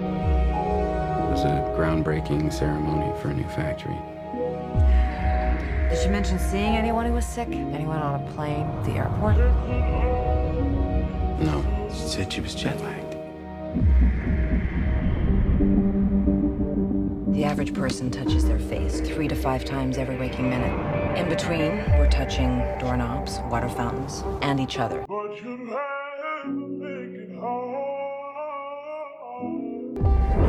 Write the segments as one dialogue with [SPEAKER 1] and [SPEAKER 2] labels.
[SPEAKER 1] It was a groundbreaking ceremony for a new factory.
[SPEAKER 2] Did she mention seeing anyone who was sick? Anyone on a plane? The airport?
[SPEAKER 1] No,
[SPEAKER 3] She said she was jet lagged.
[SPEAKER 2] The average person touches their face three to five times every waking minute. In between, we're touching doorknobs, water fountains, and each other.
[SPEAKER 4] But you never make it home.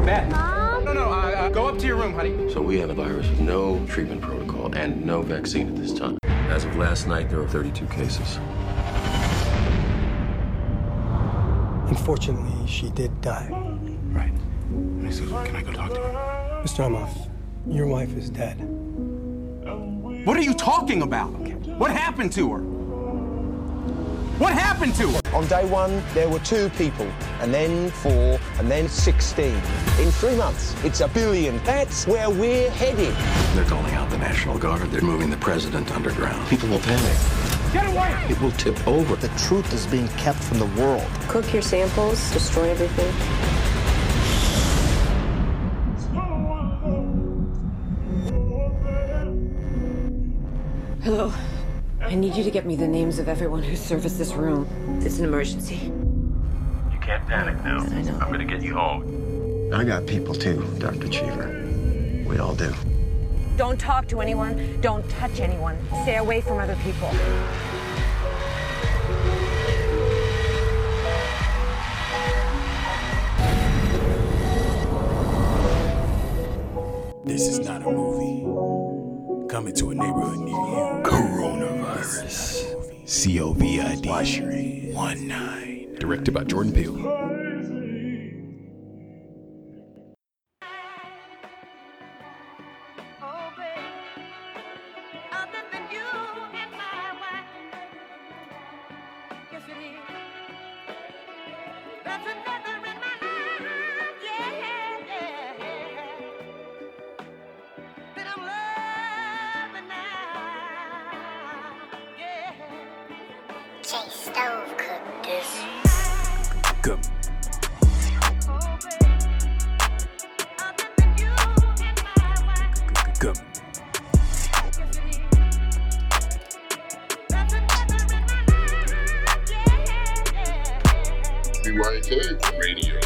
[SPEAKER 3] Beth! Mom? No, no, uh, uh, go up to your room, honey. So we have a virus with no treatment protocol and no vaccine at this time. As of last night, there are 32 cases.
[SPEAKER 5] Unfortunately, she did die.
[SPEAKER 3] Right. And I said, can I go talk to her?
[SPEAKER 5] Mr. Emhoff, your wife is dead.
[SPEAKER 6] What are you talking about? What happened to her? What happened to her?
[SPEAKER 7] On day one, there were two people, and then four, and then 16. In three months, it's a billion. That's where we're headed.
[SPEAKER 3] They're calling out the National Guard. They're moving the president underground. People will panic.
[SPEAKER 6] Get away!
[SPEAKER 3] It will tip over.
[SPEAKER 8] The truth is being kept from the world.
[SPEAKER 9] Cook your samples, destroy everything.
[SPEAKER 2] Hello. I need you to get me the names of everyone who serviced this room. It's an emergency.
[SPEAKER 10] You can't panic now.
[SPEAKER 2] I know.
[SPEAKER 10] I'm gonna get you home.
[SPEAKER 3] I got people too, Dr. Cheever. We all do.
[SPEAKER 9] Don't talk to anyone. Don't touch anyone. Stay away from other people.
[SPEAKER 11] This is not a movie. Coming to a neighborhood near you. Coronavirus. COVID. Watch your head. One nine. Directed by Jordan Peele.
[SPEAKER 9] Stove cooked this.
[SPEAKER 11] Good. Good. Good.
[SPEAKER 4] BYK Radio.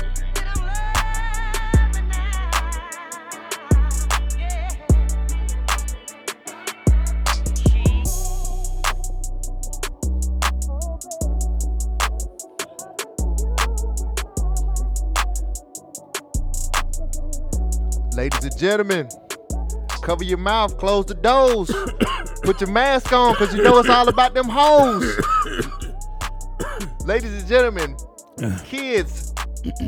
[SPEAKER 12] Ladies and gentlemen, cover your mouth, close the doors, put your mask on, cause you know it's all about them hoes. Ladies and gentlemen, kids,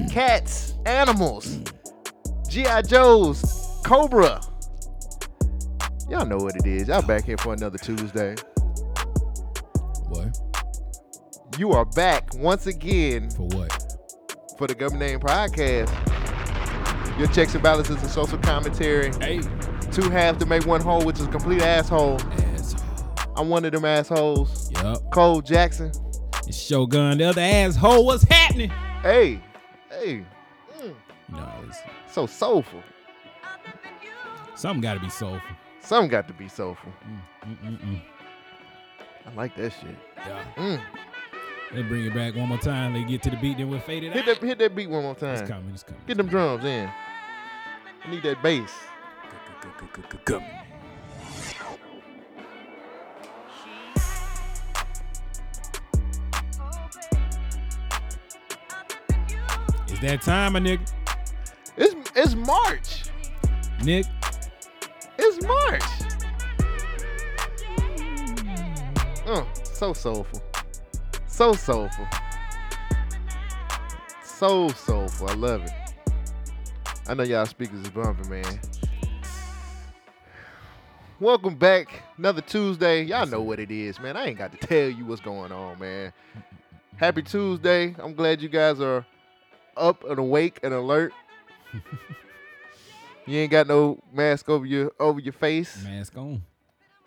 [SPEAKER 12] cats, animals, GI Joes, Cobra. Y'all know what it is. Y'all back here for another Tuesday.
[SPEAKER 11] What?
[SPEAKER 12] You are back once again
[SPEAKER 11] For what?
[SPEAKER 12] for the Government Name Podcast. Your checks and balances and social commentary.
[SPEAKER 11] Hey.
[SPEAKER 12] Two halves to make one whole, which is a complete asshole.
[SPEAKER 11] Asshole.
[SPEAKER 12] I'm one of them assholes.
[SPEAKER 11] Yup.
[SPEAKER 12] Cole Jackson.
[SPEAKER 6] It's Shogun, the other asshole. What's happening?
[SPEAKER 12] Hey, hey,
[SPEAKER 6] No, it's,
[SPEAKER 12] so soulful.
[SPEAKER 6] something got to be soulful. Mm,
[SPEAKER 12] Something got to be soulful. I like that shit.
[SPEAKER 6] Yeah.
[SPEAKER 12] Mm.
[SPEAKER 6] They bring it back one more time. They get to the beat, then we're faded
[SPEAKER 12] Hit
[SPEAKER 6] out.
[SPEAKER 12] that, hit that beat one more
[SPEAKER 6] It's
[SPEAKER 12] time.
[SPEAKER 6] coming. It's coming.
[SPEAKER 12] Get them drums in. I need that bass.
[SPEAKER 11] Good.
[SPEAKER 6] It's that time, my nigga.
[SPEAKER 12] It's it's March.
[SPEAKER 6] Nick,
[SPEAKER 12] It's March. Mm, so soulful. So soulful. So soulful. I love it. I know y'all speakers is bumping, man. Welcome back. Another Tuesday. Y'all know what it is, man. I ain't got to tell you what's going on, man. Happy Tuesday. I'm glad you guys are up and awake and alert. you ain't got no mask over your over your face.
[SPEAKER 6] mask on.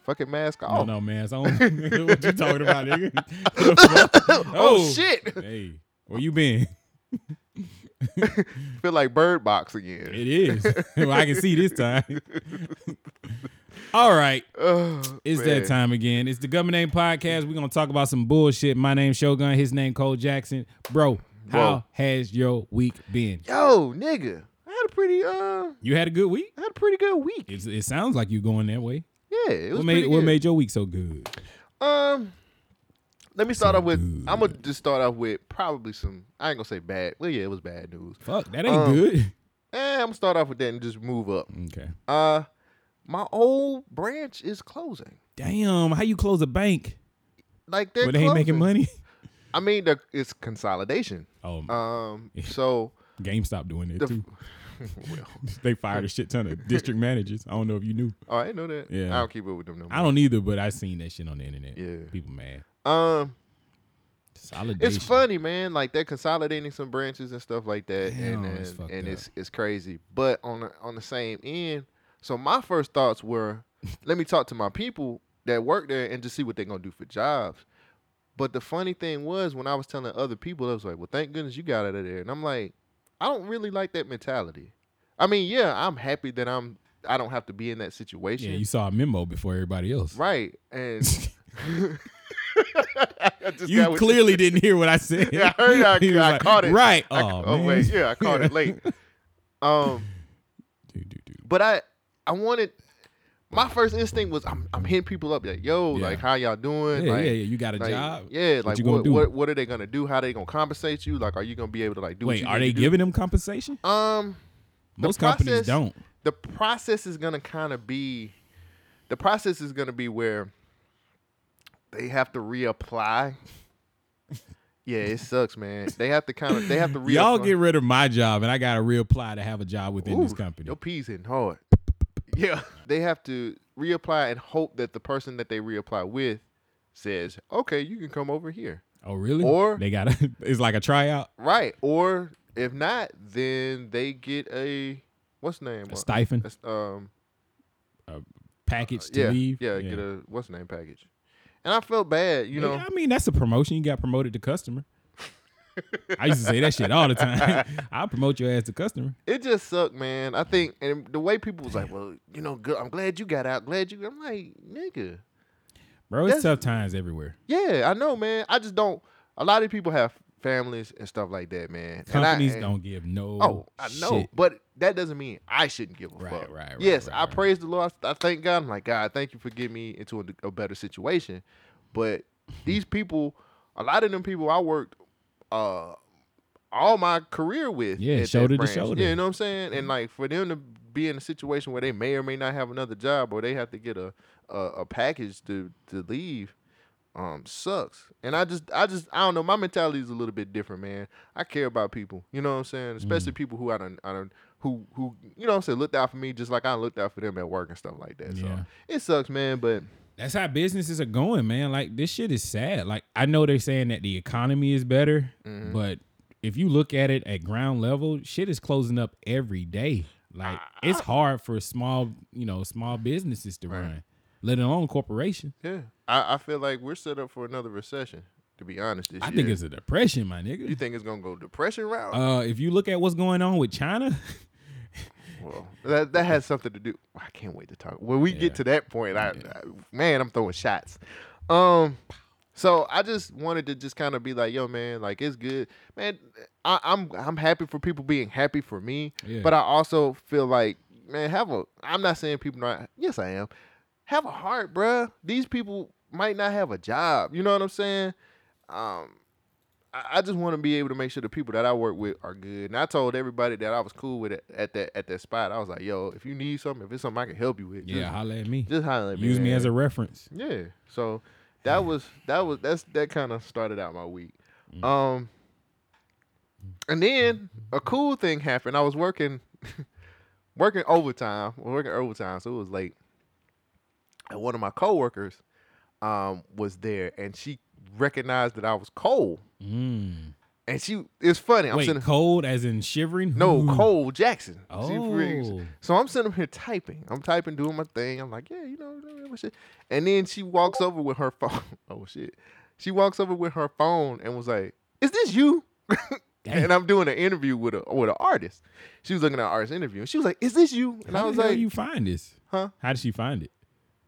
[SPEAKER 12] fucking mask
[SPEAKER 6] No,
[SPEAKER 12] off.
[SPEAKER 6] no, man. It's on. what you talking about, nigga? oh,
[SPEAKER 12] Oh, shit.
[SPEAKER 6] Hey, where you been?
[SPEAKER 12] Feel like Bird Box again.
[SPEAKER 6] It is. well, I can see this time. All right. it's
[SPEAKER 12] Oh, man.
[SPEAKER 6] that time again. It's the Government Name Podcast. We're going to talk about some bullshit. My name Shogun. His name Cole Jackson. Bro,
[SPEAKER 12] Bro.
[SPEAKER 6] how has your week been?
[SPEAKER 12] Yo, nigga, I had a pretty uh, I
[SPEAKER 6] You had a good week?
[SPEAKER 12] had a pretty good week.
[SPEAKER 6] It's, it sounds like you going that way.
[SPEAKER 12] Yeah, it was
[SPEAKER 6] what made
[SPEAKER 12] pretty
[SPEAKER 6] what
[SPEAKER 12] good.
[SPEAKER 6] made your week so good?
[SPEAKER 12] Um, let me start off with. I'm gonna just start off with probably some. I ain't gonna say bad. Well, yeah, it was bad news.
[SPEAKER 6] Fuck, that ain't
[SPEAKER 12] Um,
[SPEAKER 6] good.
[SPEAKER 12] Eh, I'm gonna start off with that and just move up.
[SPEAKER 6] Okay.
[SPEAKER 12] Uh, my old branch is closing.
[SPEAKER 6] Damn, how you close a bank?
[SPEAKER 12] Like they're
[SPEAKER 6] But they ain't making
[SPEAKER 12] closing.
[SPEAKER 6] money.
[SPEAKER 12] I mean, the, it's consolidation.
[SPEAKER 6] Oh,
[SPEAKER 12] um, so
[SPEAKER 6] GameStop doing that
[SPEAKER 12] The-
[SPEAKER 6] too.
[SPEAKER 12] well,
[SPEAKER 6] they fired a shit ton of district managers. I don't know if you knew.
[SPEAKER 12] oh, I didn't know that.
[SPEAKER 6] Yeah.
[SPEAKER 12] I don't keep up with them no more.
[SPEAKER 6] I don't either, but I seen that shit on the internet. Yeah. People mad.
[SPEAKER 12] Um,
[SPEAKER 6] Solidation.
[SPEAKER 12] it's funny, man. Like they're consolidating some branches and stuff like that,
[SPEAKER 6] Damn,
[SPEAKER 12] and and,
[SPEAKER 6] that's fucked
[SPEAKER 12] and
[SPEAKER 6] up.
[SPEAKER 12] it's it's crazy. But on the, on the same end, so my first thoughts were, let me talk to my people that work there and just see what they're gonna do for jobs. But the funny thing was, when I was telling other people, I was like, "Well, thank goodness you got out of there," and I'm like, I don't really like that mentality. I mean, yeah, I'm happy that I'm I don't have to be in that situation.
[SPEAKER 6] Yeah, you saw a memo before everybody else.
[SPEAKER 12] Right. And I just got
[SPEAKER 6] You
[SPEAKER 12] what
[SPEAKER 6] clearly didn't hear what I said.
[SPEAKER 12] Yeah, I heard I,
[SPEAKER 6] He was
[SPEAKER 12] I
[SPEAKER 6] like,
[SPEAKER 12] caught it.
[SPEAKER 6] Right.
[SPEAKER 12] I,
[SPEAKER 6] oh,
[SPEAKER 12] oh
[SPEAKER 6] man.
[SPEAKER 12] wait, yeah, I caught it late. Um But I I wanted my first instinct was I'm, I'm hitting people up like, yo,
[SPEAKER 6] Yeah.
[SPEAKER 12] like how y'all doing?
[SPEAKER 6] Yeah,
[SPEAKER 12] like,
[SPEAKER 6] yeah, yeah, you got a
[SPEAKER 12] like,
[SPEAKER 6] job?
[SPEAKER 12] Yeah,
[SPEAKER 6] What
[SPEAKER 12] like
[SPEAKER 6] you
[SPEAKER 12] what
[SPEAKER 6] gonna
[SPEAKER 12] what,
[SPEAKER 6] do?
[SPEAKER 12] what are they gonna do? How they gonna compensate you? Like are you gonna be able to like do what
[SPEAKER 6] Wait,
[SPEAKER 12] you
[SPEAKER 6] are
[SPEAKER 12] need
[SPEAKER 6] they
[SPEAKER 12] to do?
[SPEAKER 6] giving them compensation?
[SPEAKER 12] Um, the
[SPEAKER 6] Most companies
[SPEAKER 12] process-
[SPEAKER 6] don't.
[SPEAKER 12] The process is gonna kind of be, the process is gonna be where they have to reapply. yeah, it sucks, man. They have to kind of, they have to reapply.
[SPEAKER 6] Y'all get rid of my job and I gotta reapply to have a job within this
[SPEAKER 12] Ooh,
[SPEAKER 6] company.
[SPEAKER 12] Your pee's hitting hard. Yeah, they have to reapply and hope that the person that they reapply with says, "Okay, you can come over here."
[SPEAKER 6] Oh really?
[SPEAKER 12] Or-
[SPEAKER 6] they gotta it's like a tryout.
[SPEAKER 12] Right. Or if not, then they get a what's the name?
[SPEAKER 6] A stipend?
[SPEAKER 12] A s- um uh,
[SPEAKER 6] Package to
[SPEAKER 12] yeah,
[SPEAKER 6] leave.
[SPEAKER 12] Yeah, get a what's the name package. And I felt bad, you know.
[SPEAKER 6] Yeah, I mean, that's a promotion. You got promoted to customer. I used to say that shit all the time. I'll promote your ass to customer.
[SPEAKER 12] It just sucked, man. I think and the way people was like, Well, you know, good I'm glad you got out, glad you I'm like, nigga.
[SPEAKER 6] Bro, it's
[SPEAKER 12] That's-
[SPEAKER 6] tough times everywhere.
[SPEAKER 12] Yeah, I know, man. I just don't a lot of people have families and stuff like that, man. And I-
[SPEAKER 6] Companies
[SPEAKER 12] and-
[SPEAKER 6] don't give no
[SPEAKER 12] Oh, I know,
[SPEAKER 6] shit.
[SPEAKER 12] but that doesn't mean I shouldn't give a fuck.
[SPEAKER 6] right, right,
[SPEAKER 12] Yes, I praise the Lord. I thank God. I'm like God, thank you for getting me into a, a better situation. But these people, a lot of them people I worked uh all my career with.
[SPEAKER 6] Yeah,
[SPEAKER 12] at that
[SPEAKER 6] shoulder to
[SPEAKER 12] branch.
[SPEAKER 6] shoulder.
[SPEAKER 12] Yeah, you know what I'm saying? And like for them to be in a situation where they may or may not have another job or they have to get a a, a package to to leave um sucks. And I just I just I don't know, my mentality is a little bit different, man. I care about people, you know what I'm saying?
[SPEAKER 6] Mm.
[SPEAKER 12] Especially people who I don't I don't who who you know what I'm saying, looked out for me just like I looked out for them at work and stuff like that.
[SPEAKER 6] Yeah.
[SPEAKER 12] So it sucks, man, but
[SPEAKER 6] That's how businesses are going, man. Like this shit is sad. Like I know they're saying that the economy is better,
[SPEAKER 12] Mm-hmm.
[SPEAKER 6] but if you look at it at ground level, shit is closing up every day. Like it's hard for small, you know, small businesses to run, let alone corporation.
[SPEAKER 12] yeah. I, I feel like we're set up for another recession, to be honest. This
[SPEAKER 6] I
[SPEAKER 12] year.
[SPEAKER 6] think it's a depression, my nigga.
[SPEAKER 12] You think it's gonna go depression route?
[SPEAKER 6] Uh, if you look at what's going on with China,
[SPEAKER 12] well, that that has something to do. I can't wait to talk. When we get to that point, I, I man, I'm throwing shots. Um, so I just wanted to just kind of be like, yo, man, like it's good, man. I, I'm I'm happy for people being happy for me,
[SPEAKER 6] Yeah.
[SPEAKER 12] but I also feel like, man, have a. I'm not saying people not. Yes, I am. Have a heart, bruh. These people might not have a job. You know what I'm saying? Um, I I just want to be able to make sure the people that I work with are good. And I told everybody that I was cool with it at that at that spot. I was like, yo, if you need something, if it's something I can help you with,
[SPEAKER 6] yeah,
[SPEAKER 12] just,
[SPEAKER 6] holla at me.
[SPEAKER 12] just holler at me.
[SPEAKER 6] Use me
[SPEAKER 12] man.
[SPEAKER 6] as a reference.
[SPEAKER 12] yeah. So that was that was that's that kind of started out my week. Um, and then a cool thing happened. I was working working overtime, working overtime, so it was late. And one of my coworkers um was there, and she recognized that I was cold.
[SPEAKER 6] Mm.
[SPEAKER 12] And she, it's funny. I'm
[SPEAKER 6] Wait,
[SPEAKER 12] sitting-
[SPEAKER 6] cold as in shivering?
[SPEAKER 12] No,
[SPEAKER 6] Ooh.
[SPEAKER 12] Cole Jackson. She freaks.
[SPEAKER 6] Mm. Oh.
[SPEAKER 12] So I'm sitting up here typing. I'm typing, doing my thing. I'm like, yeah, you know, whatever shit. And then she walks over with her phone. Oh shit. She walks over with her phone and was like, "Is this you?" and I'm doing an interview with a with an artist. She was looking at an artist interview. And she was like, "Is this you?" And
[SPEAKER 6] How
[SPEAKER 12] I was
[SPEAKER 6] the hell
[SPEAKER 12] like,
[SPEAKER 6] you find this?
[SPEAKER 12] Huh?
[SPEAKER 6] How did she find it?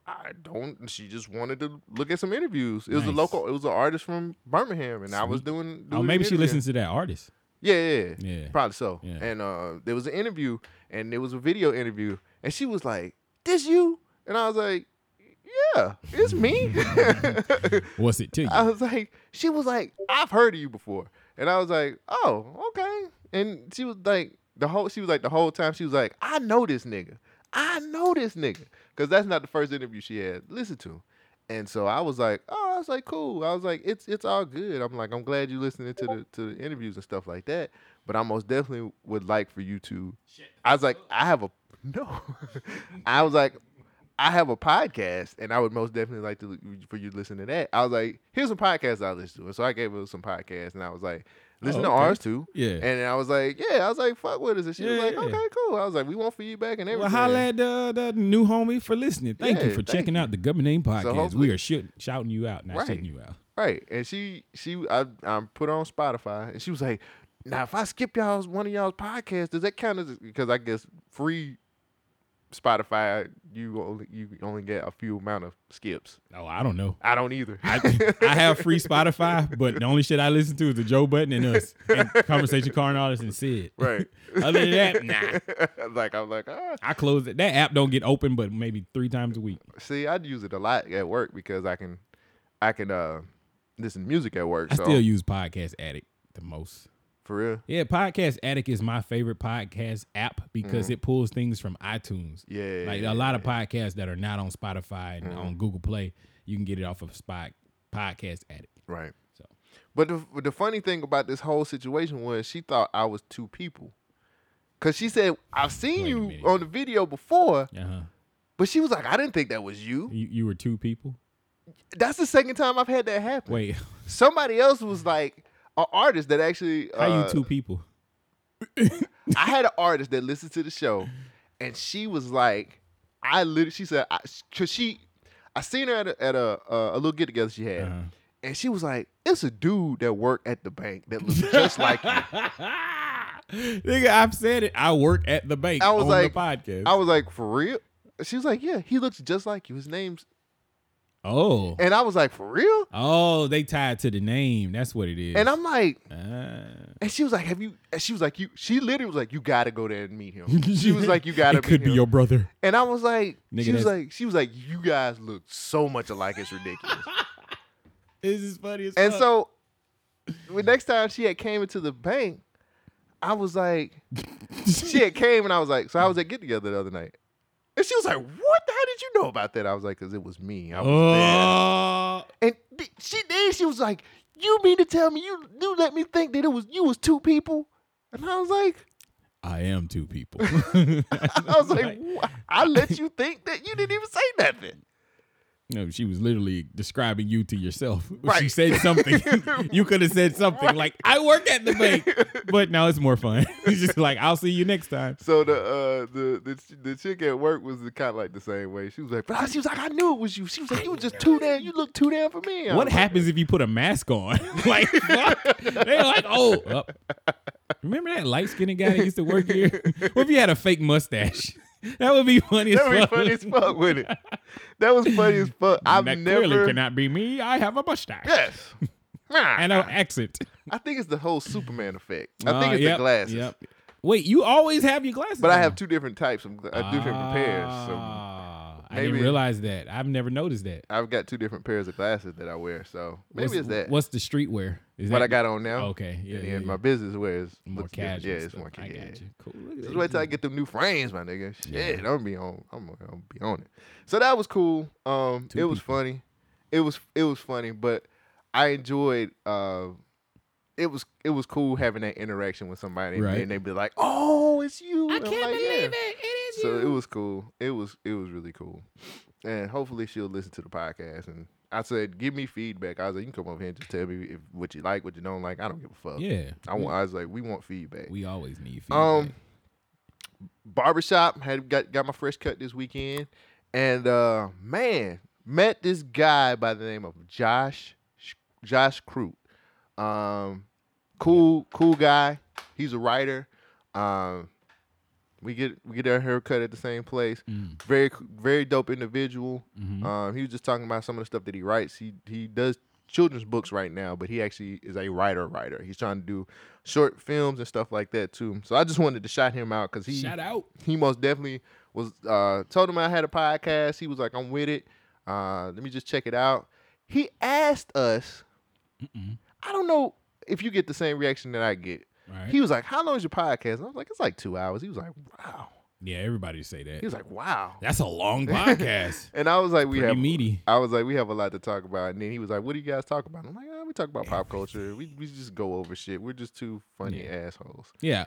[SPEAKER 12] I don't. She just wanted to look at some interviews. It was a
[SPEAKER 6] Nice.
[SPEAKER 12] local. It was an artist from Birmingham, and I was
[SPEAKER 6] Sweet.
[SPEAKER 12] doing. doing
[SPEAKER 6] Oh,
[SPEAKER 12] an
[SPEAKER 6] maybe she
[SPEAKER 12] interview.
[SPEAKER 6] listens to that artist.
[SPEAKER 12] Yeah, yeah, yeah.
[SPEAKER 6] Yeah.
[SPEAKER 12] Probably so.
[SPEAKER 6] Yeah.
[SPEAKER 12] And uh, there was an interview, and there was a video interview, and she was like, "This you?" And I was like, "Yeah, it's me."
[SPEAKER 6] What's it to you?
[SPEAKER 12] I was like, she was like, "I've heard of you before," and I was like, "Oh, okay." And she was like, the whole she was like the whole time she was like, "I know this nigga, I know this nigga," because that's not the first interview she had listened to. And so I was like, oh, I was like, cool. I was like, it's it's all good. I'm like, I'm glad you listening to the to the interviews and stuff like that. But I most definitely would like for you to. I was like, I have a no. I was like, I have a podcast, and I would most definitely like to for you to listen to that. I was like, here's some podcasts I listen to, and so I gave her some podcasts, and I was like, listen
[SPEAKER 6] Oh,
[SPEAKER 12] to
[SPEAKER 6] okay.
[SPEAKER 12] ours too.
[SPEAKER 6] Yeah.
[SPEAKER 12] And then I was like, yeah. I was like, fuck with us, and she was
[SPEAKER 6] Yeah,
[SPEAKER 12] like,
[SPEAKER 6] yeah.
[SPEAKER 12] okay, cool. I was like, we want feedback and
[SPEAKER 6] Well,
[SPEAKER 12] everything.
[SPEAKER 6] holla at the, the new homie for listening. Thank you
[SPEAKER 12] Yeah,
[SPEAKER 6] for
[SPEAKER 12] thank
[SPEAKER 6] checking out the Government Name Podcast.
[SPEAKER 12] hopefully-
[SPEAKER 6] we are shit, shouting you out, not shitting you out.
[SPEAKER 12] Right. And she she I I put her on Spotify and she was like, now if I skip y'all's one of y'all's podcasts, does that count as because I guess free Spotify you only you only get a few amount of skips.
[SPEAKER 6] Oh, I don't know.
[SPEAKER 12] I don't either.
[SPEAKER 6] I, I have free Spotify, but the only shit I listen to is the Joe Button and us, and Conversation Car and all this and Sid.
[SPEAKER 12] Right.
[SPEAKER 6] Other than that, nah.
[SPEAKER 12] like I'm like, ah.
[SPEAKER 6] I close it. That app don't get open, but maybe three times a week.
[SPEAKER 12] See, I'd use it a lot at work because I can I can uh listen to music at work.
[SPEAKER 6] I
[SPEAKER 12] so
[SPEAKER 6] still use Podcast Addict the most.
[SPEAKER 12] for real.
[SPEAKER 6] Yeah, Podcast Addict is my favorite podcast app because
[SPEAKER 12] Mhm.
[SPEAKER 6] it pulls things from iTunes.
[SPEAKER 12] Yeah.
[SPEAKER 6] like a lot of podcasts that are not on Spotify and
[SPEAKER 12] Mhm.
[SPEAKER 6] on Google Play, you can get it off of Spot Podcast Addict.
[SPEAKER 12] Right.
[SPEAKER 6] So
[SPEAKER 12] But the, but the funny thing about this whole situation was she thought I was two people. Cause she said, I've seen you on the video before,
[SPEAKER 6] uh-huh.
[SPEAKER 12] but she was like, I didn't think that was you.
[SPEAKER 6] you you were two people.
[SPEAKER 12] That's the second time I've had that happen.
[SPEAKER 6] Wait,
[SPEAKER 12] Somebody else was like an artist that actually
[SPEAKER 6] how
[SPEAKER 12] uh,
[SPEAKER 6] you two people?
[SPEAKER 12] I had an artist that listened to the show, and she was like, I literally, she said, I, cause she, I seen her at a, at a, uh, a little get together she had,
[SPEAKER 6] Uh-huh.
[SPEAKER 12] and she was like, it's a dude that worked at the bank that looks just like you.
[SPEAKER 6] Nigga, I've said it. I work at the bank.
[SPEAKER 12] I was
[SPEAKER 6] on
[SPEAKER 12] like,
[SPEAKER 6] the podcast.
[SPEAKER 12] I was like, for real? She was like, yeah, he looks just like you. His name's,
[SPEAKER 6] oh,
[SPEAKER 12] and I was like, for real?
[SPEAKER 6] oh, they tied to the name. That's what it is.
[SPEAKER 12] And I'm like,
[SPEAKER 6] Ah.
[SPEAKER 12] and she was like, have you? And she was like, you. She literally was like, you gotta go there and meet him. She was like, you gotta.
[SPEAKER 6] It could
[SPEAKER 12] meet
[SPEAKER 6] be
[SPEAKER 12] him.
[SPEAKER 6] your brother.
[SPEAKER 12] And I was like,
[SPEAKER 6] Nigga,
[SPEAKER 12] she was
[SPEAKER 6] that's-
[SPEAKER 12] like, she was like, you guys look so much alike, it's ridiculous.
[SPEAKER 6] This is funny as
[SPEAKER 12] and
[SPEAKER 6] fuck.
[SPEAKER 12] so, the next time she had came into the bank, I was like, she had came and I was like, so I was at get together the other night, and she was like, what? How did you know about that? I was like, cause it was me. I was
[SPEAKER 6] Oh.
[SPEAKER 12] And th- she then she was like, "You mean to tell me you you let me think that it was you was two people?" And I was like,
[SPEAKER 6] I am two people.
[SPEAKER 12] "I was like, "Wha- I let you think that you didn't even say nothing."
[SPEAKER 6] No, she was literally describing you to yourself. She
[SPEAKER 12] Right.
[SPEAKER 6] said something. you could have said something like, I work at the bank. But now it's more fun. it's just like, I'll see you next time.
[SPEAKER 12] So the uh the the, ch- the chick at work was kind of like the same way. She was like, "But I, she was like, I knew it was you." She was like, "You were just too damn. You look too damn for me." I
[SPEAKER 6] what
[SPEAKER 12] was like,
[SPEAKER 6] happens if you put a mask on? like, fuck. they're like, oh, up. remember that light skinned guy that used to work here? what if you had a fake mustache? That would be funny
[SPEAKER 12] That
[SPEAKER 6] as
[SPEAKER 12] was
[SPEAKER 6] fuck.
[SPEAKER 12] funny as fuck with it. That was funny as fuck. I've
[SPEAKER 6] that
[SPEAKER 12] never.
[SPEAKER 6] clearly cannot be me. I have a mustache.
[SPEAKER 12] yes.
[SPEAKER 6] And an accent.
[SPEAKER 12] I think it's the whole Superman effect. I think
[SPEAKER 6] Uh,
[SPEAKER 12] it's
[SPEAKER 6] yep,
[SPEAKER 12] the glasses.
[SPEAKER 6] Yep. Wait, you always have your glasses
[SPEAKER 12] But I
[SPEAKER 6] on.
[SPEAKER 12] have two different types of gla- uh, two different pairs. So
[SPEAKER 6] Ah, I
[SPEAKER 12] maybe-
[SPEAKER 6] didn't realize that. I've never noticed that.
[SPEAKER 12] I've got two different pairs of glasses that I wear. So maybe
[SPEAKER 6] what's,
[SPEAKER 12] it's that.
[SPEAKER 6] What's the streetwear? Is
[SPEAKER 12] what
[SPEAKER 6] that
[SPEAKER 12] I got on now?
[SPEAKER 6] Okay, yeah,
[SPEAKER 12] And
[SPEAKER 6] yeah,
[SPEAKER 12] then
[SPEAKER 6] yeah.
[SPEAKER 12] my business wear is
[SPEAKER 6] More
[SPEAKER 12] looks different.
[SPEAKER 6] casual
[SPEAKER 12] Yeah, it's
[SPEAKER 6] stuff.
[SPEAKER 12] more
[SPEAKER 6] I
[SPEAKER 12] casual.
[SPEAKER 6] got
[SPEAKER 12] yeah.
[SPEAKER 6] you. Cool. Look at
[SPEAKER 12] Just
[SPEAKER 6] that.
[SPEAKER 12] wait till I get them new frames, my nigga. Shit, I'm be on. I'm gonna I'm be on it. So that was cool. Um, it was funny. It was it was funny, but I enjoyed. Uh, it was it was cool having that interaction with somebody,
[SPEAKER 6] Right.
[SPEAKER 12] and they'd be like, "Oh, it's you."
[SPEAKER 6] I
[SPEAKER 12] And I'm
[SPEAKER 6] can't
[SPEAKER 12] like,
[SPEAKER 6] believe
[SPEAKER 12] "Yeah."
[SPEAKER 6] it. It is
[SPEAKER 12] So
[SPEAKER 6] you.
[SPEAKER 12] it was cool. It was it was really cool, and hopefully she'll listen to the podcast and I said, give me feedback. I was like, you can come over here and just tell me if, what you like, what you don't like. I don't give a fuck.
[SPEAKER 6] Yeah.
[SPEAKER 12] I want. I was like, we want feedback.
[SPEAKER 6] We always need feedback.
[SPEAKER 12] Um, barbershop had got got my fresh cut this weekend, and uh, man, met this guy by the name of Josh Josh Crute. Um, cool, cool guy. He's a writer. Um, we get we get our haircut at the same place. Very c- very dope individual. Um, he was just talking about some of the stuff that he writes. He he does children's books right now, but he actually is a writer writer. He's trying to do short films and stuff like that too. So I just wanted to shout him out because he
[SPEAKER 6] Shout out.
[SPEAKER 12] He most definitely was uh, told him I had a podcast. He was like, I'm with it. Uh, let me just check it out. He asked us. I don't know if you get the same reaction that I get. He was like, "How long is your podcast?" And I was like, "It's like two hours." He was like, "Wow."
[SPEAKER 6] Yeah, everybody say that.
[SPEAKER 12] He was like, "Wow."
[SPEAKER 6] That's a long podcast.
[SPEAKER 12] and I was like, "We
[SPEAKER 6] Pretty
[SPEAKER 12] have
[SPEAKER 6] meaty.
[SPEAKER 12] I was like, "We have a lot to talk about." And then he was like, "What do you guys talk about?" I'm like, "Ah, "We talk about pop culture. We we just go over shit. We're just two funny assholes."
[SPEAKER 6] Yeah.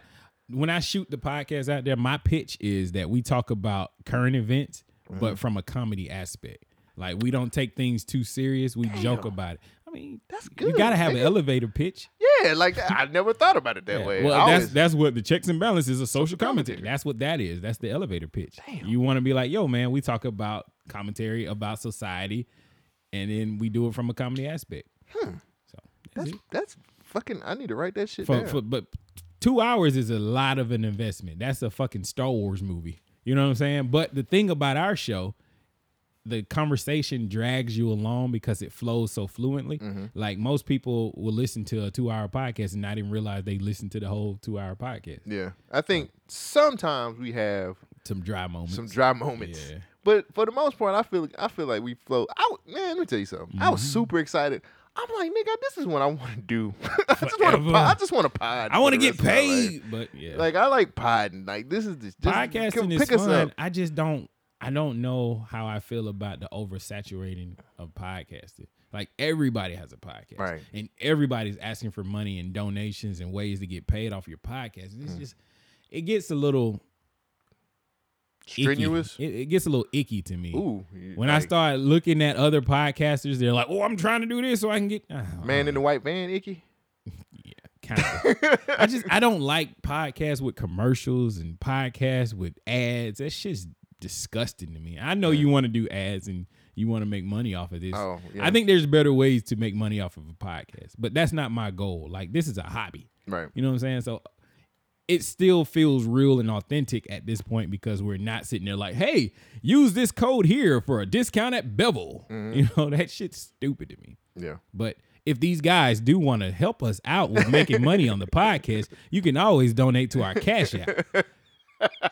[SPEAKER 6] When I shoot the podcast out there, my pitch is that we talk about current events,
[SPEAKER 12] Mm-hmm.
[SPEAKER 6] but from a comedy aspect. Like we don't take things too serious. We joke about it. I mean, that's good. You gotta have an elevator pitch.
[SPEAKER 12] Yeah, like that. I never thought about it that
[SPEAKER 6] Yeah.
[SPEAKER 12] way.
[SPEAKER 6] Well,
[SPEAKER 12] I
[SPEAKER 6] that's
[SPEAKER 12] always-
[SPEAKER 6] that's what the checks and balances a social commentary. That's what that is. That's the elevator pitch. You want to be like, yo, man, we talk about commentary about society, and then we do it from a comedy aspect.
[SPEAKER 12] that's, that's fucking. I need to write that shit
[SPEAKER 6] Mhm. For,
[SPEAKER 12] down.
[SPEAKER 6] for, but two hours is a lot of an investment. That's a fucking Star Wars movie. You know what I'm saying? But the thing about our show, the conversation drags you along because it flows so fluently.
[SPEAKER 12] Mm-hmm.
[SPEAKER 6] Like most people will listen to a two hour podcast and not even realize they listened to the whole two hour podcast.
[SPEAKER 12] Yeah, I think sometimes we have
[SPEAKER 6] some dry moments.
[SPEAKER 12] Some dry moments.
[SPEAKER 6] Yeah.
[SPEAKER 12] But for the most part, I feel I feel like we flow. I w- man, let me tell you something. I was
[SPEAKER 6] Mm-hmm.
[SPEAKER 12] super excited. I'm like, nigga, this is what I want to do. I just want to. I just want to pod.
[SPEAKER 6] I want to
[SPEAKER 12] for the
[SPEAKER 6] get
[SPEAKER 12] rest of my life.
[SPEAKER 6] paid, but yeah.
[SPEAKER 12] Like I like podding. Like this is this, this come
[SPEAKER 6] podcasting is
[SPEAKER 12] pick us
[SPEAKER 6] fun.
[SPEAKER 12] up.
[SPEAKER 6] I just don't I don't know how I feel about the oversaturating of podcasting. Like everybody has a podcast.
[SPEAKER 12] Right.
[SPEAKER 6] And everybody's asking for money and donations and ways to get paid off your podcast. It's
[SPEAKER 12] Mm.
[SPEAKER 6] just it gets a little icky.
[SPEAKER 12] Strenuous?
[SPEAKER 6] It, it gets a little icky to me.
[SPEAKER 12] Ooh, you-
[SPEAKER 6] when I
[SPEAKER 12] like-
[SPEAKER 6] start looking at other podcasters, they're like, "Oh, I'm trying to do this so I can get." Ah,
[SPEAKER 12] Man in the white van, icky.
[SPEAKER 6] I just I don't like podcasts with commercials and podcasts with ads. That shit's disgusting to me. I know you want to do ads and you want to make money off of this.
[SPEAKER 12] Oh, yeah.
[SPEAKER 6] I think there's better ways to make money off of a podcast, but that's not my goal. Like this is a hobby.
[SPEAKER 12] Right.
[SPEAKER 6] You know what I'm saying? So it still feels real and authentic at this point because we're not sitting there like, "Hey, use this code here for a discount at Bevel." You know, that shit's stupid to me.
[SPEAKER 12] Mm-hmm. Yeah.
[SPEAKER 6] But if these guys do want to help us out with making money on the podcast, you can always donate to our Cash App.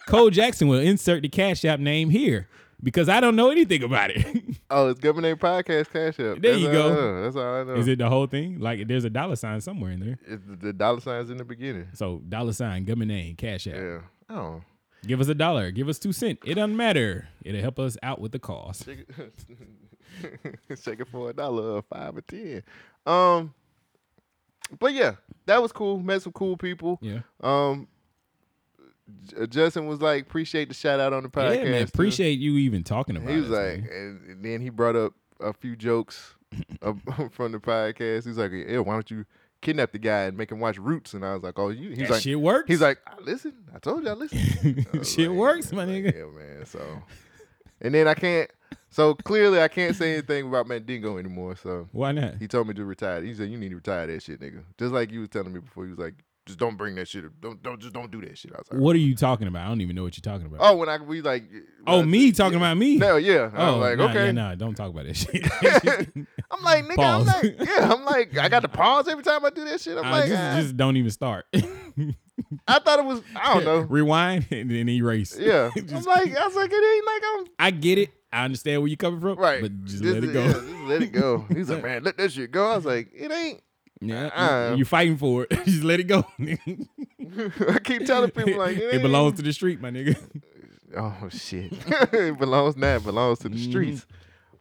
[SPEAKER 6] Cole Jackson will insert the Cash App name here because I don't know anything about it.
[SPEAKER 12] Oh, it's government podcast cash up.
[SPEAKER 6] there
[SPEAKER 12] That's
[SPEAKER 6] you
[SPEAKER 12] all I know.
[SPEAKER 6] go.
[SPEAKER 12] That's all I know.
[SPEAKER 6] Is it the whole thing? Like there's a dollar sign somewhere in there.
[SPEAKER 12] It's the- the dollar signs in the beginning?
[SPEAKER 6] So dollar sign, government name, Cash App. Yeah.
[SPEAKER 12] Oh.
[SPEAKER 6] Give us a dollar. Give us two cent. It doesn't matter. It'll help us out with the cost.
[SPEAKER 12] Check it, check it for a dollar or five or ten. Um, but yeah, that was cool. Met some cool people.
[SPEAKER 6] Yeah.
[SPEAKER 12] Um, J- uh, Justin was like, "Appreciate the shout out on the podcast."
[SPEAKER 6] yeah, man.
[SPEAKER 12] too."
[SPEAKER 6] Appreciate you even talking about
[SPEAKER 12] He was
[SPEAKER 6] us, man.
[SPEAKER 12] like, and, and then he brought up a few jokes of- from the podcast. He's like, "Yeah, why don't you kidnap the guy and make him watch Roots?" And I was like, "Oh, you." He's
[SPEAKER 6] That
[SPEAKER 12] like,
[SPEAKER 6] shit works.
[SPEAKER 12] He's like, "I listen. I told you, I listen." I was
[SPEAKER 6] Shit
[SPEAKER 12] like,
[SPEAKER 6] works, my nigga.
[SPEAKER 12] Yeah, man. So, and then I can't. So clearly, I can't say anything about Mandingo anymore. So
[SPEAKER 6] Why not?
[SPEAKER 12] He told me to retire. He said, "You need to retire that shit, nigga." Just like you was telling me before. He was like, "Just don't bring that shit. up. Don't don't just don't do that shit." I was like,
[SPEAKER 6] What are you talking about? I don't even know what you're talking about.
[SPEAKER 12] "Oh, when I we like."
[SPEAKER 6] Oh, me talking about me?
[SPEAKER 12] No, yeah. I
[SPEAKER 6] Oh,
[SPEAKER 12] was like,
[SPEAKER 6] nah,
[SPEAKER 12] okay.
[SPEAKER 6] yeah, nah, don't talk about that shit.
[SPEAKER 12] I'm like, nigga,
[SPEAKER 6] Pause.
[SPEAKER 12] I'm like, yeah, I'm like, I got to pause every time I do that shit. I'm
[SPEAKER 6] Uh,
[SPEAKER 12] like,
[SPEAKER 6] just,
[SPEAKER 12] ah.
[SPEAKER 6] just don't even start.
[SPEAKER 12] I thought it was, I don't know.
[SPEAKER 6] Rewind and then erase.
[SPEAKER 12] Yeah. I'm like, I was like, it ain't like I'm.
[SPEAKER 6] I get it. I understand where you're coming from. Right. But just
[SPEAKER 12] this
[SPEAKER 6] let it
[SPEAKER 12] is-
[SPEAKER 6] go.
[SPEAKER 12] yeah, just let it go. He's like, man, let that shit go. I was like, it ain't.
[SPEAKER 6] Yeah.
[SPEAKER 12] Uh-uh.
[SPEAKER 6] You're fighting for it. just let it go.
[SPEAKER 12] I keep telling people like, it,
[SPEAKER 6] it,
[SPEAKER 12] ain't-
[SPEAKER 6] belongs to the street, my nigga. Mm-hmm.
[SPEAKER 12] Oh shit. it belongs now. It belongs to the streets.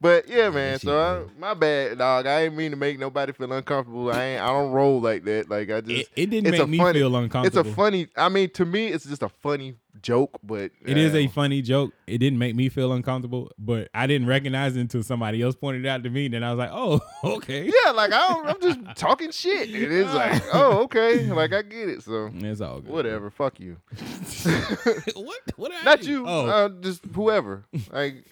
[SPEAKER 12] But yeah, man. So I, my bad, dog. I ain't mean to make nobody feel uncomfortable. I ain't. I don't roll like that. Like I just.
[SPEAKER 6] It- it didn't
[SPEAKER 12] it's a
[SPEAKER 6] make me
[SPEAKER 12] funny-
[SPEAKER 6] feel
[SPEAKER 12] It's
[SPEAKER 6] uncomfortable.
[SPEAKER 12] a funny. I mean, to me, it's just a funny joke. But uh,
[SPEAKER 6] It is a funny joke. It didn't make me feel uncomfortable, but I didn't recognize it until somebody else pointed it out to me. Then I was like, oh, okay.
[SPEAKER 12] Yeah, like I don't, I'm just talking shit. It is like, oh, okay. Like I get it. So
[SPEAKER 6] it's all good.
[SPEAKER 12] Whatever. Fuck you.
[SPEAKER 6] what? What?
[SPEAKER 12] Not you.
[SPEAKER 6] Oh.
[SPEAKER 12] Uh, just whoever. Like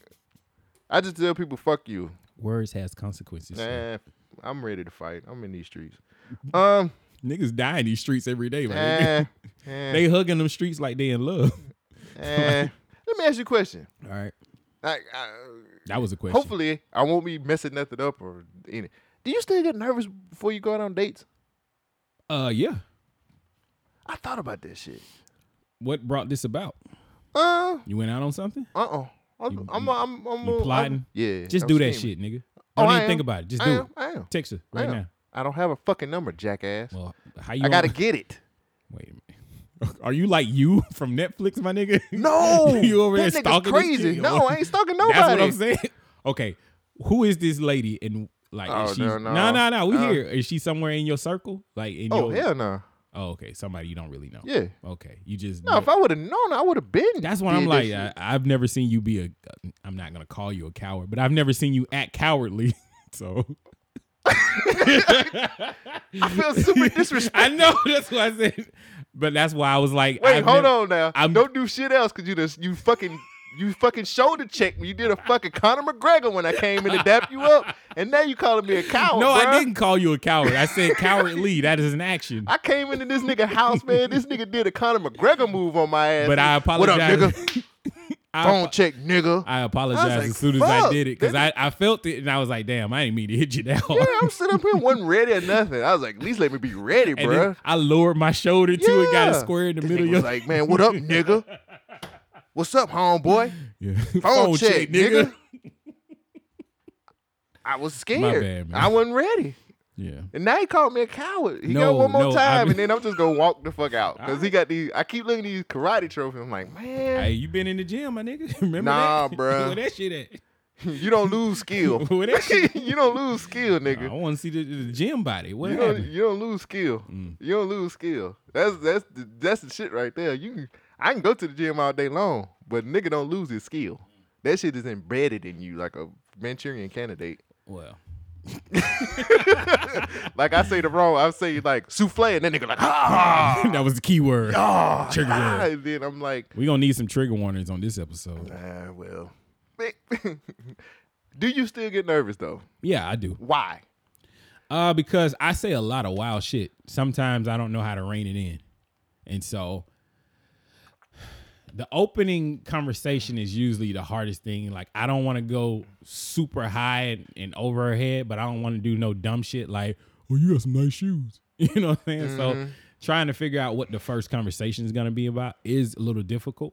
[SPEAKER 12] I just tell people, fuck you.
[SPEAKER 6] Words has consequences. sir.
[SPEAKER 12] Nah, I'm ready to fight. I'm in these streets. Um,
[SPEAKER 6] niggas die in these streets every day. my
[SPEAKER 12] Eh,
[SPEAKER 6] nigga.
[SPEAKER 12] eh.
[SPEAKER 6] they hugging them streets like they in love.
[SPEAKER 12] Eh, let me ask you a question.
[SPEAKER 6] All right,
[SPEAKER 12] Like, I,
[SPEAKER 6] that was a question.
[SPEAKER 12] hopefully, I won't be messing nothing up or any. Do you still get nervous before you go out on dates?
[SPEAKER 6] Uh, yeah.
[SPEAKER 12] I thought about that shit.
[SPEAKER 6] What brought this about?
[SPEAKER 12] Uh,
[SPEAKER 6] You went out on something?
[SPEAKER 12] uh, uh I'm, I'm, I'm, I'm,
[SPEAKER 6] You
[SPEAKER 12] I'm-
[SPEAKER 6] plotting?
[SPEAKER 12] yeah.
[SPEAKER 6] Just
[SPEAKER 12] I'm
[SPEAKER 6] do that
[SPEAKER 12] scheming.
[SPEAKER 6] shit, nigga.
[SPEAKER 12] Oh,
[SPEAKER 6] Don't
[SPEAKER 12] I
[SPEAKER 6] even
[SPEAKER 12] am.
[SPEAKER 6] think about it. Just
[SPEAKER 12] I
[SPEAKER 6] do
[SPEAKER 12] am.
[SPEAKER 6] it.
[SPEAKER 12] I am.
[SPEAKER 6] Text her
[SPEAKER 12] I
[SPEAKER 6] right
[SPEAKER 12] am.
[SPEAKER 6] now.
[SPEAKER 12] I don't have a fucking number, jackass.
[SPEAKER 6] Well, How you
[SPEAKER 12] I
[SPEAKER 6] on-
[SPEAKER 12] gotta get it.
[SPEAKER 6] Wait a minute. Are you like you from Netflix, my nigga?
[SPEAKER 12] No,
[SPEAKER 6] you over
[SPEAKER 12] that
[SPEAKER 6] there
[SPEAKER 12] nigga's
[SPEAKER 6] stalking this
[SPEAKER 12] crazy.
[SPEAKER 6] chick?
[SPEAKER 12] No, I ain't stalking
[SPEAKER 6] That's what
[SPEAKER 12] nobody.
[SPEAKER 6] I'm saying. Okay, who is this lady? And like,
[SPEAKER 12] Oh,
[SPEAKER 6] is she?
[SPEAKER 12] no,
[SPEAKER 6] No,
[SPEAKER 12] no.
[SPEAKER 6] no, no. we
[SPEAKER 12] Uh.
[SPEAKER 6] here. Is she somewhere in your circle? Like, in
[SPEAKER 12] Oh,
[SPEAKER 6] your?
[SPEAKER 12] hell no.
[SPEAKER 6] Oh, okay. Somebody you don't really know.
[SPEAKER 12] Yeah.
[SPEAKER 6] Okay. You just.
[SPEAKER 12] No, if I would have known, I would have been.
[SPEAKER 6] That's what I'm like. I, I've never seen you be a. I'm not gonna call you a coward, but I've never seen you act cowardly. So.
[SPEAKER 12] I feel super disrespectful.
[SPEAKER 6] I know that's what I said, but that's why I was like,
[SPEAKER 12] Wait,
[SPEAKER 6] I've
[SPEAKER 12] hold
[SPEAKER 6] nev-
[SPEAKER 12] on now.
[SPEAKER 6] I'm-
[SPEAKER 12] Don't do shit else because you just you fucking you fucking shoulder checked me. You did a fucking Conor McGregor when I came in to dap you up, and now you calling me a coward.
[SPEAKER 6] No,
[SPEAKER 12] bruh.
[SPEAKER 6] I didn't call you a coward. I said cowardly. That is an action.
[SPEAKER 12] I came into this nigga house, man. This nigga did a Conor McGregor move on my ass.
[SPEAKER 6] But I
[SPEAKER 12] What up,
[SPEAKER 6] apologize.
[SPEAKER 12] nigga? Phone check, nigga.
[SPEAKER 6] I
[SPEAKER 12] I
[SPEAKER 6] apologized
[SPEAKER 12] was like,
[SPEAKER 6] as soon as I
[SPEAKER 12] "Fuck,
[SPEAKER 6] did it because I, I felt it and I was like, damn, I didn't mean to hit you that hard.
[SPEAKER 12] Yeah, I'm sitting up here, wasn't ready or nothing. I was like, at least let me be ready,
[SPEAKER 6] and then
[SPEAKER 12] bruh.
[SPEAKER 6] I lowered my shoulder too and got a
[SPEAKER 12] Yeah.
[SPEAKER 6] square in the
[SPEAKER 12] This nigga
[SPEAKER 6] middle. of your-
[SPEAKER 12] was like, man, what up, nigga? What's up, homeboy?
[SPEAKER 6] Yeah.
[SPEAKER 12] Phone,
[SPEAKER 6] Phone
[SPEAKER 12] check,
[SPEAKER 6] check,
[SPEAKER 12] nigga.
[SPEAKER 6] nigga.
[SPEAKER 12] I was scared.
[SPEAKER 6] bad, man.
[SPEAKER 12] I wasn't ready.
[SPEAKER 6] Yeah.
[SPEAKER 12] And now he called me a coward. He
[SPEAKER 6] No,
[SPEAKER 12] got one more
[SPEAKER 6] no, I
[SPEAKER 12] time,
[SPEAKER 6] mean-
[SPEAKER 12] and then I'm just gonna walk the fuck out because he got these. I keep looking at these karate trophies. I'm like, man,
[SPEAKER 6] Hey, you been in the gym, my nigga? Remember
[SPEAKER 12] Nah,
[SPEAKER 6] that?
[SPEAKER 12] bruh.
[SPEAKER 6] Where that shit at?
[SPEAKER 12] you don't lose skill.
[SPEAKER 6] Where that shit?
[SPEAKER 12] you don't lose skill, nigga.
[SPEAKER 6] I want to see the, the gym body. What
[SPEAKER 12] you don't,
[SPEAKER 6] happened? Mm.
[SPEAKER 12] you don't lose skill. You don't lose skill. That's that's the, that's the shit right there. You can, I can go to the gym all day long, but nigga don't lose his skill. That shit is embedded in you like a Manchurian candidate.
[SPEAKER 6] Well,
[SPEAKER 12] Like I say the wrong, I say like souffle, and then nigga like ah,
[SPEAKER 6] that was the key word.
[SPEAKER 12] ah,
[SPEAKER 6] Trigger
[SPEAKER 12] ah,
[SPEAKER 6] word.
[SPEAKER 12] and then I'm like,
[SPEAKER 6] We gonna need some trigger warnings on this episode.
[SPEAKER 12] ah, well. Do you still get nervous though?
[SPEAKER 6] Yeah, I do.
[SPEAKER 12] Why?
[SPEAKER 6] Uh, because I say a lot of wild shit. Sometimes I don't know how to rein it in. And so the opening conversation is usually the hardest thing. Like I don't want to go super high and, and over her head, but I don't want to do no dumb shit like, oh, you got some nice shoes. You know what I'm saying?
[SPEAKER 12] Mhm.
[SPEAKER 6] So trying to figure out what the first conversation is gonna be about is a little difficult.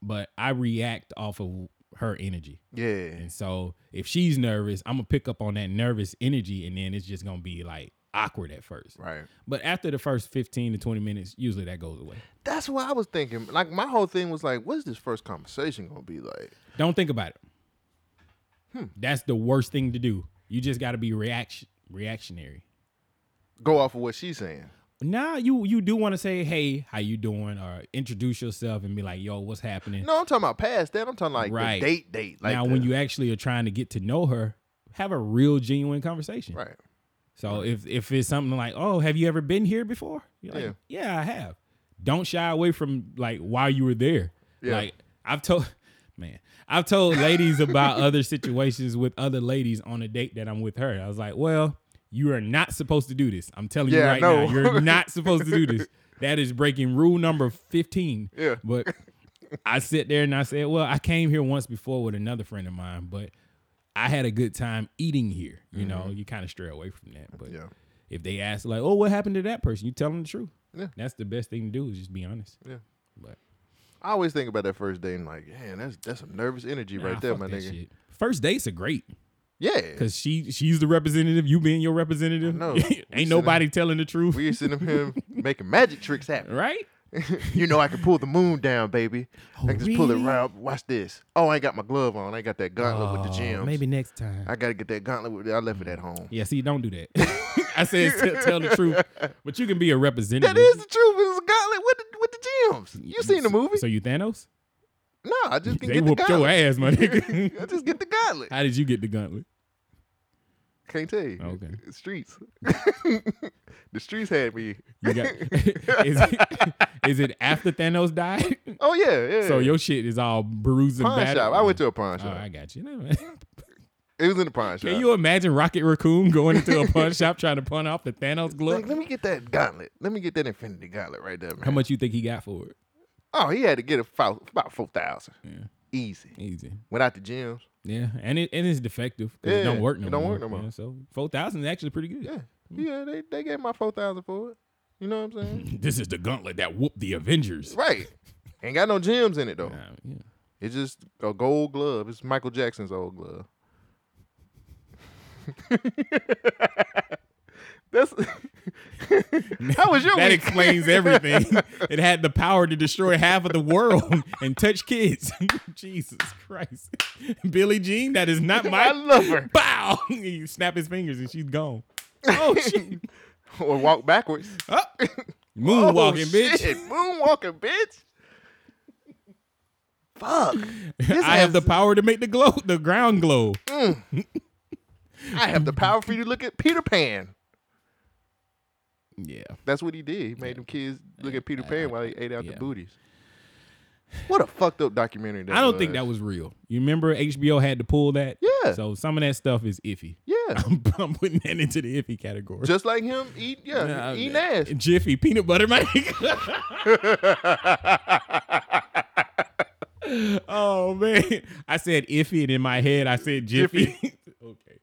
[SPEAKER 6] But I react off of her energy.
[SPEAKER 12] Yeah.
[SPEAKER 6] And so if she's nervous, I'm gonna pick up on that nervous energy, and then it's just gonna be like awkward at first.
[SPEAKER 12] Right.
[SPEAKER 6] But after the first 15 to 20 minutes, usually that goes away.
[SPEAKER 12] That's what I was thinking. Like my whole thing was like, what's this first conversation gonna be like?
[SPEAKER 6] Don't think about it.
[SPEAKER 12] Hmm.
[SPEAKER 6] That's the worst thing to do. You just gotta be reaction reactionary.
[SPEAKER 12] Go off of what she's saying.
[SPEAKER 6] Now you you do want to say hey how you doing or introduce yourself and be like yo what's happening
[SPEAKER 12] No, I'm talking about past that. I'm talking like
[SPEAKER 6] right
[SPEAKER 12] the date date. Like
[SPEAKER 6] now
[SPEAKER 12] the-
[SPEAKER 6] when you actually are trying to get to know her have a real genuine conversation
[SPEAKER 12] right.
[SPEAKER 6] So if if it's something like, oh, have you ever been here before? You're like, yeah. I have. Don't shy away from like while you were there.
[SPEAKER 12] Yeah.
[SPEAKER 6] Like I've told, man, I've told ladies about other situations with other ladies on a date that I'm with her. I was like, well, you are not supposed to do this. I'm telling
[SPEAKER 12] Yeah, I
[SPEAKER 6] you right now,
[SPEAKER 12] know.
[SPEAKER 6] you're not supposed to do this. That is breaking rule number fifteen.
[SPEAKER 12] Yeah.
[SPEAKER 6] But I sit there and I said, well, I came here once before with another friend of mine, but I had a good time eating here. You know, you kind of stray away from that. But
[SPEAKER 12] Mm-hmm. Yeah.
[SPEAKER 6] if they ask, like, oh, what happened to that person? You tell them the truth.
[SPEAKER 12] Yeah.
[SPEAKER 6] That's the best thing to do is just be honest.
[SPEAKER 12] Yeah.
[SPEAKER 6] But
[SPEAKER 12] I always think about that first date and like, man, that's that's some nervous energy
[SPEAKER 6] nah,
[SPEAKER 12] right there,
[SPEAKER 6] fuck
[SPEAKER 12] my
[SPEAKER 6] that
[SPEAKER 12] nigga.
[SPEAKER 6] shit. First dates are great
[SPEAKER 12] Yeah.
[SPEAKER 6] because she she's the representative. You being your representative,
[SPEAKER 12] know. We
[SPEAKER 6] ain't
[SPEAKER 12] sitting-
[SPEAKER 6] nobody telling the truth,
[SPEAKER 12] We sitting up here making magic tricks happen.
[SPEAKER 6] right?
[SPEAKER 12] you know I can pull the moon down, baby.
[SPEAKER 6] Oh,
[SPEAKER 12] I can just pull it
[SPEAKER 6] really?
[SPEAKER 12] right up. Watch this. Oh, I ain't got my glove on. I ain't got that gauntlet with the
[SPEAKER 6] Oh,
[SPEAKER 12] gems.
[SPEAKER 6] maybe next time.
[SPEAKER 12] I gotta get that gauntlet. With, I left it at home.
[SPEAKER 6] Yeah, see, don't do that. I said tell, tell the truth, but you can be a representative.
[SPEAKER 12] That is the truth. It's a gauntlet with the, with the gems. You seen the movie?
[SPEAKER 6] So you Thanos?
[SPEAKER 12] No, I just can
[SPEAKER 6] They
[SPEAKER 12] get the
[SPEAKER 6] whooped your
[SPEAKER 12] gauntlet.
[SPEAKER 6] ass, my nigga.
[SPEAKER 12] I just get the gauntlet.
[SPEAKER 6] How did you get the gauntlet?
[SPEAKER 12] Can't tell you.
[SPEAKER 6] Okay.
[SPEAKER 12] Streets. the streets had me.
[SPEAKER 6] You got is, it, is it after Thanos died?
[SPEAKER 12] Oh yeah, yeah.
[SPEAKER 6] So your shit is all bruised and
[SPEAKER 12] pawn
[SPEAKER 6] battered.
[SPEAKER 12] shop. I went to a pawn
[SPEAKER 6] Oh,
[SPEAKER 12] shop.
[SPEAKER 6] I got you. Never mind.
[SPEAKER 12] It was in the pawn shop.
[SPEAKER 6] Can you imagine Rocket Raccoon going into a pawn shop trying to pawn off the Thanos
[SPEAKER 12] Like,
[SPEAKER 6] glove?
[SPEAKER 12] let me get that gauntlet. Let me get that infinity gauntlet right there, man.
[SPEAKER 6] How much you think he got for it?
[SPEAKER 12] Oh, he had to get it for about four thousand.
[SPEAKER 6] Yeah.
[SPEAKER 12] Easy.
[SPEAKER 6] Easy.
[SPEAKER 12] Without the gems.
[SPEAKER 6] Yeah, and it and it's defective. 'cause
[SPEAKER 12] Yeah,
[SPEAKER 6] it don't work no
[SPEAKER 12] it don't
[SPEAKER 6] more.
[SPEAKER 12] work no more.
[SPEAKER 6] Yeah, so four thousand is actually pretty good. Yeah.
[SPEAKER 12] Yeah, they, they gave my four thousand for it. You know what I'm saying?
[SPEAKER 6] This is the gauntlet that whooped the Avengers.
[SPEAKER 12] right. Ain't got no gems in it though.
[SPEAKER 6] yeah.
[SPEAKER 12] It's just a gold glove. It's Michael Jackson's old glove. That's how was your
[SPEAKER 6] that
[SPEAKER 12] week?
[SPEAKER 6] explains everything. it had the power to destroy half of the world and touch kids. Jesus Christ. Billie Jean, that is not my
[SPEAKER 12] I love her.
[SPEAKER 6] Bow. you snap his fingers and she's gone. Oh shit. Oh.
[SPEAKER 12] or walk backwards. Oh,
[SPEAKER 6] Moonwalking, bitch.
[SPEAKER 12] shit. Moonwalking, bitch. Fuck. This
[SPEAKER 6] I have the
[SPEAKER 12] has-
[SPEAKER 6] power to make the glow the ground glow.
[SPEAKER 12] Mm. I have the power for you to look at Peter Pan.
[SPEAKER 6] Yeah.
[SPEAKER 12] That's what he did. He made them kids look at Peter Pan while he ate out
[SPEAKER 6] yeah.
[SPEAKER 12] the booties. What a fucked up documentary that
[SPEAKER 6] I don't think that was real. You remember HBO had to pull that?
[SPEAKER 12] Yeah.
[SPEAKER 6] So some of that stuff is iffy.
[SPEAKER 12] Yeah.
[SPEAKER 6] I'm, I'm putting that into the iffy category.
[SPEAKER 12] Just like him, eat yeah,
[SPEAKER 6] Nah,
[SPEAKER 12] eating ass.
[SPEAKER 6] Jiffy peanut butter, man. oh man, I said iffy, and in my head I said Jiffy. okay,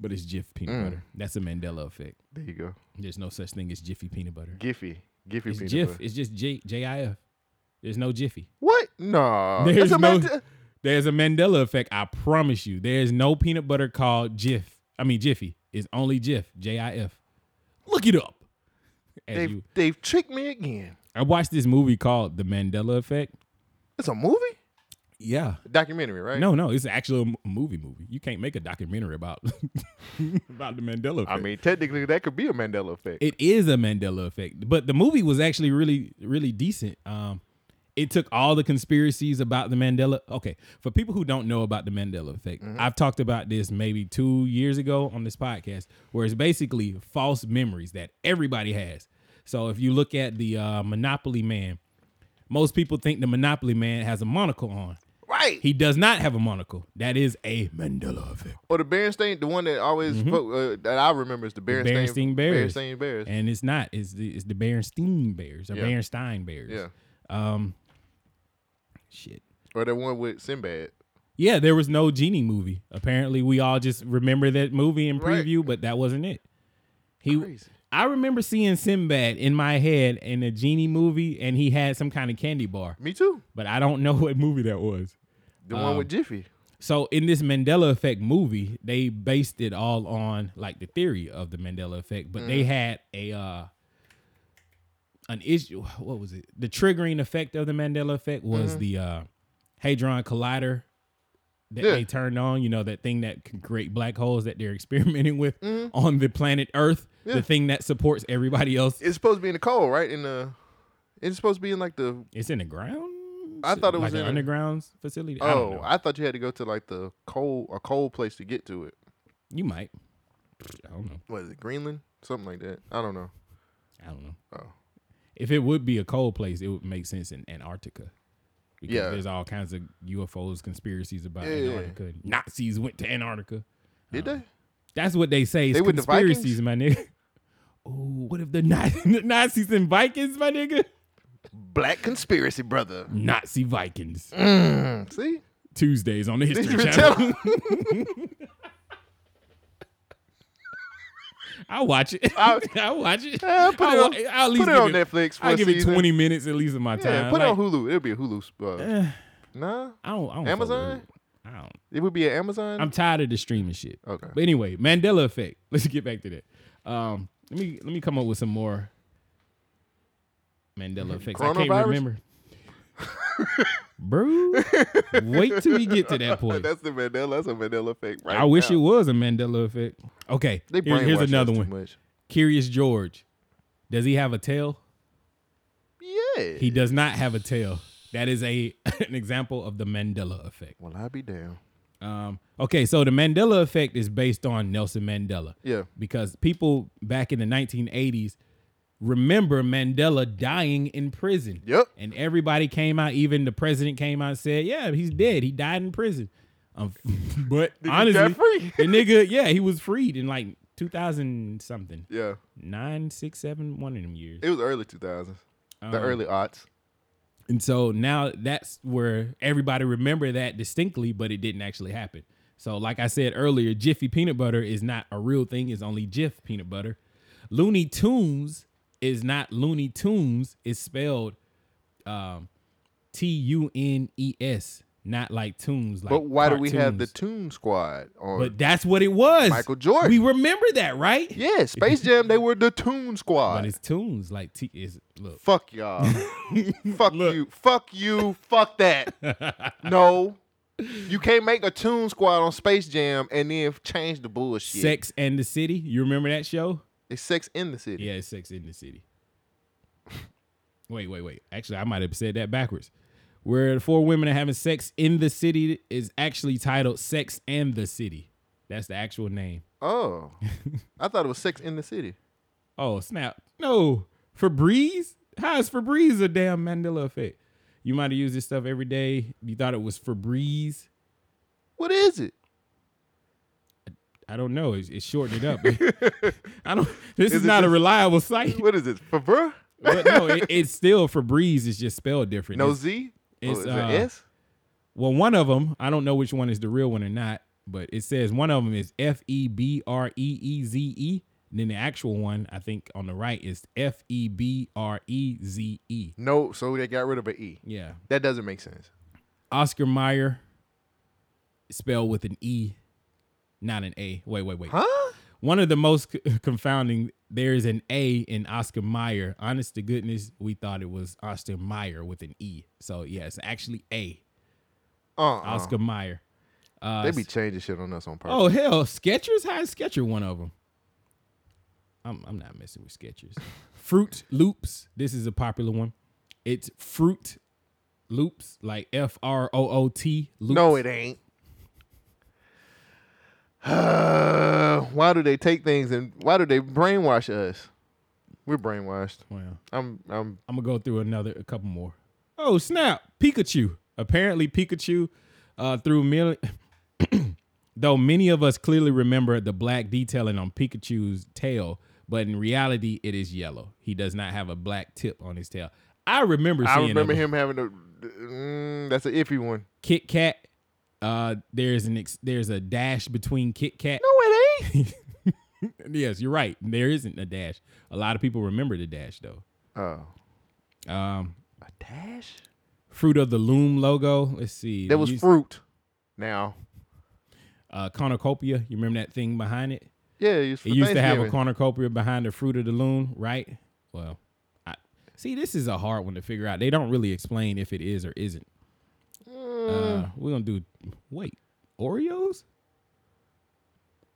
[SPEAKER 6] but it's Jiff peanut
[SPEAKER 12] Mm.
[SPEAKER 6] butter. That's a Mandela effect.
[SPEAKER 12] There you go.
[SPEAKER 6] There's no such thing as Jiffy peanut butter.
[SPEAKER 12] Giffy. Giffy
[SPEAKER 6] It's
[SPEAKER 12] peanut
[SPEAKER 6] Jiff.
[SPEAKER 12] butter.
[SPEAKER 6] It's just J J I F. There's no Jiffy.
[SPEAKER 12] What? No.
[SPEAKER 6] There's
[SPEAKER 12] a
[SPEAKER 6] no.
[SPEAKER 12] Mante-
[SPEAKER 6] there's a Mandela effect. I promise you. There's no peanut butter called Jiff. I mean Jiffy. It's only Jiff. J I F. Look it up. As
[SPEAKER 12] they've,
[SPEAKER 6] you-
[SPEAKER 12] they've tricked me again.
[SPEAKER 6] I watched this movie called The Mandela Effect.
[SPEAKER 12] It's a movie?
[SPEAKER 6] Yeah.
[SPEAKER 12] Documentary, right?
[SPEAKER 6] No, no, it's an actual m- movie. Movie. You can't make a documentary about about the Mandela Effect.
[SPEAKER 12] I mean, technically, that could be a Mandela effect.
[SPEAKER 6] it is a Mandela Effect, but the movie was actually really, really decent. Um, it took all the conspiracies about the Mandela. Okay, for people who don't know about the Mandela Effect,
[SPEAKER 12] Mm-hmm.
[SPEAKER 6] I've talked about this maybe two years ago on this podcast, where it's basically false memories that everybody has. So if you look at the uh, Monopoly Man, most people think the Monopoly Man has a monocle on.
[SPEAKER 12] Right.
[SPEAKER 6] He does not have a monocle. That is a Mandela effect.
[SPEAKER 12] Or the Berenstain, the one that always fo- uh, that I remember is the Berenstain,
[SPEAKER 6] Mm-hmm. Berenstain Bears.
[SPEAKER 12] Berenstain Bears.
[SPEAKER 6] And it's not. It's the it's the Berenstein Bears or
[SPEAKER 12] Yeah.
[SPEAKER 6] Berenstein Bears.
[SPEAKER 12] yeah.
[SPEAKER 6] Um. Shit.
[SPEAKER 12] Or the one with Sinbad.
[SPEAKER 6] Yeah, there was no genie movie. Apparently, we all just remember that movie in
[SPEAKER 12] Right.
[SPEAKER 6] preview, but that wasn't it. He.
[SPEAKER 12] Crazy.
[SPEAKER 6] I remember seeing Sinbad in my head in a genie movie, and he had some kind of candy bar,
[SPEAKER 12] Me too.
[SPEAKER 6] but I don't know what movie that was.
[SPEAKER 12] The
[SPEAKER 6] Um,
[SPEAKER 12] one with Jiffy.
[SPEAKER 6] So in this Mandela Effect movie, they based it all on like the theory of the Mandela Effect, but
[SPEAKER 12] Mm.
[SPEAKER 6] they had a uh an issue. What was it? The triggering effect of the Mandela Effect
[SPEAKER 12] Mm-hmm.
[SPEAKER 6] was the uh hadron collider that
[SPEAKER 12] Yeah.
[SPEAKER 6] they turned on. You know that thing that can create black holes that they're experimenting with on the planet Earth.
[SPEAKER 12] Mm-hmm. Yeah.
[SPEAKER 6] The thing that supports everybody else.
[SPEAKER 12] It's supposed to be in the cold, right? In the, it's supposed to be in like the.
[SPEAKER 6] It's in the ground.
[SPEAKER 12] I thought it
[SPEAKER 6] Like
[SPEAKER 12] was
[SPEAKER 6] an
[SPEAKER 12] in
[SPEAKER 6] underground facility. I don't
[SPEAKER 12] Oh,
[SPEAKER 6] know.
[SPEAKER 12] I, thought you had to go to like the cold, a cold place to get to it.
[SPEAKER 6] you might. I don't know.
[SPEAKER 12] What is it, Greenland? Something like that. I don't know.
[SPEAKER 6] I don't know.
[SPEAKER 12] Oh.
[SPEAKER 6] If it would be a cold place, it would make sense in Antarctica. Because
[SPEAKER 12] Yeah.
[SPEAKER 6] there's all kinds of UFOs, conspiracies about
[SPEAKER 12] Yeah, yeah, yeah.
[SPEAKER 6] Antarctica. Nazis went to Antarctica. Uh,
[SPEAKER 12] Did they?
[SPEAKER 6] That's what they say. It's
[SPEAKER 12] They with the Vikings?
[SPEAKER 6] conspiracies, my nigga. Oh, what if the Nazi, Nazis and Vikings, my nigga?
[SPEAKER 12] Black conspiracy, brother.
[SPEAKER 6] Nazi Vikings.
[SPEAKER 12] Mm, see,
[SPEAKER 6] Tuesdays on the
[SPEAKER 12] did
[SPEAKER 6] History
[SPEAKER 12] you tell
[SPEAKER 6] Channel.
[SPEAKER 12] him?
[SPEAKER 6] I watch it. I,
[SPEAKER 12] I-
[SPEAKER 6] watch it.
[SPEAKER 12] Yeah, put it
[SPEAKER 6] I'll,
[SPEAKER 12] on-
[SPEAKER 6] I'll at least
[SPEAKER 12] put it
[SPEAKER 6] give
[SPEAKER 12] on Netflix for
[SPEAKER 6] I'll
[SPEAKER 12] a
[SPEAKER 6] give
[SPEAKER 12] season.
[SPEAKER 6] it 20 minutes at least of my time.
[SPEAKER 12] Yeah, put it on
[SPEAKER 6] Like, Eh.
[SPEAKER 12] Hulu. It'll be a Hulu. Uh, nah,
[SPEAKER 6] I don't, I don't fuck with
[SPEAKER 12] Amazon?
[SPEAKER 6] it. I don't.
[SPEAKER 12] it would be an Amazon.
[SPEAKER 6] I'm tired of the streaming shit.
[SPEAKER 12] Okay.
[SPEAKER 6] But anyway, Mandela effect. Let's get back to that. Um, let me let me come up with some more Mandela effects. I can't
[SPEAKER 12] Mm-hmm. Coronavirus?
[SPEAKER 6] remember. Bro, wait till we get to that point.
[SPEAKER 12] that's the Mandela. That's a Mandela effect, right?
[SPEAKER 6] I wish
[SPEAKER 12] now.
[SPEAKER 6] it was a Mandela effect. Okay,
[SPEAKER 12] They
[SPEAKER 6] here's, here's
[SPEAKER 12] brainwash us
[SPEAKER 6] another
[SPEAKER 12] too
[SPEAKER 6] one.
[SPEAKER 12] much.
[SPEAKER 6] Curious George, does he have a tail?
[SPEAKER 12] Yeah.
[SPEAKER 6] He does not have a tail. That is a an example of the Mandela effect.
[SPEAKER 12] Well, I'd be down.
[SPEAKER 6] Um, okay, so the Mandela effect is based on Nelson Mandela.
[SPEAKER 12] Yeah.
[SPEAKER 6] Because people back in the 1980s remember Mandela dying in prison.
[SPEAKER 12] Yep.
[SPEAKER 6] And everybody came out, even the president came out and said, Yeah, he's dead. He died in prison. Um, but
[SPEAKER 12] Did he
[SPEAKER 6] honestly,
[SPEAKER 12] get free?
[SPEAKER 6] the nigga, yeah, he was freed in like 2000 something.
[SPEAKER 12] Yeah.
[SPEAKER 6] Nine, six, seven, one of them years.
[SPEAKER 12] It was early 2000s.
[SPEAKER 6] Um,
[SPEAKER 12] the early aughts.
[SPEAKER 6] And so now that's where everybody remember that distinctly, but it didn't actually happen. So like I said earlier, Jiffy peanut butter is not a real thing. It's only Jiff peanut butter. Looney Tunes is not Looney Tunes. It's spelled um, T U N E S, not like tunes. Like
[SPEAKER 12] but why do we have the
[SPEAKER 6] cartoons.
[SPEAKER 12] Toon Squad on?
[SPEAKER 6] But that's what it was.
[SPEAKER 12] Michael Jordan.
[SPEAKER 6] We remember that, right?
[SPEAKER 12] Yeah, Space Jam. They were the Toon Squad.
[SPEAKER 6] But it's tunes. Like T is look.
[SPEAKER 12] Fuck y'all. fuck you. Fuck you. Fuck that. no. You can't make a Toon Squad on Space Jam and then change the bullshit.
[SPEAKER 6] Sex and the City. You remember that show?
[SPEAKER 12] It's Sex in the City.
[SPEAKER 6] Yeah, it's Sex in the City. wait, wait, wait. Actually, I might have said that backwards. Where the four women are having sex in the city is actually titled Sex and the City. That's the actual name.
[SPEAKER 12] Oh. I thought it was Sex in the City.
[SPEAKER 6] Oh, snap. No. Febreze? How is Febreze a damn Mandela effect? You might have used this stuff every day. You thought it was Febreze.
[SPEAKER 12] What is it?
[SPEAKER 6] I don't know. It's, it's shortened it up. I don't. This is,
[SPEAKER 12] it
[SPEAKER 6] not a
[SPEAKER 12] just-
[SPEAKER 6] reliable site.
[SPEAKER 12] What is it? Fever?
[SPEAKER 6] But no, it, it's still Febreze. It's just spelled different.
[SPEAKER 12] No
[SPEAKER 6] It's-
[SPEAKER 12] Z? Oh,
[SPEAKER 6] It's
[SPEAKER 12] is it
[SPEAKER 6] uh,
[SPEAKER 12] S?
[SPEAKER 6] Well, one of them, I don't know which one is the real one or not, but it says one of them is F E B R E E Z E. and Then the actual one, I think on the right, is F E B R E Z E.
[SPEAKER 12] No, so they got rid of an E.
[SPEAKER 6] Yeah.
[SPEAKER 12] That doesn't make sense.
[SPEAKER 6] Oscar Meyer, spelled with an E, not an A. Wait, wait, wait.
[SPEAKER 12] Huh?
[SPEAKER 6] One of the most c- confounding, there is an A in Oscar Meyer. Honest to goodness, we thought it was Oscar Meyer with an E. So, yeah, it's actually A.
[SPEAKER 12] Uh-uh.
[SPEAKER 6] Oscar Meyer. Uh,
[SPEAKER 12] they be changing shit on us on purpose.
[SPEAKER 6] Oh hell, Skechers! How is Skecher one of them? I'm I'm not messing with Skechers. fruit Loops. This is a popular one. It's Fruit Loops, like F R O O T. Loops.
[SPEAKER 12] No, it ain't. Uh, why do they take things and why do they brainwash us? We're brainwashed.
[SPEAKER 6] Wow.
[SPEAKER 12] I'm I'm
[SPEAKER 6] I'm gonna go through another a couple more. Oh snap! Pikachu. Apparently Pikachu, uh, through mil- though many of us clearly remember the black detailing on Pikachu's tail, but in reality it is yellow. He does not have a black tip on his tail. I remember.
[SPEAKER 12] I
[SPEAKER 6] Seeing
[SPEAKER 12] remember him
[SPEAKER 6] him.
[SPEAKER 12] having a mm, that's an iffy one.
[SPEAKER 6] Kit Kat. Uh, there's an ex- there's a dash between Kit Kat.
[SPEAKER 12] No, it ain't.
[SPEAKER 6] yes, you're right. There isn't a dash. A lot of people remember the dash though.
[SPEAKER 12] Oh,
[SPEAKER 6] Um,
[SPEAKER 12] a dash.
[SPEAKER 6] Fruit of the Loom logo. Let's see.
[SPEAKER 12] That was
[SPEAKER 6] You-
[SPEAKER 12] fruit. Now,
[SPEAKER 6] uh, cornucopia. You remember that thing behind it?
[SPEAKER 12] yeah, it, was for
[SPEAKER 6] It used to have a
[SPEAKER 12] Thanksgiving.
[SPEAKER 6] cornucopia behind the Fruit of the Loom, right? Well, I, see, this is a hard one to figure out. They don't really explain if it is or isn't. Uh, we're gonna do wait Oreos.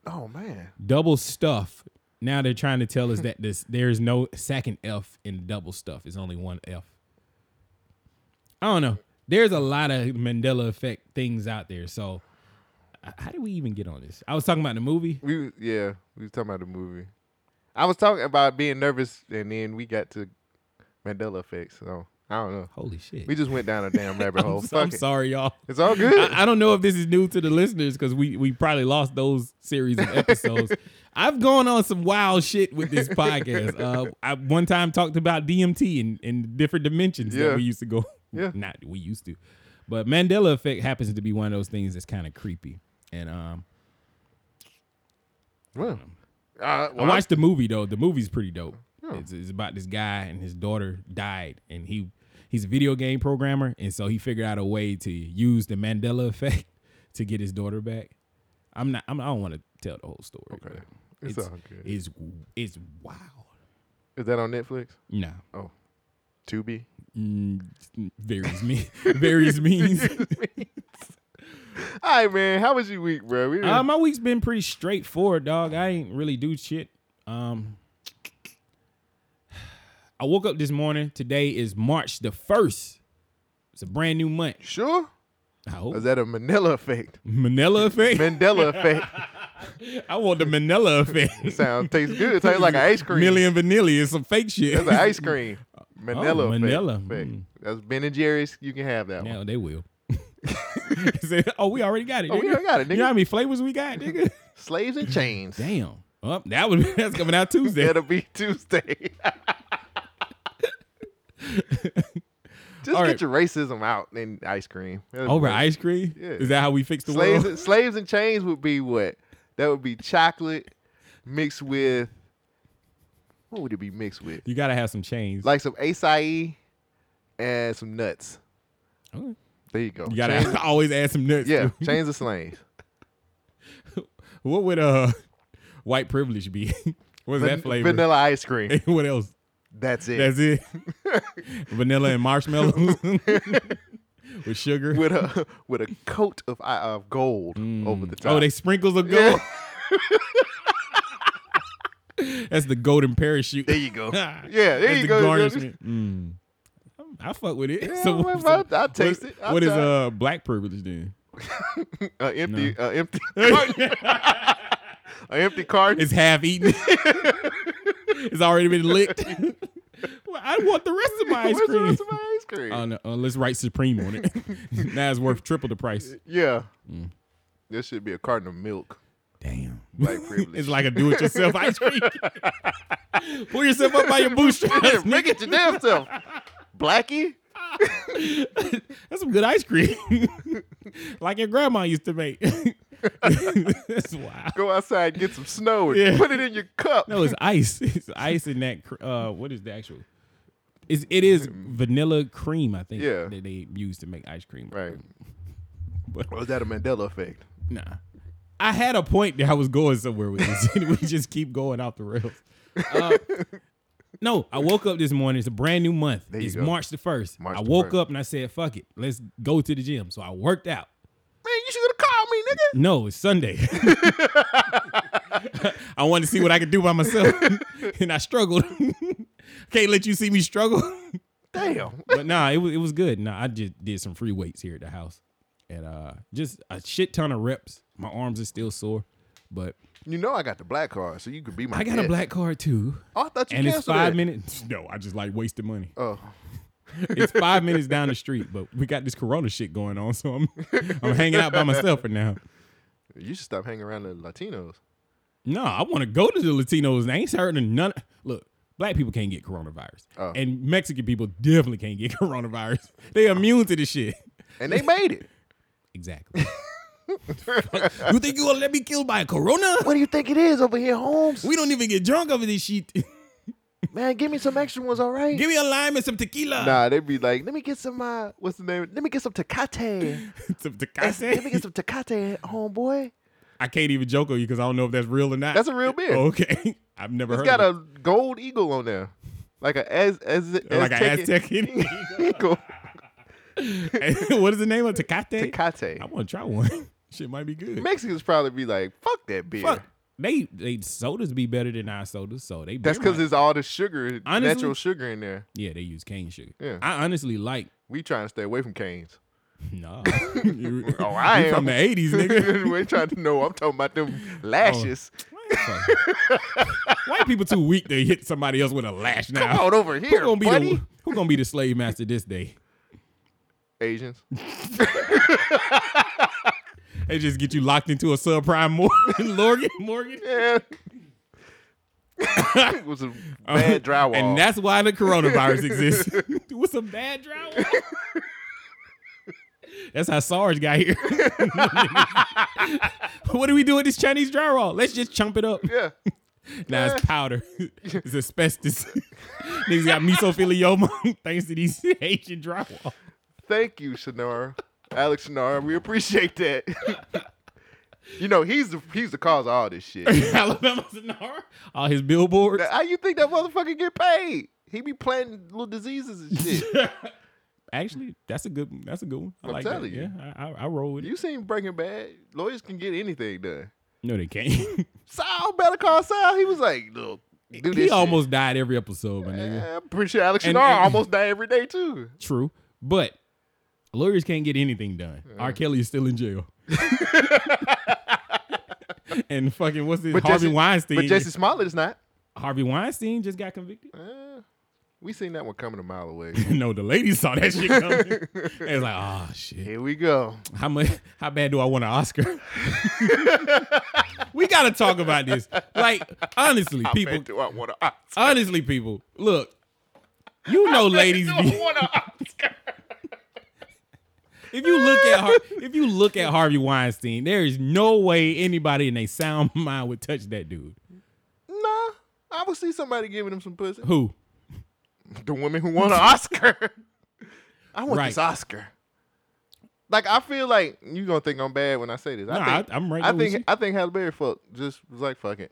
[SPEAKER 12] Oh man,
[SPEAKER 6] double stuff. Now they're trying to tell us that this there is no second F in double stuff. It's only one F. I don't know. There's a lot of Mandela effect things out there. So h- how did we even get on this? I was talking about the movie.
[SPEAKER 12] we was- yeah we was talking about the movie. I was talking about being nervous, and then we got to Mandela effects. So I don't know.
[SPEAKER 6] Holy shit.
[SPEAKER 12] We just went down a damn rabbit hole.
[SPEAKER 6] I'm, so-
[SPEAKER 12] Fuck
[SPEAKER 6] I'm
[SPEAKER 12] it.
[SPEAKER 6] sorry, y'all.
[SPEAKER 12] It's all good.
[SPEAKER 6] I, I don't know if this is new to the listeners because we we probably lost those series of episodes. I've gone on some wild shit with this podcast. Uh, I one time talked about DMT and and different dimensions
[SPEAKER 12] Yeah.
[SPEAKER 6] that we used to go.
[SPEAKER 12] Yeah.
[SPEAKER 6] not we used to, but Mandela effect happens to be one of those things that's kind of creepy. And um,
[SPEAKER 12] Well, uh,
[SPEAKER 6] I watched the movie though. The movie's pretty dope. It's, it's about this guy and his daughter died, and he he's a video game programmer, and so he figured out a way to use the Mandela effect to get his daughter back. I'm not. I'm, I don't want to tell the whole story. Okay,
[SPEAKER 12] It's all good.
[SPEAKER 6] It's it's wild.
[SPEAKER 12] Is that on Netflix?
[SPEAKER 6] No,
[SPEAKER 12] Oh, Tubi?
[SPEAKER 6] Mm, varies me. varies means.
[SPEAKER 12] All right, man. How was your week, bro? We
[SPEAKER 6] Uh, my week's been pretty straightforward, dog. I ain't really do shit. Um, I woke up this morning. Today is March the first. It's a brand new month.
[SPEAKER 12] Sure.
[SPEAKER 6] I hope.
[SPEAKER 12] Is that a Manila effect?
[SPEAKER 6] Manila effect.
[SPEAKER 12] Mandela effect.
[SPEAKER 6] I want the Manila effect.
[SPEAKER 12] Sound tastes good. Tastes like an ice cream.
[SPEAKER 6] Million vanilla is some fake shit.
[SPEAKER 12] That's an ice cream. Manila effect.
[SPEAKER 6] Oh, Manila. Mm.
[SPEAKER 12] effect. That's Ben and Jerry's. You can have that
[SPEAKER 6] Yeah, Oh, they will. Said, oh, we already got it.
[SPEAKER 12] Oh, we
[SPEAKER 6] nigga.
[SPEAKER 12] already got it,
[SPEAKER 6] You know
[SPEAKER 12] nigga.
[SPEAKER 6] how many flavors we got, nigga?
[SPEAKER 12] Slaves and Chains.
[SPEAKER 6] Damn. Well, that was that's coming out Tuesday.
[SPEAKER 12] That'll be Tuesday. Just
[SPEAKER 6] All
[SPEAKER 12] get
[SPEAKER 6] right.
[SPEAKER 12] your racism out in ice cream. That'd
[SPEAKER 6] Over
[SPEAKER 12] be-
[SPEAKER 6] ice cream?
[SPEAKER 12] Yeah.
[SPEAKER 6] Is that how we fix the
[SPEAKER 12] slaves,
[SPEAKER 6] world?
[SPEAKER 12] slaves and chains would be what? That would be chocolate mixed with what would it be mixed with?
[SPEAKER 6] You gotta have some chains.
[SPEAKER 12] Like some acai and some nuts.
[SPEAKER 6] Okay.
[SPEAKER 12] There you go.
[SPEAKER 6] You gotta
[SPEAKER 12] Chains-
[SPEAKER 6] always add some nuts.
[SPEAKER 12] yeah,
[SPEAKER 6] to it.
[SPEAKER 12] chains of slaves.
[SPEAKER 6] What would uh white privilege be? What's
[SPEAKER 12] Van-
[SPEAKER 6] that flavor?
[SPEAKER 12] Vanilla ice cream.
[SPEAKER 6] what else?
[SPEAKER 12] That's it.
[SPEAKER 6] That's it. Vanilla and marshmallows with sugar.
[SPEAKER 12] With a with a coat of i- of gold over the top.
[SPEAKER 6] oh, they sprinkles of gold. That's the golden parachute.
[SPEAKER 12] There you go. Yeah,
[SPEAKER 6] That's
[SPEAKER 12] there you
[SPEAKER 6] the
[SPEAKER 12] go.
[SPEAKER 6] garnishment. Mm. I fuck with it.
[SPEAKER 12] Yeah,
[SPEAKER 6] So-
[SPEAKER 12] well,
[SPEAKER 6] so
[SPEAKER 12] I- I
[SPEAKER 6] what-
[SPEAKER 12] taste it. I
[SPEAKER 6] what is
[SPEAKER 12] try it.
[SPEAKER 6] uh black privilege then?
[SPEAKER 12] A empty, a empty, carton. a empty carton.
[SPEAKER 6] It's half eaten. it's already been licked. well, I want the rest of my ice
[SPEAKER 12] Where's the
[SPEAKER 6] cream.
[SPEAKER 12] rest of my ice cream?
[SPEAKER 6] Oh, no, uh, let's write Supreme on it. now it's worth triple the price.
[SPEAKER 12] yeah, there should be a carton of milk.
[SPEAKER 6] Mm. Damn.
[SPEAKER 12] Black privilege.
[SPEAKER 6] It's like a do-it-yourself ice cream. Pull yourself up by your bootstraps.
[SPEAKER 12] Make it your damn self, Blackie.
[SPEAKER 6] That's some good ice cream. like your grandma used to make. That's wild.
[SPEAKER 12] Go outside, and get some snow, and
[SPEAKER 6] Yeah.
[SPEAKER 12] put it in your cup.
[SPEAKER 6] No, it's ice. It's ice in that. cr- Uh, what is the actual? Is it is vanilla cream? I think.
[SPEAKER 12] Mm. Yeah.
[SPEAKER 6] That they use to make ice cream.
[SPEAKER 12] Right.
[SPEAKER 6] But-
[SPEAKER 12] Or is that a Mandela effect?
[SPEAKER 6] Nah. I had a point that I was going somewhere with this, and we just keep going off the rails. Uh, no, I woke up this morning. It's a brand new month.
[SPEAKER 12] There you
[SPEAKER 6] it's
[SPEAKER 12] go.
[SPEAKER 6] March the first.
[SPEAKER 12] March
[SPEAKER 6] I
[SPEAKER 12] the
[SPEAKER 6] woke
[SPEAKER 12] 1st.
[SPEAKER 6] up and I said, "Fuck it, let's go to the gym." So I worked out.
[SPEAKER 12] Man, you should have called me, nigga.
[SPEAKER 6] No, it's Sunday. I wanted to see what I could do by myself, and I struggled. Can't let you see me struggle.
[SPEAKER 12] Damn.
[SPEAKER 6] but nah, it was it was good. Nah, I just did some free weights here at the house, and uh, just a shit ton of reps. My arms are still sore, but
[SPEAKER 12] You know I got the black card, so you could be my.
[SPEAKER 6] I got
[SPEAKER 12] dad.
[SPEAKER 6] a black card too.
[SPEAKER 12] Oh, I thought you
[SPEAKER 6] and it's
[SPEAKER 12] canceled
[SPEAKER 6] five
[SPEAKER 12] that.
[SPEAKER 6] minutes. No, I just like wasting money.
[SPEAKER 12] Oh,
[SPEAKER 6] It's five minutes down the street, but we got this Corona shit going on, so I'm I'm hanging out by myself for now.
[SPEAKER 12] you should stop hanging around the Latinos.
[SPEAKER 6] No, I want to go to the Latinos. and I ain't starting to none. Look, black people can't get coronavirus,
[SPEAKER 12] Oh.
[SPEAKER 6] and Mexican people definitely can't get coronavirus. They immune to this shit.
[SPEAKER 12] And they made it.
[SPEAKER 6] Exactly. you think you gonna let me killed by a corona?
[SPEAKER 12] What do you think it is over here, Holmes?
[SPEAKER 6] We don't even get drunk over this shit.
[SPEAKER 12] Man, give me some extra ones, all right?
[SPEAKER 6] Give me a lime and some tequila.
[SPEAKER 12] Nah, they'd be like, let me get some, uh, what's the name? Let me get some Tecate.
[SPEAKER 6] Some
[SPEAKER 12] let me
[SPEAKER 6] Tecate.
[SPEAKER 12] get some Tecate, homeboy.
[SPEAKER 6] I can't even joke on you because I don't know if that's real or not.
[SPEAKER 12] That's a real beer.
[SPEAKER 6] Okay, I've never
[SPEAKER 12] It's
[SPEAKER 6] heard.
[SPEAKER 12] got
[SPEAKER 6] of it.
[SPEAKER 12] a gold eagle on there. Like a as as
[SPEAKER 6] like an
[SPEAKER 12] Aztecan eagle.
[SPEAKER 6] what is the name of it? Tecate? I
[SPEAKER 12] Tecate.
[SPEAKER 6] want to try one. Shit might be good.
[SPEAKER 12] Mexicans probably be like, fuck that beer.
[SPEAKER 6] Fuck. They they sodas be better than our sodas, so they
[SPEAKER 12] That's
[SPEAKER 6] beer
[SPEAKER 12] because
[SPEAKER 6] might-
[SPEAKER 12] it's all the sugar,
[SPEAKER 6] Honestly-
[SPEAKER 12] natural sugar in there.
[SPEAKER 6] yeah they use cane sugar.
[SPEAKER 12] Yeah.
[SPEAKER 6] I honestly like
[SPEAKER 12] We trying to stay away from canes.
[SPEAKER 6] no. You-
[SPEAKER 12] Oh, I
[SPEAKER 6] you
[SPEAKER 12] am
[SPEAKER 6] from the eighties, nigga.
[SPEAKER 12] we ain't trying to know. I'm talking about them lashes.
[SPEAKER 6] Oh, Fuck. White people too weak to hit somebody else with a lash now.
[SPEAKER 12] Come on over
[SPEAKER 6] who
[SPEAKER 12] here,
[SPEAKER 6] gonna be
[SPEAKER 12] buddy.
[SPEAKER 6] the who gonna be the slave master this day?
[SPEAKER 12] Asians.
[SPEAKER 6] They just get you locked into a subprime Morgan Morgan. Morgan.
[SPEAKER 12] Yeah. it was a bad drywall.
[SPEAKER 6] And that's why the coronavirus exists. With some bad drywall. that's how SARS got here. what do we do with this Chinese drywall? Let's just chump it up.
[SPEAKER 12] yeah.
[SPEAKER 6] Now it's powder. it's asbestos. Niggas got mesothelioma thanks to these Asian drywall.
[SPEAKER 12] Thank you, Shannara. Alex Shannara, we appreciate that. you know, he's the he's the cause of all this shit.
[SPEAKER 6] Alabama Sonora. All his billboards.
[SPEAKER 12] How you think that motherfucker get paid? He be planting little diseases and shit.
[SPEAKER 6] Actually, that's a good. That's a good one. I
[SPEAKER 12] I'm
[SPEAKER 6] like
[SPEAKER 12] telling
[SPEAKER 6] that.
[SPEAKER 12] you.
[SPEAKER 6] Yeah, I, I, I roll with it.
[SPEAKER 12] you seen Breaking Bad? Lawyers can get anything done.
[SPEAKER 6] No, they can't.
[SPEAKER 12] Sal, Better Call Sal, he was like, look, do this.
[SPEAKER 6] he
[SPEAKER 12] shit.
[SPEAKER 6] almost died every episode, my nigga.
[SPEAKER 12] I'm pretty sure Alex
[SPEAKER 6] And-
[SPEAKER 12] Shinnar
[SPEAKER 6] and-
[SPEAKER 12] almost die every day too.
[SPEAKER 6] True, but lawyers can't get anything done. R. Kelly is still in jail. and fucking what's this? Harvey
[SPEAKER 12] Jesse-
[SPEAKER 6] Weinstein.
[SPEAKER 12] But Jesse Smollett is not.
[SPEAKER 6] Harvey Weinstein just got convicted.
[SPEAKER 12] We seen that one coming a mile away.
[SPEAKER 6] no, the ladies saw that shit coming. they was like, oh shit.
[SPEAKER 12] Here we go.
[SPEAKER 6] How much? How bad do I want an Oscar? we gotta talk about this. Like honestly,
[SPEAKER 12] How
[SPEAKER 6] people.
[SPEAKER 12] bad do I want to?
[SPEAKER 6] Honestly, people. Look, you know, ladies.
[SPEAKER 12] I
[SPEAKER 6] be-
[SPEAKER 12] want to.
[SPEAKER 6] if you look at Har- if you look at Harvey Weinstein, there is no way anybody in a sound mind would touch that dude.
[SPEAKER 12] Nah, I would see somebody giving him some pussy.
[SPEAKER 6] Who?
[SPEAKER 12] The woman who won an Oscar. I want
[SPEAKER 6] Right.
[SPEAKER 12] this Oscar. Like I feel like you gonna think I'm bad when I say this.
[SPEAKER 6] Nah,
[SPEAKER 12] I think,
[SPEAKER 6] I- I'm right
[SPEAKER 12] I
[SPEAKER 6] there with
[SPEAKER 12] think I think Halle Berry fucked. Just was like fuck it.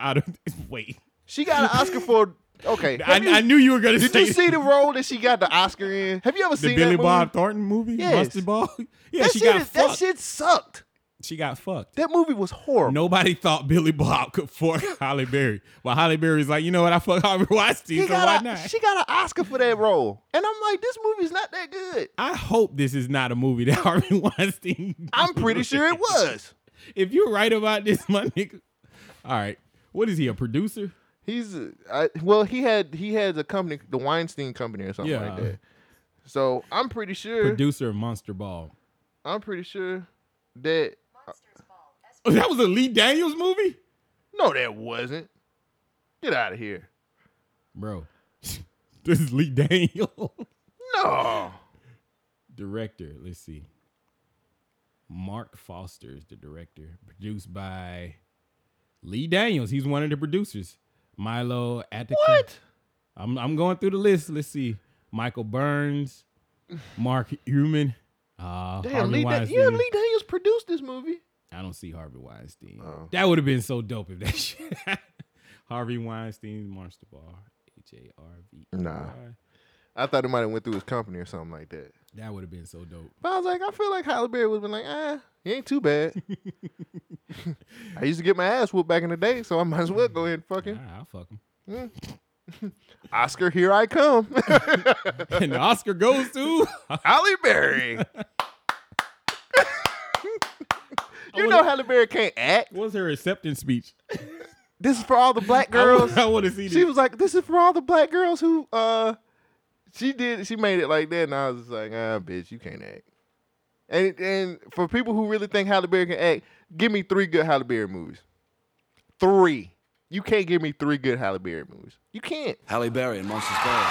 [SPEAKER 6] I don't wait.
[SPEAKER 12] She got an Oscar for. Okay,
[SPEAKER 6] I,
[SPEAKER 12] Have you-
[SPEAKER 6] I knew you were gonna
[SPEAKER 12] Did
[SPEAKER 6] say
[SPEAKER 12] you see the role that she got the Oscar in? Have you ever
[SPEAKER 6] the
[SPEAKER 12] seen that
[SPEAKER 6] Billy
[SPEAKER 12] movie?
[SPEAKER 6] Bob Thornton movie?
[SPEAKER 12] Yes.
[SPEAKER 6] Mustard Ball. Yeah,
[SPEAKER 12] that
[SPEAKER 6] she
[SPEAKER 12] shit
[SPEAKER 6] got
[SPEAKER 12] is-
[SPEAKER 6] fucked.
[SPEAKER 12] That shit sucked.
[SPEAKER 6] She got fucked.
[SPEAKER 12] That movie was horrible.
[SPEAKER 6] Nobody thought Billy Bob could fuck Holly Berry, but Holly Berry's like, you know what? I fuck Harvey Weinstein,
[SPEAKER 12] He
[SPEAKER 6] so why
[SPEAKER 12] got
[SPEAKER 6] not?
[SPEAKER 12] a, she got an Oscar for that role, and I'm like, this movie's not that good.
[SPEAKER 6] I hope this is not a movie that Harvey Weinstein.
[SPEAKER 12] I'm pretty sure it was.
[SPEAKER 6] If you're right about this, my nigga. All right, what is he? A producer?
[SPEAKER 12] He's uh, I, well, he had he had a company, the Weinstein Company or something like
[SPEAKER 6] Yeah.
[SPEAKER 12] that. So I'm pretty sure.
[SPEAKER 6] Producer of Monster Ball.
[SPEAKER 12] I'm pretty sure that
[SPEAKER 6] Oh, that was a Lee Daniels movie,
[SPEAKER 12] no, that wasn't. Get out of here.
[SPEAKER 6] bro. this is Lee Daniels.
[SPEAKER 12] No,
[SPEAKER 6] director. Let's see. Mark Foster is the director. Produced by Lee Daniels. He's one of the producers. Milo Atika.
[SPEAKER 12] What?
[SPEAKER 6] I'm I'm going through the list. Let's see. Michael Burns, Mark Human. Uh,
[SPEAKER 12] damn,
[SPEAKER 6] Harvey
[SPEAKER 12] Lee, Dan-
[SPEAKER 6] Weinstein.
[SPEAKER 12] yeah, Lee Daniels produced this movie.
[SPEAKER 6] I don't see Harvey Weinstein. That would have been so dope if that shit. Harvey Weinstein, Monster Ball, H A R V. E Y.
[SPEAKER 12] Nah. I thought it might have went through his company or something like that.
[SPEAKER 6] That would have been so dope.
[SPEAKER 12] But I was like, I feel like Halle Berry would have been like, ah, he ain't too bad. I used to get my ass whooped back in the day, so I might as well go ahead and fucking
[SPEAKER 6] Nah, I'll fuck him.
[SPEAKER 12] Hmm. Oscar, here I come.
[SPEAKER 6] and the Oscar goes to
[SPEAKER 12] Halle Berry. you know Halle Berry can't act.
[SPEAKER 6] What was her acceptance speech?
[SPEAKER 12] This is for all the black girls.
[SPEAKER 6] I want to see
[SPEAKER 12] She
[SPEAKER 6] this.
[SPEAKER 12] was like, this is for all the black girls who uh she did she made it like that and I was just like, ah bitch, you can't act. And and for people who really think Halle Berry can act, give me three good Halle Berry movies. Three. You can't give me three good Halle Berry movies. You can't.
[SPEAKER 13] Halle Berry and Monsters Ball.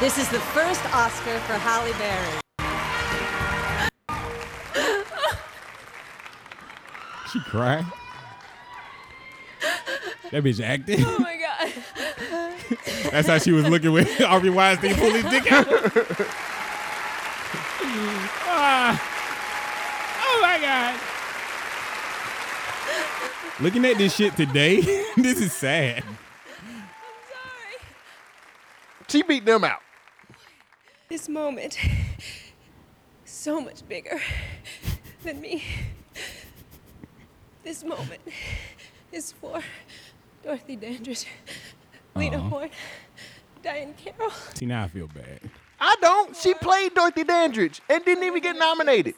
[SPEAKER 14] This is the first Oscar for Halle Berry.
[SPEAKER 6] She cried. That bitch acting.
[SPEAKER 14] Oh my god.
[SPEAKER 6] That's how she was looking with Harvey Weinstein pulled his dick out. Ah. oh my god. Looking at this shit today, this is sad.
[SPEAKER 12] She beat them out.
[SPEAKER 3] This moment, so much bigger than me. This moment is for Dorothy Dandridge, Lena
[SPEAKER 6] Aw.
[SPEAKER 3] Horne, Diane Carroll.
[SPEAKER 6] See now I feel bad.
[SPEAKER 12] I don't. She played Dorothy Dandridge and didn't even get nominated.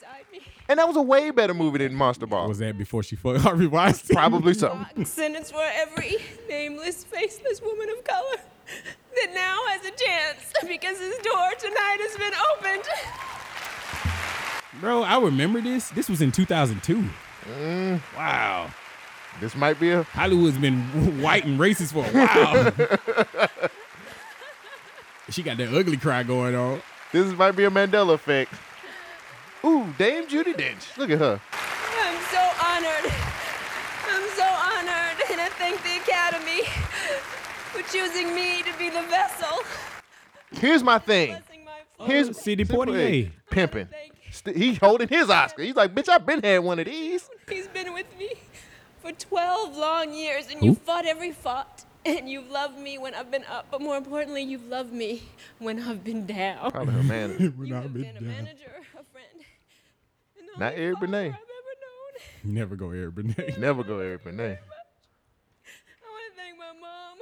[SPEAKER 12] And that was a way better movie than Monster Ball.
[SPEAKER 6] Was that before she fucked Harvey Weinstein?
[SPEAKER 12] Probably something.
[SPEAKER 3] And it's for every nameless, faceless woman of color that now has a chance because his door tonight has been opened.
[SPEAKER 6] Bro, I remember this. This was in 2002.
[SPEAKER 12] Mm.
[SPEAKER 6] Wow.
[SPEAKER 12] This might be a
[SPEAKER 6] Hollywood's been white and racist for a while. she got that ugly cry going on.
[SPEAKER 12] this might be a Mandela effect. Ooh, damn Judy Dench. Look at her.
[SPEAKER 3] I'm so honored. I'm so honored, and I thank the Academy for choosing me to be the vessel.
[SPEAKER 12] Here's my thing. Here's
[SPEAKER 6] City Portier.
[SPEAKER 12] pimping.
[SPEAKER 3] Thank
[SPEAKER 12] St- he holding his Oscar. He's like, bitch, I've been had one of these.
[SPEAKER 3] He's been with me for 12 long years, and you've
[SPEAKER 12] Who?
[SPEAKER 3] fought every fought. And you've loved me when I've been up, but more importantly, you've loved me when I've been down.
[SPEAKER 12] Probably her manager.
[SPEAKER 6] When I've been down.
[SPEAKER 12] Not Eric Benet.
[SPEAKER 6] Never go Eric Benet.
[SPEAKER 12] Never go Eric Benet.
[SPEAKER 3] I want to thank my mom,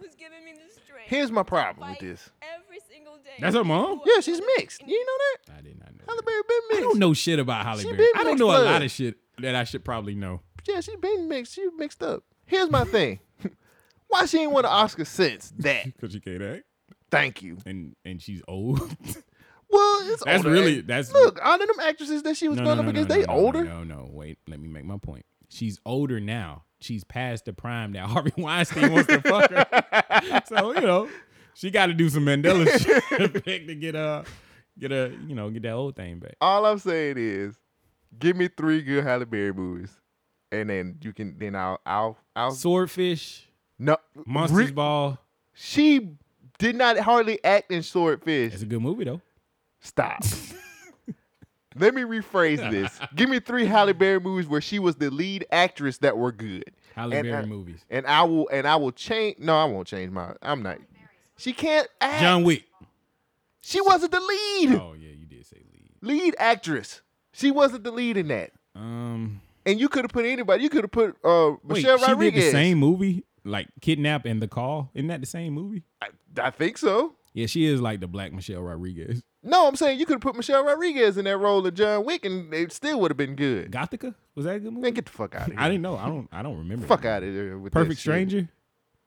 [SPEAKER 3] who's given me the strength.
[SPEAKER 12] Here's my problem with this.
[SPEAKER 3] Every single day.
[SPEAKER 6] That's her mom?
[SPEAKER 12] Yeah, she's mixed. You know that? I did not know. Halle Berry been mixed.
[SPEAKER 6] I don't know shit about Holly
[SPEAKER 12] She
[SPEAKER 6] Berry.
[SPEAKER 12] been
[SPEAKER 6] I don't
[SPEAKER 12] mixed
[SPEAKER 6] know a
[SPEAKER 12] blood.
[SPEAKER 6] lot of shit that I should probably know.
[SPEAKER 12] Yeah, she been mixed. She mixed up. Here's my thing. Why she ain't won an Oscar since that?
[SPEAKER 6] Because she can't act.
[SPEAKER 12] Thank you.
[SPEAKER 6] And and she's old.
[SPEAKER 12] Well, it's
[SPEAKER 6] That's
[SPEAKER 12] older
[SPEAKER 6] really-
[SPEAKER 12] act-
[SPEAKER 6] that's-
[SPEAKER 12] look. All of them actresses that she was going up against, they
[SPEAKER 6] no,
[SPEAKER 12] older.
[SPEAKER 6] No, no, wait. Let me make my point. She's older now. She's past the prime that Harvey Weinstein wants to fuck her. so you know, she got to do some Mandela shit back to get uh get a you know get that old thing back.
[SPEAKER 12] All I'm saying is, give me three good Halle Berry movies, and then you can then I'll I'll I'll
[SPEAKER 6] Swordfish.
[SPEAKER 12] No,
[SPEAKER 6] Monsters Ball.
[SPEAKER 12] She did not hardly act in Swordfish. It's
[SPEAKER 6] a good movie though.
[SPEAKER 12] Stop. Let me rephrase this. Give me three Halle Berry movies where she was the lead actress that were good.
[SPEAKER 6] Halle
[SPEAKER 12] And
[SPEAKER 6] Berry
[SPEAKER 12] I-
[SPEAKER 6] movies.
[SPEAKER 12] And I will and I will change. No, I won't change my. I'm not. She can't act.
[SPEAKER 6] John Wick.
[SPEAKER 12] She wasn't the lead.
[SPEAKER 6] Oh yeah, you did say
[SPEAKER 12] lead actress. She wasn't the lead in that.
[SPEAKER 6] Um,
[SPEAKER 12] and you could have put anybody. You could have put uh, Michelle
[SPEAKER 6] Wait,
[SPEAKER 12] Rodriguez.
[SPEAKER 6] She did the same movie, like Kidnap and The Call. Isn't that the same movie?
[SPEAKER 12] I, I think so.
[SPEAKER 6] Yeah, she is like the black Michelle Rodriguez.
[SPEAKER 12] No, I'm saying you could have put Michelle Rodriguez in that role of John Wick, and it still would have been good.
[SPEAKER 6] Gothica was that a good movie?
[SPEAKER 12] Man, get the fuck out of here.
[SPEAKER 6] I didn't know. I don't. I don't remember.
[SPEAKER 12] Fuck out of here with that
[SPEAKER 6] Perfect
[SPEAKER 12] shit.
[SPEAKER 6] Stranger.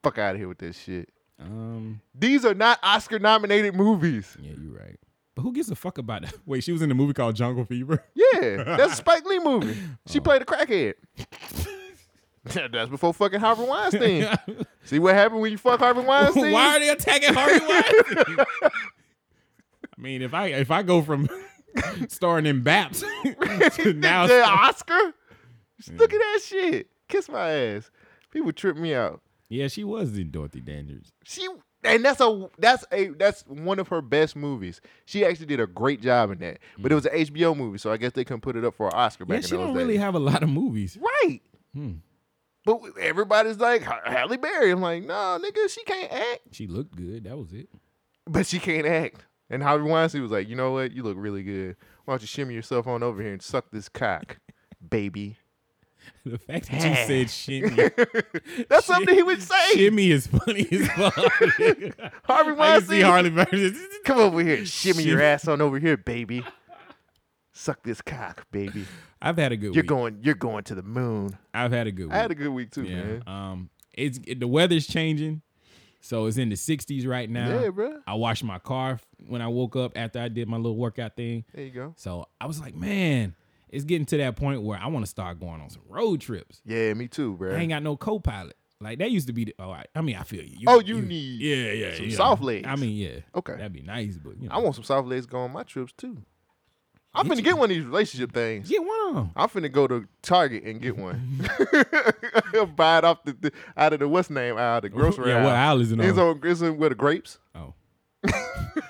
[SPEAKER 12] Fuck out of here with this shit.
[SPEAKER 6] Um,
[SPEAKER 12] These are not Oscar nominated movies.
[SPEAKER 6] Yeah, you're right. But who gives a fuck about that? Wait, she was in a movie called Jungle Fever. Oh.
[SPEAKER 12] Yeah, that's a Spike Lee movie. She played a crackhead. that's before fucking Harvey Weinstein. See what happened when you fuck Harvey Weinstein?
[SPEAKER 6] Why are they attacking Harvey Weinstein? I mean, if I if I go from starring in Baps to now
[SPEAKER 12] the Oscar? Just Look at that shit. Kiss my ass. People trip me out.
[SPEAKER 6] yeah, she was in Dorothy Dandridge.
[SPEAKER 12] She and that's a that's a that's one of her best movies. She actually did a great job in that. But it was an HBO movie, so I guess they couldn't put it up for an Oscar back
[SPEAKER 6] Mm. Yeah, she
[SPEAKER 12] in those
[SPEAKER 6] don't
[SPEAKER 12] days.
[SPEAKER 6] really have a lot of movies.
[SPEAKER 12] right.
[SPEAKER 6] Hmm.
[SPEAKER 12] But everybody's like "Ha- Halle Berry. I'm like, no, nigga, she can't act.
[SPEAKER 6] She looked good. That was it.
[SPEAKER 12] But she can't act. And Harvey Weinstein was like, you know what? You look really good. Why don't you shimmy yourself on over here and suck this cock, baby?
[SPEAKER 6] The fact that you said shimmy.
[SPEAKER 12] That's something he would say.
[SPEAKER 6] Shimmy is funny as fuck.
[SPEAKER 12] Harvey
[SPEAKER 6] I can
[SPEAKER 12] Weinstein.
[SPEAKER 6] see Harley Burns.
[SPEAKER 12] Come over here, shimmy your
[SPEAKER 6] Shimmy.
[SPEAKER 12] ass on over here, baby. Suck this cock, baby.
[SPEAKER 6] I've had a good
[SPEAKER 12] You're
[SPEAKER 6] week.
[SPEAKER 12] going. You're going to the moon.
[SPEAKER 6] I've had a good week.
[SPEAKER 12] I had a good week too, man.
[SPEAKER 6] Um, it's it- the weather's changing, so it's in the 60s right now.
[SPEAKER 12] Yeah, bruh.
[SPEAKER 6] I washed my car f- when I woke up after I did my little workout thing.
[SPEAKER 12] There you go.
[SPEAKER 6] So I was like, man, it's getting to that point where I want to start going on some road trips.
[SPEAKER 12] Yeah, me too, bro.
[SPEAKER 6] I ain't got no co-pilot. Like that used to be. The, oh, I, I mean, I feel you.
[SPEAKER 12] Oh, you need
[SPEAKER 6] yeah, yeah,
[SPEAKER 12] some
[SPEAKER 6] yeah.
[SPEAKER 12] soft legs.
[SPEAKER 6] I mean, yeah.
[SPEAKER 12] Okay.
[SPEAKER 6] that'd be nice, but you know,
[SPEAKER 12] I want some soft legs going on my trips too. I'm
[SPEAKER 6] Get
[SPEAKER 12] finna
[SPEAKER 6] you-
[SPEAKER 12] get one of these relationship things.
[SPEAKER 6] Get one of them.
[SPEAKER 12] I'm finna go to Target and get one. Buy it off the, the out of the what's name aisle, the grocery
[SPEAKER 6] Yeah,
[SPEAKER 12] aisle.
[SPEAKER 6] what aisle is it
[SPEAKER 12] It's
[SPEAKER 6] on?
[SPEAKER 12] on, it's on where the grapes.
[SPEAKER 6] Y'all-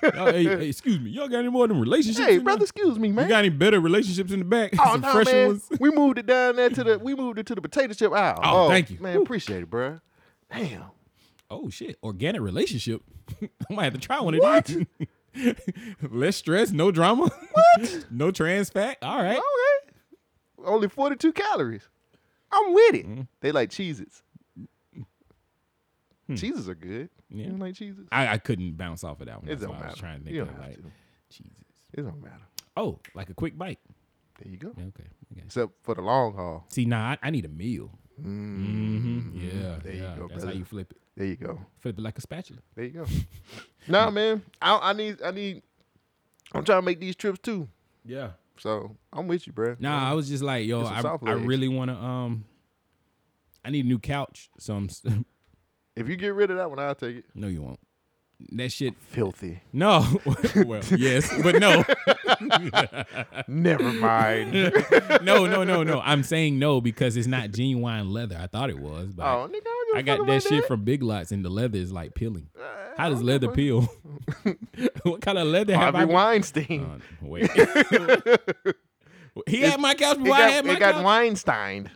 [SPEAKER 6] hey, hey, excuse me, y'all got any more of them relationships?
[SPEAKER 12] Hey,
[SPEAKER 6] in
[SPEAKER 12] brother, excuse me,
[SPEAKER 6] there?
[SPEAKER 12] man.
[SPEAKER 6] you got any better relationships in the back?
[SPEAKER 12] Oh
[SPEAKER 6] some
[SPEAKER 12] no,
[SPEAKER 6] fresh
[SPEAKER 12] man.
[SPEAKER 6] ones.
[SPEAKER 12] We moved it down there to the we moved it to the potato chip aisle.
[SPEAKER 6] Oh, thank you.
[SPEAKER 12] man. Appreciate it, bruh. Damn.
[SPEAKER 6] Oh shit, organic relationship. I might have to try one of
[SPEAKER 12] What?
[SPEAKER 6] these. Less stress, no drama. What? no trans fat. All right.
[SPEAKER 12] Only forty two calories. I'm with it.
[SPEAKER 6] Mm-hmm.
[SPEAKER 12] They like cheeses. Cheeses are good.
[SPEAKER 6] Hmm. Yeah.
[SPEAKER 12] You don't like cheeses?
[SPEAKER 6] I, I couldn't bounce off of that one.
[SPEAKER 12] It don't
[SPEAKER 6] That's why I was
[SPEAKER 12] matter.
[SPEAKER 6] trying to think
[SPEAKER 12] You
[SPEAKER 6] of
[SPEAKER 12] don't have
[SPEAKER 6] like
[SPEAKER 12] to.
[SPEAKER 6] Jesus.
[SPEAKER 12] It don't matter.
[SPEAKER 6] Oh, like a quick bite.
[SPEAKER 12] There you go.
[SPEAKER 6] Okay.
[SPEAKER 12] Except for the long haul.
[SPEAKER 6] See, nah, I, I need a meal. Mm-hmm. Yeah.
[SPEAKER 12] There
[SPEAKER 6] yeah.
[SPEAKER 12] you go.
[SPEAKER 6] That's
[SPEAKER 12] brother.
[SPEAKER 6] how you flip it.
[SPEAKER 12] There you go.
[SPEAKER 6] Flip it like a spatula.
[SPEAKER 12] There you go. nah, man. I, I need. I need. I'm trying to make these trips too.
[SPEAKER 6] Yeah.
[SPEAKER 12] So I'm with you, bruh.
[SPEAKER 6] Nah, I was just like, yo,
[SPEAKER 12] Get some
[SPEAKER 6] I,
[SPEAKER 12] soft
[SPEAKER 6] I
[SPEAKER 12] legs.
[SPEAKER 6] really want to. Um, I need a new couch. So I'm. s-
[SPEAKER 12] If you get rid of that one, I'll take it.
[SPEAKER 6] no, you won't. That shit
[SPEAKER 12] filthy.
[SPEAKER 6] No. well, yes, but no.
[SPEAKER 12] Never mind.
[SPEAKER 6] no, no, no, no. I'm saying no because it's not genuine leather. I thought it was, but
[SPEAKER 12] Oh, nigga, I
[SPEAKER 6] I got that shit from Big Lots, and the leather is like peeling.
[SPEAKER 12] Uh,
[SPEAKER 6] How does leather peel? what kind of leather have
[SPEAKER 12] Harvey
[SPEAKER 6] I?
[SPEAKER 12] Weinstein.
[SPEAKER 6] Uh, wait. he had my couch before
[SPEAKER 12] it
[SPEAKER 6] I
[SPEAKER 12] got,
[SPEAKER 6] had my
[SPEAKER 12] It got
[SPEAKER 6] couch.
[SPEAKER 12] Weinstein.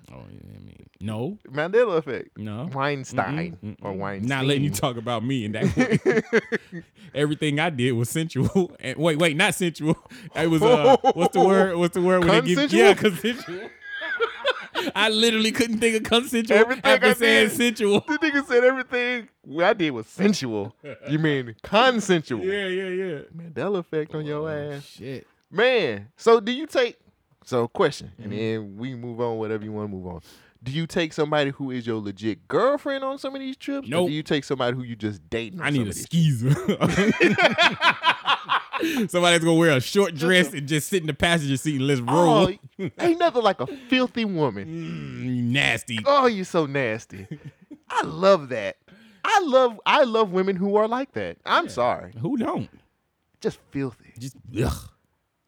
[SPEAKER 6] no,
[SPEAKER 12] Mandela effect.
[SPEAKER 6] No.
[SPEAKER 12] Weinstein or Weinstein.
[SPEAKER 6] not letting you talk about me in that. way. Everything I did was sensual. And wait, wait, not sensual. It was uh, what's the word? What's the word when they give?
[SPEAKER 12] Consensual?
[SPEAKER 6] Yeah, consensual. I literally couldn't think of consensual
[SPEAKER 12] Everything
[SPEAKER 6] after
[SPEAKER 12] I
[SPEAKER 6] saying
[SPEAKER 12] did-
[SPEAKER 6] sensual.
[SPEAKER 12] The nigga said everything what I did was sensual. You mean consensual?
[SPEAKER 6] Yeah, yeah, yeah. Oh,
[SPEAKER 12] Mandela effect on your ass.
[SPEAKER 6] Shit.
[SPEAKER 12] Man, so do you take so question,
[SPEAKER 6] Mm-hmm.
[SPEAKER 12] and then we move on whatever you want to move on. Do you take somebody who is your legit girlfriend on some of these trips? No.
[SPEAKER 6] Nope.
[SPEAKER 12] Do you take somebody who you just dating? on
[SPEAKER 6] I
[SPEAKER 12] some
[SPEAKER 6] need a
[SPEAKER 12] of these
[SPEAKER 6] skeezer. Somebody's gonna wear a short dress and just sit in the passenger seat and let's roll. Mm,
[SPEAKER 12] Oh, ain't nothing like a filthy woman.
[SPEAKER 6] you nasty.
[SPEAKER 12] Oh, you so nasty. I love that. I love I love women who are like that. I'm sorry.
[SPEAKER 6] Who don't?
[SPEAKER 12] Just filthy.
[SPEAKER 6] Just Ugh.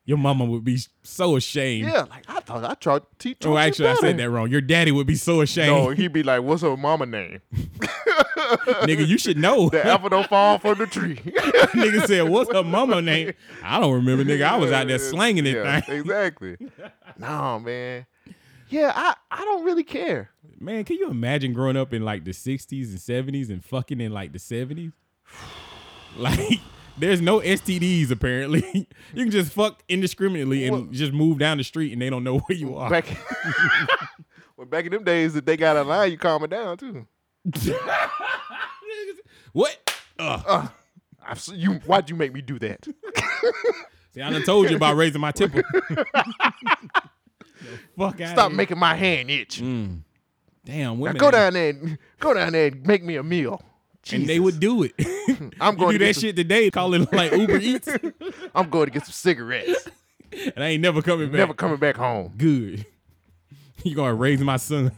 [SPEAKER 6] Your mama would be so ashamed.
[SPEAKER 12] yeah. Like I thought I tried to teach.
[SPEAKER 6] Oh,
[SPEAKER 12] you
[SPEAKER 6] actually, I
[SPEAKER 12] better.
[SPEAKER 6] said that wrong. Your daddy would be so ashamed.
[SPEAKER 12] No, he'd be like, "What's her mama name?"
[SPEAKER 6] Nigga, you should know.
[SPEAKER 12] The apple don't fall from the tree.
[SPEAKER 6] nigga said, "What's her mama name?" I don't remember, nigga. I was out there slanging it.
[SPEAKER 12] Yeah,
[SPEAKER 6] thing.
[SPEAKER 12] exactly. no, man. Yeah, I, I don't really care.
[SPEAKER 6] Man, can you imagine growing up in like the '60s and '70s and fucking in like the '70s? Like, there's no STDs apparently. you can just fuck indiscriminately and just move down the street and they don't know where you are.
[SPEAKER 12] Back, well, back in them days, if they got a line, you calm it down too.
[SPEAKER 6] what?
[SPEAKER 12] Ugh. I've s- you. Why'd you make me do that?
[SPEAKER 6] See, I done told you about raising my tipple. fuck outta
[SPEAKER 12] Stop
[SPEAKER 6] here.
[SPEAKER 12] making my hand itch.
[SPEAKER 6] Mm. Damn,
[SPEAKER 12] Now
[SPEAKER 6] women.
[SPEAKER 12] go
[SPEAKER 6] ain't-
[SPEAKER 12] down there, and, go down there, and make me a meal.
[SPEAKER 6] and they would do it.
[SPEAKER 12] I'm going to get
[SPEAKER 6] you do that
[SPEAKER 12] some-
[SPEAKER 6] shit today. Call it like Uber Eats,
[SPEAKER 12] I'm going to get some cigarettes.
[SPEAKER 6] and I ain't never coming back.
[SPEAKER 12] Never coming back home.
[SPEAKER 6] Good. You gonna raise my son?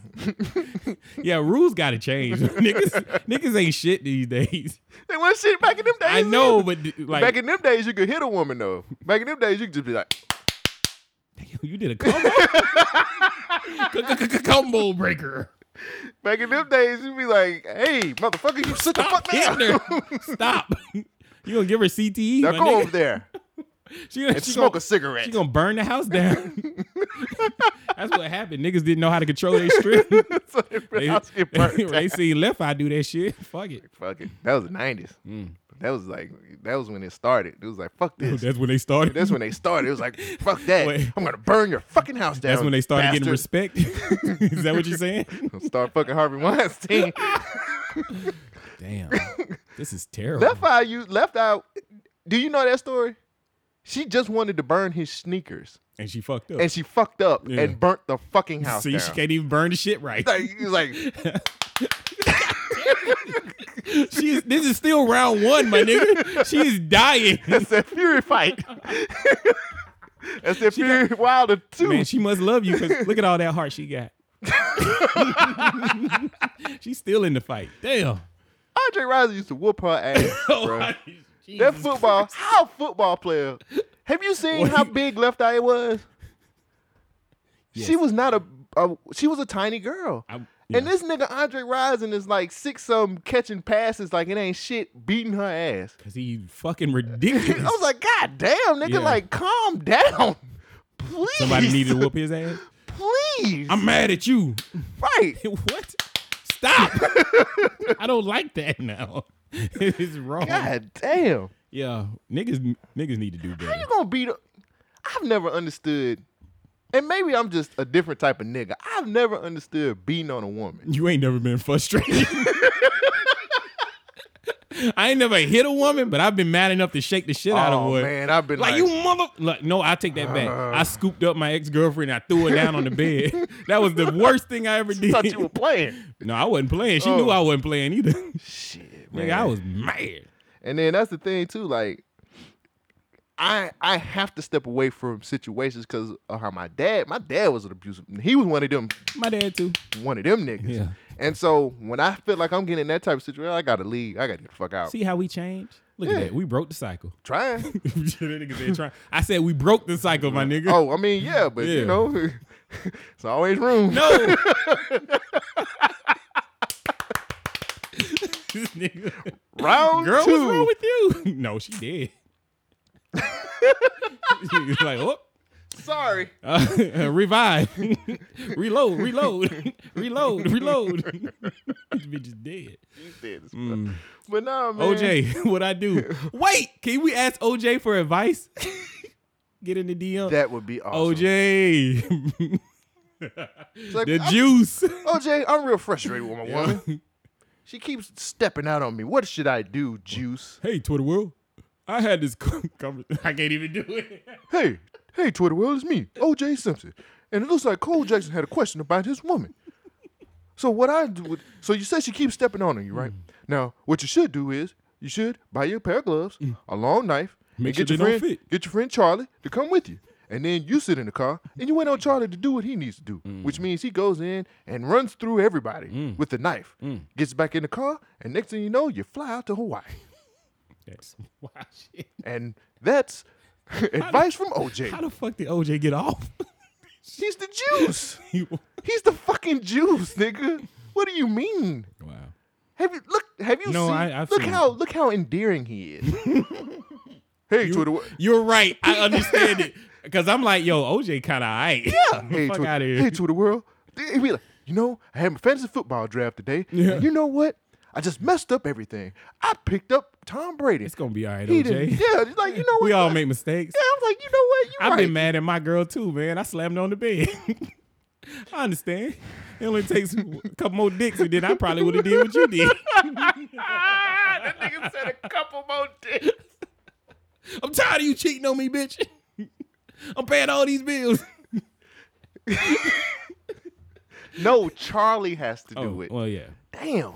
[SPEAKER 6] yeah, rules gotta change. niggas, niggas ain't shit these days.
[SPEAKER 12] They want shit back in them days.
[SPEAKER 6] I know,
[SPEAKER 12] man.
[SPEAKER 6] but d- like
[SPEAKER 12] back in them days, you could hit a woman though. Back in them days, you could just be like,
[SPEAKER 6] you did a combo, combo breaker.
[SPEAKER 12] Back in them days, you'd be like, "Hey, motherfucker, you sit the fuck down.
[SPEAKER 6] hitting Stop. You gonna give her CTE?
[SPEAKER 12] now
[SPEAKER 6] my
[SPEAKER 12] go
[SPEAKER 6] nigga.
[SPEAKER 12] over there
[SPEAKER 6] She,
[SPEAKER 12] and
[SPEAKER 6] she
[SPEAKER 12] smoke
[SPEAKER 6] gonna,
[SPEAKER 12] a cigarette."
[SPEAKER 6] She gonna burn the house down. That's what happened. Niggas didn't know how to control their strip.
[SPEAKER 12] So they
[SPEAKER 6] they,
[SPEAKER 12] house get burnt
[SPEAKER 6] they
[SPEAKER 12] down.
[SPEAKER 6] seen left eye do that shit. Fuck it. Mm.
[SPEAKER 12] Fuck it. That was the nineties. That was like that was when it started. It was like fuck this.
[SPEAKER 6] That's when they started.
[SPEAKER 12] That's when they started. It was like fuck that.
[SPEAKER 6] Wait.
[SPEAKER 12] I'm gonna burn your fucking house down.
[SPEAKER 6] That's when they started getting
[SPEAKER 12] bastard.
[SPEAKER 6] respect. Is that what you're saying?
[SPEAKER 12] Start fucking Harvey Weinstein.
[SPEAKER 6] Damn, this is terrible.
[SPEAKER 12] left eye, you left out. Do you know that story? She just wanted to burn his sneakers,
[SPEAKER 6] and she fucked up.
[SPEAKER 12] and she fucked up
[SPEAKER 6] Yeah.
[SPEAKER 12] and burnt the fucking house
[SPEAKER 6] See,
[SPEAKER 12] down.
[SPEAKER 6] she can't even burn the shit right.
[SPEAKER 12] Like, it's like
[SPEAKER 6] She's this is still round one, my nigga. She is dying.
[SPEAKER 12] That's that Fury fight. That's that Fury Wilder too.
[SPEAKER 6] Man, she must love you because look at all that heart she got. She's still in the fight. Damn.
[SPEAKER 12] Andre Rice used to whoop her ass, bro. That football, how football player? Have you seen
[SPEAKER 6] What
[SPEAKER 12] how
[SPEAKER 6] you-
[SPEAKER 12] big Left Eye was? She
[SPEAKER 6] Yes.
[SPEAKER 12] was not a, a- she was a tiny girl. And this nigga Andre Rising is like six some catching passes like it ain't shit beating her ass.
[SPEAKER 6] Cause he fucking
[SPEAKER 12] I
[SPEAKER 6] ridiculous.
[SPEAKER 12] was like, God damn, nigga,
[SPEAKER 6] Yeah.
[SPEAKER 12] like calm down. Please.
[SPEAKER 6] Somebody needed to whoop his ass.
[SPEAKER 12] Please.
[SPEAKER 6] I'm mad at you.
[SPEAKER 12] Right.
[SPEAKER 6] what? Stop. I don't like that now. it's wrong.
[SPEAKER 12] God damn.
[SPEAKER 6] Yeah, niggas, niggas need to do
[SPEAKER 12] How
[SPEAKER 6] better.
[SPEAKER 12] you gonna beat up? I've never understood, and maybe I'm just a different type of nigga. I've never understood beating on a woman.
[SPEAKER 6] You ain't never been frustrated. I ain't never hit a woman, but I've been mad enough to shake the shit out of
[SPEAKER 12] Oh,
[SPEAKER 6] one.
[SPEAKER 12] man, I've been
[SPEAKER 6] like,
[SPEAKER 12] like- Uh.
[SPEAKER 6] you mother. Like, no, I take that back. I scooped up my ex girlfriend. I threw her down on the bed. That was the worst thing I ever did.
[SPEAKER 12] Thought you were playing.
[SPEAKER 6] no, I wasn't playing. She
[SPEAKER 12] Oh.
[SPEAKER 6] knew I wasn't playing either.
[SPEAKER 12] Shit,
[SPEAKER 6] Nigga, I was mad.
[SPEAKER 12] And then that's the thing too, like. I, I have to step away from situations because of how my dad my dad was an abusive he was one of them
[SPEAKER 6] My dad too.
[SPEAKER 12] one of them niggas
[SPEAKER 6] Yeah.
[SPEAKER 12] and so when I feel like I'm getting in that type of situation I gotta leave I gotta get the fuck out
[SPEAKER 6] See how we changed? Look
[SPEAKER 12] Oh. Yeah.
[SPEAKER 6] at that. We broke the cycle.
[SPEAKER 12] trying
[SPEAKER 6] That nigga said, "Try." I said we broke the cycle, my nigga.
[SPEAKER 12] oh I mean yeah but
[SPEAKER 6] Yeah.
[SPEAKER 12] you know it's always room
[SPEAKER 6] No.
[SPEAKER 12] Round
[SPEAKER 6] Girl, what's
[SPEAKER 12] two.
[SPEAKER 6] wrong with you? no, she did. You're like, oh,
[SPEAKER 12] Sorry.
[SPEAKER 6] uh, revive, reload, reload, reload, reload. this bitch is dead.
[SPEAKER 12] Dead as fuck.
[SPEAKER 6] Mm.
[SPEAKER 12] But nah, Oh, man.
[SPEAKER 6] OJ, what I do? Wait, can we ask OJ for advice? Get in the DM.
[SPEAKER 12] That would be awesome.
[SPEAKER 6] OJ,
[SPEAKER 12] like,
[SPEAKER 6] the
[SPEAKER 12] I'm-
[SPEAKER 6] juice.
[SPEAKER 12] OJ, I'm real frustrated with my
[SPEAKER 6] Yeah.
[SPEAKER 12] woman. She keeps stepping out on me. What should I do, Juice?
[SPEAKER 6] Hey, Twitter world. I had this conversation. I can't even do it.
[SPEAKER 12] Hey, hey, Twitter world, it's me, OJ Simpson, and it looks like Cole Jackson had a question about his woman. So what I do? With, so you say she keeps stepping on you,
[SPEAKER 6] Mm.
[SPEAKER 12] right? Now, what you should do is you should buy you a pair of gloves, a long knife,
[SPEAKER 6] Mm. Make
[SPEAKER 12] and
[SPEAKER 6] sure
[SPEAKER 12] get
[SPEAKER 6] they
[SPEAKER 12] your
[SPEAKER 6] don't
[SPEAKER 12] friend,
[SPEAKER 6] fit.
[SPEAKER 12] get your friend Charlie to come with you. And then you sit in the car and you wait on Charlie to do what he needs to do,
[SPEAKER 6] Mm.
[SPEAKER 12] which means he goes in and runs through everybody with the knife,
[SPEAKER 6] Mm.
[SPEAKER 12] gets back in the car, and next thing you know, you fly out to Hawaii.
[SPEAKER 6] That's why shit.
[SPEAKER 12] And that's advice from
[SPEAKER 6] How
[SPEAKER 12] OJ.
[SPEAKER 6] the fuck did OJ get off?
[SPEAKER 12] He's the juice. He's the fucking juice, nigga. What do you mean?
[SPEAKER 6] wow.
[SPEAKER 12] Have you look? Have you
[SPEAKER 6] No,
[SPEAKER 12] seen?
[SPEAKER 6] I- I've
[SPEAKER 12] look
[SPEAKER 6] seen
[SPEAKER 12] how look how endearing he is. hey, Twitter. wo-
[SPEAKER 6] You're right. I understand it. Cause I'm like, yo, OJ kind of aight.
[SPEAKER 12] Yeah. Hey,
[SPEAKER 6] fuck
[SPEAKER 12] Twitter.
[SPEAKER 6] out of here.
[SPEAKER 12] Hey, Twitter world. He'd be like, you know, I had my fantasy football draft today. and
[SPEAKER 6] Yeah.
[SPEAKER 12] you know what? I just messed up everything. I picked up Tom Brady.
[SPEAKER 6] it's gonna be all right,
[SPEAKER 12] He
[SPEAKER 6] OJ.
[SPEAKER 12] didn't- Yeah, it's like you know what?
[SPEAKER 6] we all make mistakes.
[SPEAKER 12] Yeah, I'm like, you know what? You
[SPEAKER 6] I've
[SPEAKER 12] right.
[SPEAKER 6] been mad at my girl too, man. I slammed her on the bed. I understand. It only takes a couple more dicks, and then I probably would have did what you did.
[SPEAKER 12] that nigga said a couple more dicks.
[SPEAKER 6] I'm tired of you cheating on me, bitch. I'm paying all these bills.
[SPEAKER 12] No, Charlie has to do
[SPEAKER 6] Oh,
[SPEAKER 12] it.
[SPEAKER 6] well, yeah.
[SPEAKER 12] Damn.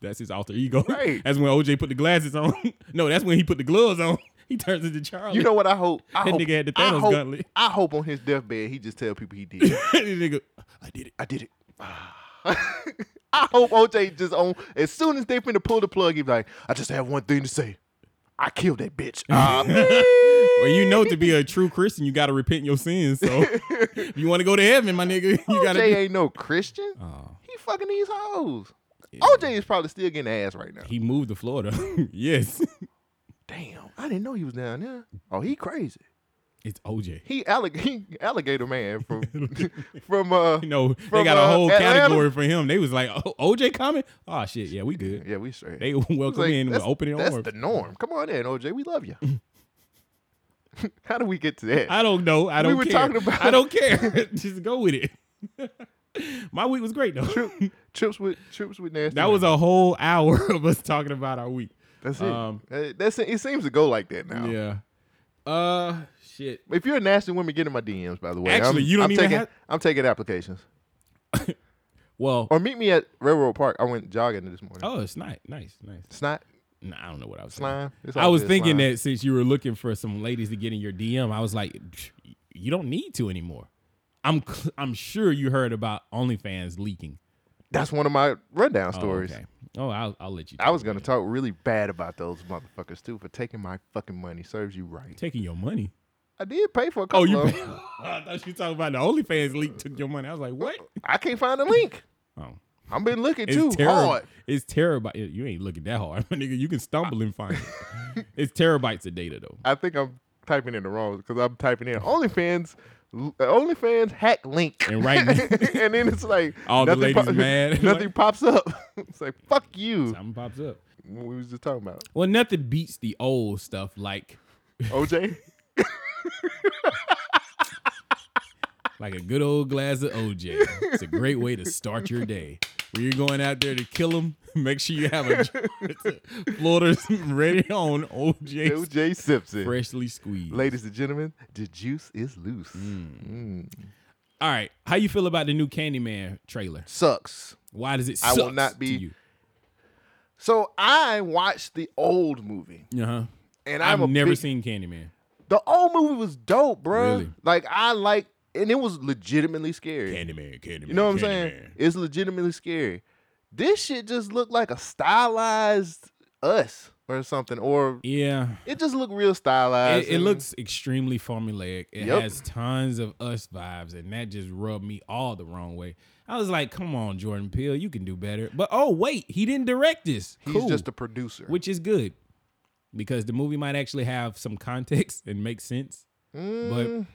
[SPEAKER 6] That's his alter ego.
[SPEAKER 12] Right.
[SPEAKER 6] That's when OJ put the glasses on. no, that's when he put the gloves on. He turns into Charlie.
[SPEAKER 12] You know what I hope? I
[SPEAKER 6] That
[SPEAKER 12] hope,
[SPEAKER 6] nigga had the
[SPEAKER 12] I
[SPEAKER 6] Thanos
[SPEAKER 12] hope,
[SPEAKER 6] gauntlet.
[SPEAKER 12] I hope on his deathbed he just tell people he did. it.
[SPEAKER 6] Nigga, I did it.
[SPEAKER 12] I did it. I hope OJ just on as soon as they finna pull the plug, he be like, I just have one thing to say. I killed that bitch. Ah,
[SPEAKER 6] Well, you know, to be a true Christian, you got to repent your sins. So, if you want to go to heaven, my nigga, you Uh, got
[SPEAKER 12] OJ
[SPEAKER 6] to.
[SPEAKER 12] ain't no Christian. He fucking these hoes. OJ is probably still getting ass right now.
[SPEAKER 6] He moved to Florida. yes.
[SPEAKER 12] Damn, I didn't know he was down there. Oh, he crazy.
[SPEAKER 6] It's OJ.
[SPEAKER 12] He, allig- he alligator man from from uh
[SPEAKER 6] You know, they
[SPEAKER 12] from,
[SPEAKER 6] got a
[SPEAKER 12] uh,
[SPEAKER 6] whole
[SPEAKER 12] Atlanta.
[SPEAKER 6] category for him. They was like, oh, OJ coming? Oh, shit. Yeah, we good.
[SPEAKER 12] Yeah, we straight.
[SPEAKER 6] They welcome in with
[SPEAKER 12] that's,
[SPEAKER 6] open
[SPEAKER 12] That's
[SPEAKER 6] arms.
[SPEAKER 12] the norm. Come on in, OJ. We love you. How do we get to that?
[SPEAKER 6] I don't know. I
[SPEAKER 12] We
[SPEAKER 6] don't
[SPEAKER 12] were
[SPEAKER 6] care.
[SPEAKER 12] talking about-
[SPEAKER 6] I don't care. Just go with it. My week was great, though.
[SPEAKER 12] trips with trips with nasty.
[SPEAKER 6] That was
[SPEAKER 12] all.
[SPEAKER 6] a whole hour of us talking about our week.
[SPEAKER 12] That's it.
[SPEAKER 6] um,
[SPEAKER 12] Uh, that's it. It seems to go like that now.
[SPEAKER 6] Yeah. Uh, shit.
[SPEAKER 12] If you're a nasty woman, get in my DMs. By the way,
[SPEAKER 6] Actually,
[SPEAKER 12] I'm,
[SPEAKER 6] you don't
[SPEAKER 12] I'm
[SPEAKER 6] even
[SPEAKER 12] taking,
[SPEAKER 6] have-
[SPEAKER 12] I'm taking applications.
[SPEAKER 6] Well,
[SPEAKER 12] Or meet me at Railroad Park. I went jogging this morning.
[SPEAKER 6] oh, it's nice. Nice, nice.
[SPEAKER 12] Snot,
[SPEAKER 6] Nah, I don't know what I was saying.
[SPEAKER 12] slime. It's
[SPEAKER 6] I
[SPEAKER 12] all
[SPEAKER 6] was
[SPEAKER 12] good,
[SPEAKER 6] thinking
[SPEAKER 12] slime.
[SPEAKER 6] that since you were looking for some ladies to get in your DM, I was like, you don't need to anymore. I'm cl- I'm sure you heard about OnlyFans leaking.
[SPEAKER 12] that's one of my rundown stories.
[SPEAKER 6] Oh, okay. Oh, I'll, I'll let you.
[SPEAKER 12] I was gonna talk really bad about those motherfuckers too for taking my fucking money. Serves you right.
[SPEAKER 6] taking your money.
[SPEAKER 12] I did pay for a couple.
[SPEAKER 6] Oh, you.
[SPEAKER 12] of
[SPEAKER 6] Pay-
[SPEAKER 12] them.
[SPEAKER 6] I thought you were talking about the OnlyFans leak took your money. I was like, what?
[SPEAKER 12] I can't find the link.
[SPEAKER 6] Oh.
[SPEAKER 12] I've been looking
[SPEAKER 6] It's
[SPEAKER 12] too
[SPEAKER 6] terab-
[SPEAKER 12] hard.
[SPEAKER 6] It's terabyte. You ain't looking that hard, my nigga. You can stumble and find it. It's terabytes of data though.
[SPEAKER 12] I think I'm typing in the wrong because I'm typing in OnlyFans, uh, OnlyFans hack link,
[SPEAKER 6] And right now-
[SPEAKER 12] and then it's like
[SPEAKER 6] All the
[SPEAKER 12] nothing
[SPEAKER 6] ladies mad.
[SPEAKER 12] nothing pops up. it's like fuck you.
[SPEAKER 6] Something pops up.
[SPEAKER 12] What we was just talking about
[SPEAKER 6] Well, nothing beats the old stuff like
[SPEAKER 12] OJ.
[SPEAKER 6] like a good old glass of OJ. It's a great way to start your day. When you're going out there to kill them, make sure you have a Florida's ready on OJ
[SPEAKER 12] OJ Simpson,
[SPEAKER 6] freshly squeezed.
[SPEAKER 12] ladies and gentlemen, the juice is loose. Mm.
[SPEAKER 6] All right, how you feel about the new Candyman trailer?
[SPEAKER 12] Sucks.
[SPEAKER 6] Why does it?
[SPEAKER 12] I
[SPEAKER 6] Sucks
[SPEAKER 12] will not be-
[SPEAKER 6] To
[SPEAKER 12] So I watched the old movie,
[SPEAKER 6] you? Uh-huh.
[SPEAKER 12] and I'm
[SPEAKER 6] I've
[SPEAKER 12] a
[SPEAKER 6] never
[SPEAKER 12] big-
[SPEAKER 6] seen Candyman.
[SPEAKER 12] the old movie was dope, bruh.
[SPEAKER 6] Really?
[SPEAKER 12] Like I like, and it was legitimately scary.
[SPEAKER 6] Candyman, Candyman.
[SPEAKER 12] You know what I'm saying?
[SPEAKER 6] Candyman.
[SPEAKER 12] It's legitimately scary. This shit just looked like a stylized us or something, or
[SPEAKER 6] Yeah.
[SPEAKER 12] it just looked real stylized.
[SPEAKER 6] It, it
[SPEAKER 12] and-
[SPEAKER 6] looks extremely formulaic. It
[SPEAKER 12] Yep.
[SPEAKER 6] has tons of us vibes, and that just rubbed me all the wrong way. I I was like, come on, Jordan Peele, you can do better. But oh wait, he didn't direct this.
[SPEAKER 12] He's
[SPEAKER 6] Cool.
[SPEAKER 12] just a producer.
[SPEAKER 6] which is good because the movie might actually have some context and make sense.
[SPEAKER 12] Mm.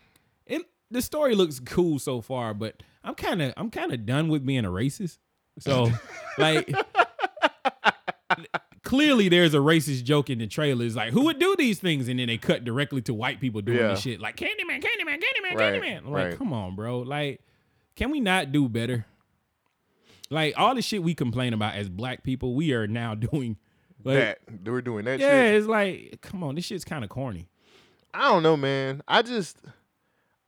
[SPEAKER 6] But it, the story looks cool so far, but I'm kind of I'm kind of done with being a racist. So, like clearly there's a racist joke in the trailer. It's like, who would do these things? And then they cut directly to white people doing
[SPEAKER 15] Yeah.
[SPEAKER 6] this shit. Like Candyman, Candyman, Candyman,
[SPEAKER 15] Right,
[SPEAKER 6] Candyman. I'm
[SPEAKER 15] right.
[SPEAKER 6] like, come on, bro. Like, can we not do better? Like all the shit we complain about as black people, we are now doing. Like,
[SPEAKER 12] that we're doing that.
[SPEAKER 6] yeah,
[SPEAKER 12] shit.
[SPEAKER 6] it's like, come on, this shit's kind of corny.
[SPEAKER 12] I don't know, man. I just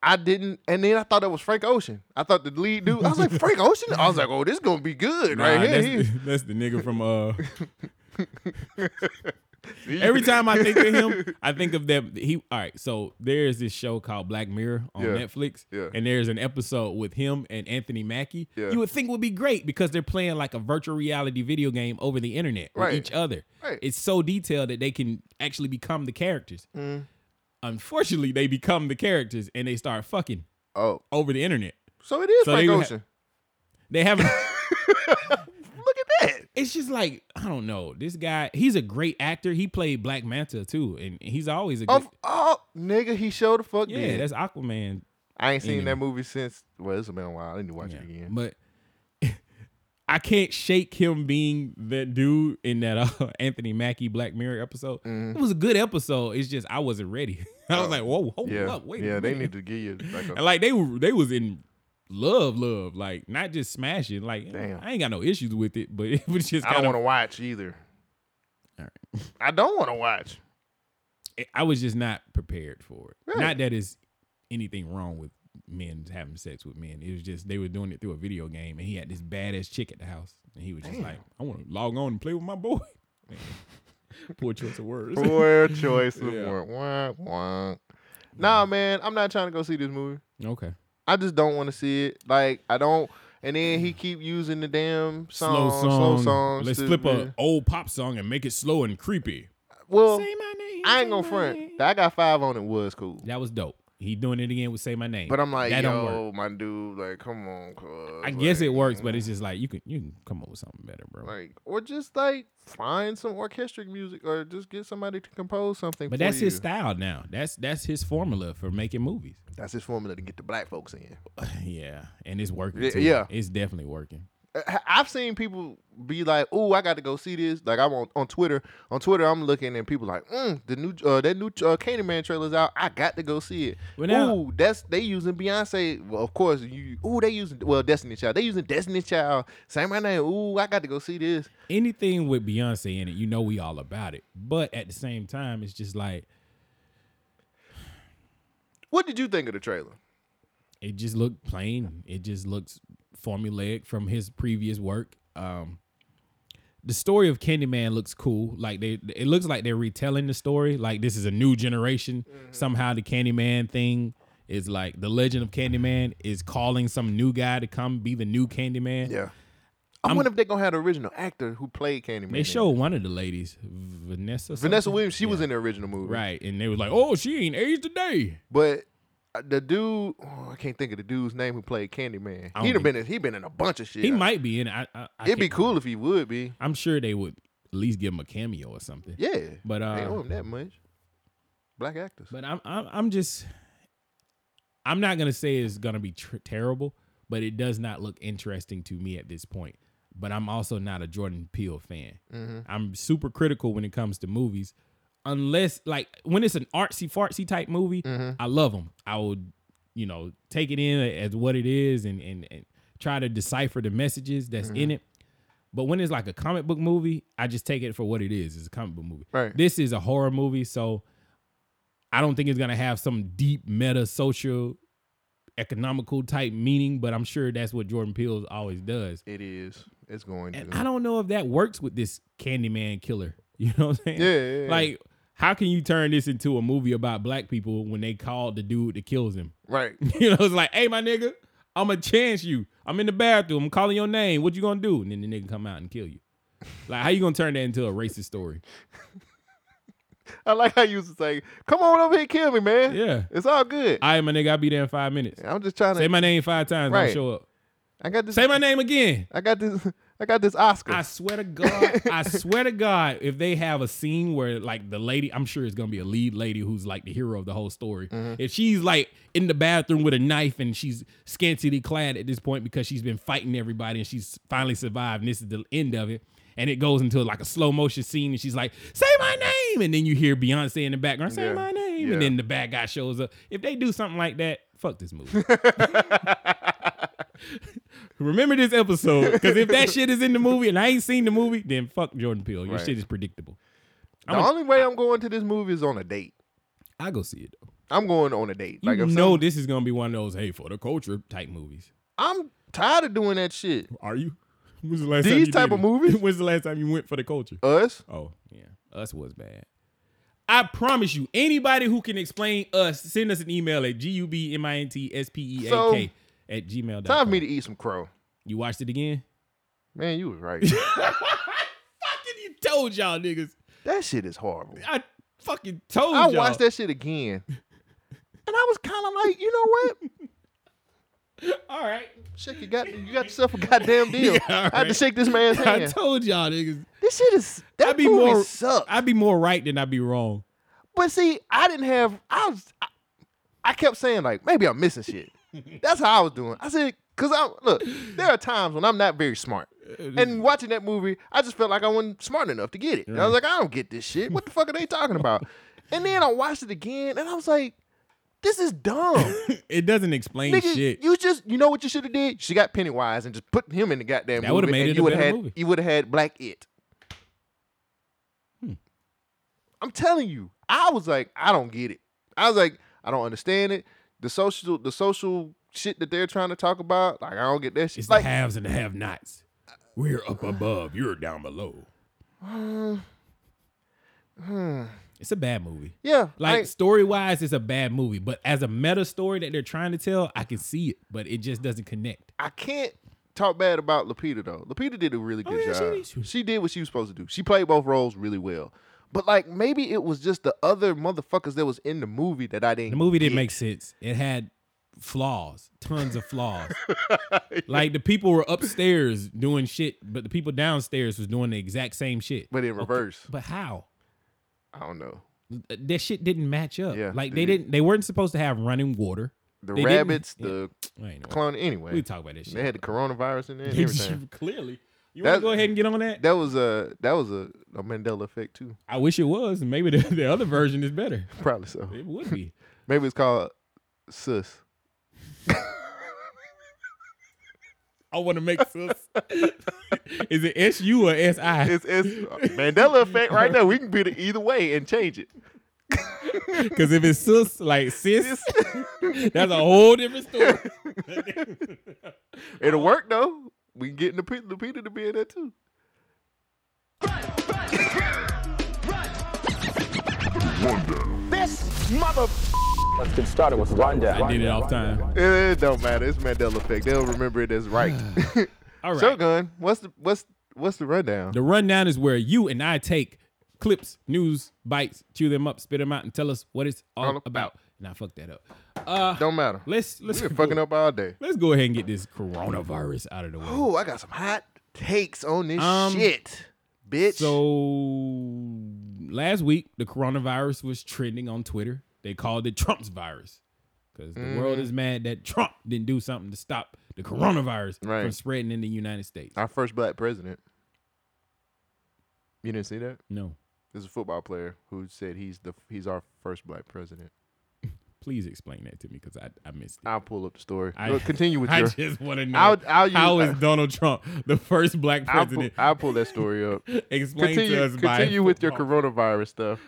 [SPEAKER 12] I didn't, and then I thought that was Frank Ocean. I thought the lead dude. I was like Frank Ocean. I was like, oh, this gonna be good
[SPEAKER 6] Nah,
[SPEAKER 12] right here.
[SPEAKER 6] that's,
[SPEAKER 12] He-
[SPEAKER 6] the, that's the nigga from uh. Every time I think of him, I think of that. He all right. So there's this show called Black Mirror on
[SPEAKER 15] Yeah,
[SPEAKER 6] Netflix,
[SPEAKER 15] yeah.
[SPEAKER 6] and there's an episode with him and Anthony Mackie.
[SPEAKER 15] Yeah.
[SPEAKER 6] You would think would be great because they're playing like a virtual reality video game over the internet
[SPEAKER 15] Right.
[SPEAKER 6] with each other.
[SPEAKER 15] Right.
[SPEAKER 6] It's so detailed that they can actually become the characters. Unfortunately, they become the characters and they start fucking
[SPEAKER 12] oh
[SPEAKER 6] over the internet.
[SPEAKER 12] So it is
[SPEAKER 6] they
[SPEAKER 12] Frank
[SPEAKER 6] would ha-
[SPEAKER 12] Ocean.
[SPEAKER 6] they haven't. Look at that. It's just like I don't know. This guy, he's a great actor. He played Black Manta too, and he's always a good.
[SPEAKER 12] Of all nigga, he showed the fuck.
[SPEAKER 6] yeah,
[SPEAKER 12] did.
[SPEAKER 6] that's Aquaman.
[SPEAKER 12] I ain't seen
[SPEAKER 6] Anyway.
[SPEAKER 12] that movie since. Well, it's been a while. I need to watch it again.
[SPEAKER 6] But I can't shake him being that dude in that uh, Anthony Mackie Black Mirror episode.
[SPEAKER 12] Mm-hmm.
[SPEAKER 6] It was a good episode. It's just I wasn't ready. I was like, whoa, hold
[SPEAKER 12] Oh, yeah,
[SPEAKER 6] up, wait. a
[SPEAKER 12] yeah, they need
[SPEAKER 6] minute.
[SPEAKER 12] to give you like a
[SPEAKER 6] And like they were, they was in love, love, like not just smashing. Like I ain't got no issues with it, but it was just.
[SPEAKER 12] I don't
[SPEAKER 6] kinda-
[SPEAKER 12] want to watch either.
[SPEAKER 6] All
[SPEAKER 12] right. I don't want to watch.
[SPEAKER 6] it- I was just not prepared for it.
[SPEAKER 12] Right.
[SPEAKER 6] Not that is anything wrong with men having sex with men. It was just they were doing it through a video game, and he had this badass chick at the house, and he was just
[SPEAKER 15] Damn.
[SPEAKER 6] like, "I want to log on and play with my boy." Man, Poor choice of words.
[SPEAKER 12] Poor choice of
[SPEAKER 6] Yeah.
[SPEAKER 12] word. Wah, wah. Nah, man, I'm not trying to go see this movie.
[SPEAKER 6] Okay.
[SPEAKER 12] I just don't want to see it. Like I don't. And then he keep using the damn
[SPEAKER 6] Mm. Slow
[SPEAKER 12] song,
[SPEAKER 6] song.
[SPEAKER 12] songs.
[SPEAKER 6] Let's
[SPEAKER 12] to-
[SPEAKER 6] flip
[SPEAKER 12] yeah.
[SPEAKER 6] a old pop song and make it slow and creepy.
[SPEAKER 12] Well, I ain't gonna front. That I got five on it was cool.
[SPEAKER 6] That was dope. He doing it again with "Say My Name,"
[SPEAKER 12] But I'm like,
[SPEAKER 6] that don't work.
[SPEAKER 12] yo, my dude, like, come on, cuz.
[SPEAKER 6] I
[SPEAKER 12] like,
[SPEAKER 6] guess
[SPEAKER 12] mm-hmm.
[SPEAKER 6] it works, but it's just like you can you can come up with something better, bro.
[SPEAKER 12] Like, or just like find some orchestral music, or just get somebody to compose something.
[SPEAKER 6] But
[SPEAKER 12] for
[SPEAKER 6] that's his
[SPEAKER 12] you.
[SPEAKER 6] style now. That's that's his formula for making movies.
[SPEAKER 12] That's his formula to get the black folks in.
[SPEAKER 6] Yeah, and it's working.
[SPEAKER 12] Yeah,
[SPEAKER 6] too.
[SPEAKER 12] yeah.
[SPEAKER 6] it's definitely working.
[SPEAKER 12] I- I've seen people be like, "Oh, I got to go see this." Like I'm on, on Twitter. On Twitter, I'm looking and people like, mm, "The new uh, that new uh, Candyman trailer's out. I got to go see it."
[SPEAKER 6] Well, now-
[SPEAKER 12] ooh, that's they using Beyonce. Well, of course you. Ooh, they using well Destiny Child. They using Destiny Child. Same right name. Ooh, I got to go see this.
[SPEAKER 6] Anything with Beyonce in it, you know we all about it. But at the same time, it's just like
[SPEAKER 12] What did you think of the trailer?
[SPEAKER 6] it just looked plain. It just looks formulaic from his previous work. Um, the story of Candyman looks cool. Like they, it looks like they're retelling the story. Like this is a new generation.
[SPEAKER 12] Mm-hmm.
[SPEAKER 6] Somehow the Candyman thing is like the legend of Candyman is calling some new guy to come be the new Candyman.
[SPEAKER 12] Yeah. I wonder if they gonna have the original actor who played Candyman.
[SPEAKER 6] They
[SPEAKER 12] in.
[SPEAKER 6] showed one of the ladies, Vanessa.
[SPEAKER 12] Vanessa
[SPEAKER 6] something?
[SPEAKER 12] Williams. She was in the original movie,
[SPEAKER 6] Right, and they was like, "Oh, she ain't aged a day."
[SPEAKER 12] But uh, the dude, oh, I can't think of the dude's name who played Candyman.
[SPEAKER 6] I don't
[SPEAKER 12] He'd have
[SPEAKER 6] think-
[SPEAKER 12] been in- he been in a bunch of shit.
[SPEAKER 6] He might be in. it. I, I, I
[SPEAKER 12] It'd be
[SPEAKER 6] can't-
[SPEAKER 12] cool if he would be.
[SPEAKER 6] I'm sure they would at least give him a cameo or something.
[SPEAKER 12] Yeah,
[SPEAKER 6] but uh,
[SPEAKER 12] they owe him that much. Black actors.
[SPEAKER 6] But I'm I'm I'm just I'm not gonna say it's gonna be tr- terrible, but it does not look interesting to me at this point. But I'm also not a Jordan Peele fan.
[SPEAKER 12] Mm-hmm.
[SPEAKER 15] Mhm.
[SPEAKER 6] I'm super critical when it comes to movies, unless like when it's an artsy fartsy type movie,
[SPEAKER 12] Mm-hmm.
[SPEAKER 6] I love them. I would you know take it in as what it is and and, and try to decipher the messages that's in
[SPEAKER 12] Mm-hmm.
[SPEAKER 15] Mhm.
[SPEAKER 6] it. But when it's like a comic book movie, I just take it for what it is. It's a comic book movie.
[SPEAKER 15] Right.
[SPEAKER 6] This is a horror movie, so I don't think it's gonna have some deep meta social economical type meaning, but I'm sure that's what Jordan Peele always does.
[SPEAKER 12] It is. It's going
[SPEAKER 6] And
[SPEAKER 12] to.
[SPEAKER 6] I don't know if that works with this Candyman killer. You know what I'm saying?
[SPEAKER 12] Yeah, yeah, yeah.
[SPEAKER 6] Like, how can you turn this into a movie about black people when they called the dude that kills him?
[SPEAKER 12] Right.
[SPEAKER 6] You know, it's like, hey, my nigga, I'ma chance you. I'm in the bathroom. I'm calling your name. What you gonna do? And then the nigga come out and kill you. Like, how you gonna turn that into a racist story?
[SPEAKER 12] I like how you used to say, "Come on over here, kill me, man."
[SPEAKER 6] Yeah.
[SPEAKER 12] It's all good.
[SPEAKER 6] All right, my nigga, I'll be there in five minutes.
[SPEAKER 12] I'm just trying to
[SPEAKER 6] say my name five times. I'll
[SPEAKER 12] Right.
[SPEAKER 6] show up.
[SPEAKER 12] I got this.
[SPEAKER 6] Say my name again.
[SPEAKER 12] I got this. I got this Oscar.
[SPEAKER 6] I swear to God. I swear to God, if they have a scene where like the lady, I'm sure it's gonna be a lead lady who's like the hero of the whole story.
[SPEAKER 12] Mm-hmm.
[SPEAKER 6] If she's like in the bathroom with a knife and she's scantily clad at this point because she's been fighting everybody and she's finally survived, and this is the end of it. And it goes into like a slow motion scene, and she's like, "Say my name," and then you hear Beyonce in the background, "Say
[SPEAKER 12] Yeah.
[SPEAKER 6] my name,"
[SPEAKER 12] Yeah.
[SPEAKER 6] and then the bad guy shows up. If they do something like that, fuck this movie. Remember this episode because if that shit is in the movie and I ain't seen the movie, then fuck Jordan Peele. Your
[SPEAKER 12] Right.
[SPEAKER 6] shit is predictable.
[SPEAKER 12] The
[SPEAKER 6] I'm a-
[SPEAKER 12] only way I'm going to this movie is on a date.
[SPEAKER 6] I go see it though.
[SPEAKER 12] I'm going on a date.
[SPEAKER 6] You
[SPEAKER 12] like if
[SPEAKER 6] know
[SPEAKER 12] some-
[SPEAKER 6] this is gonna be one of those hey for the culture type movies.
[SPEAKER 12] I'm tired of doing that shit.
[SPEAKER 6] Are you? When's the last
[SPEAKER 12] These type of
[SPEAKER 6] movies? When's the last time you went for the culture?
[SPEAKER 12] Us?
[SPEAKER 6] Oh yeah, us was bad. I promise you, anybody who can explain us, send us an email at gubmintspeak
[SPEAKER 12] So,
[SPEAKER 6] E at gmail.
[SPEAKER 12] Time for me to eat some crow.
[SPEAKER 6] You watched it again?
[SPEAKER 12] Man, you was right.
[SPEAKER 6] You told y'all niggas.
[SPEAKER 12] that shit is horrible.
[SPEAKER 6] I fucking told
[SPEAKER 12] I
[SPEAKER 6] y'all.
[SPEAKER 12] watched that shit again. And I was kind of like, you know what?
[SPEAKER 6] All right.
[SPEAKER 12] Shit, you got you got yourself a goddamn deal. I had to shake this man's
[SPEAKER 6] I
[SPEAKER 12] hand.
[SPEAKER 6] told y'all niggas.
[SPEAKER 12] This shit is that
[SPEAKER 6] I'd be
[SPEAKER 12] movie
[SPEAKER 6] more
[SPEAKER 12] sucked.
[SPEAKER 6] I'd be more right than I'd be wrong.
[SPEAKER 12] But see, I didn't have. I was. I, I kept saying like, maybe I'm missing shit. That's how I was doing. I said, cause I look. There are times when I'm not very smart, Uh, and watching that movie, I just felt like I wasn't smart enough to get it. And I was like, I don't get this shit. What the fuck are they talking about? And then I watched it again, and I was like, this is dumb.
[SPEAKER 6] It doesn't explain
[SPEAKER 12] Nigga,
[SPEAKER 6] shit.
[SPEAKER 12] you just you know what you should have did. She got Pennywise and just put him in the goddamn
[SPEAKER 6] That
[SPEAKER 12] movie.
[SPEAKER 6] would've made
[SPEAKER 12] and
[SPEAKER 6] it
[SPEAKER 12] you
[SPEAKER 6] a
[SPEAKER 12] would've
[SPEAKER 6] better
[SPEAKER 12] had
[SPEAKER 6] movie.
[SPEAKER 12] you would have had Black It.
[SPEAKER 6] Hmm.
[SPEAKER 12] I'm telling you, I was like, I don't get it. I was like, I don't understand it. The social the social shit that they're trying to talk about, like I don't get that shit.
[SPEAKER 6] It's
[SPEAKER 12] like,
[SPEAKER 6] the haves and the have nots. We're up above. You're down below. It's a bad movie.
[SPEAKER 12] Hmm. Yeah,
[SPEAKER 6] Like
[SPEAKER 12] like-
[SPEAKER 6] story wise, it's a bad movie. But as a meta story that they're trying to tell, I can see it, but it just doesn't connect.
[SPEAKER 12] I can't talk bad about Lupita though. Lupita did a really good
[SPEAKER 6] Oh, yeah,
[SPEAKER 12] job.
[SPEAKER 6] she-
[SPEAKER 12] She, did what she was supposed to do. She played both roles really well. But like maybe it was just the other motherfuckers that was in the movie that I didn't.
[SPEAKER 6] The movie didn't
[SPEAKER 12] get.
[SPEAKER 6] make sense. It had flaws, tons of flaws. Like the people were upstairs doing shit, but the people downstairs was doing the exact same shit.
[SPEAKER 12] But in reverse.
[SPEAKER 6] But how?
[SPEAKER 12] I don't know.
[SPEAKER 6] That shit didn't match up.
[SPEAKER 12] Yeah,
[SPEAKER 6] like
[SPEAKER 12] they
[SPEAKER 6] they
[SPEAKER 12] did.
[SPEAKER 6] didn't. They weren't supposed to have running water.
[SPEAKER 12] The
[SPEAKER 6] They didn't-
[SPEAKER 12] rabbits, the
[SPEAKER 6] I ain't know.
[SPEAKER 12] clone. Anyway,
[SPEAKER 6] We talk about this
[SPEAKER 12] They
[SPEAKER 6] shit.
[SPEAKER 12] had the coronavirus in there. And
[SPEAKER 6] They
[SPEAKER 12] everything.
[SPEAKER 6] just- Clearly, you want to
[SPEAKER 12] That-
[SPEAKER 6] go ahead and get on that?
[SPEAKER 12] That was a that was a, a Mandela effect too.
[SPEAKER 6] I wish it was. and Maybe the, the other version is better.
[SPEAKER 12] Probably so.
[SPEAKER 6] It would be.
[SPEAKER 12] Maybe it's called sus.
[SPEAKER 6] I want to make sus. is it S U or S I?
[SPEAKER 12] It's it's Mandela effect right now. We can put it either way and change it.
[SPEAKER 6] Because if it's sus, like sis, that's a whole different story.
[SPEAKER 12] It'll work though. We can get Lupi- Lupita to be in there too.
[SPEAKER 7] This mother.
[SPEAKER 15] Let's get started with rundown.
[SPEAKER 6] I did it off time.
[SPEAKER 12] It, Eh, it don't matter. It's Mandela effect. They'll remember it as right.
[SPEAKER 6] All right.
[SPEAKER 12] Shogun, what's the what's what's the rundown?
[SPEAKER 6] The rundown is where you and I take clips, news, bites, chew them up, spit them out, and tell us what it's all,
[SPEAKER 12] All
[SPEAKER 6] about.
[SPEAKER 12] about.
[SPEAKER 6] Now fuck that up. Uh,
[SPEAKER 12] Don't matter.
[SPEAKER 6] let's let's
[SPEAKER 12] We've been fucking up all day.
[SPEAKER 6] Let's go ahead and get this coronavirus out of the way.
[SPEAKER 12] Oh, I got some hot takes on this
[SPEAKER 6] Um,
[SPEAKER 12] shit, bitch.
[SPEAKER 6] So last week, the coronavirus was trending on Twitter. They called it Trump's virus because the world
[SPEAKER 12] Mhm.
[SPEAKER 6] is mad that Trump didn't do something to stop the coronavirus
[SPEAKER 12] Right.
[SPEAKER 6] from spreading in the United States.
[SPEAKER 12] Our first black president. You didn't see that?
[SPEAKER 6] No,
[SPEAKER 12] There's a football player who said he's the he's our first black president.
[SPEAKER 6] please explain that to me because I, I missed it.
[SPEAKER 12] I'll pull up the story.
[SPEAKER 6] I-
[SPEAKER 12] Well, continue with
[SPEAKER 6] I
[SPEAKER 12] your.
[SPEAKER 6] just want to know
[SPEAKER 12] I'll, I'll use,
[SPEAKER 6] how is
[SPEAKER 12] I-
[SPEAKER 6] Donald Trump the first black
[SPEAKER 12] I'll pull,
[SPEAKER 6] president?
[SPEAKER 12] I'll pull that story up.
[SPEAKER 6] Explain
[SPEAKER 12] continue
[SPEAKER 6] to us by
[SPEAKER 12] continue with your coronavirus stuff.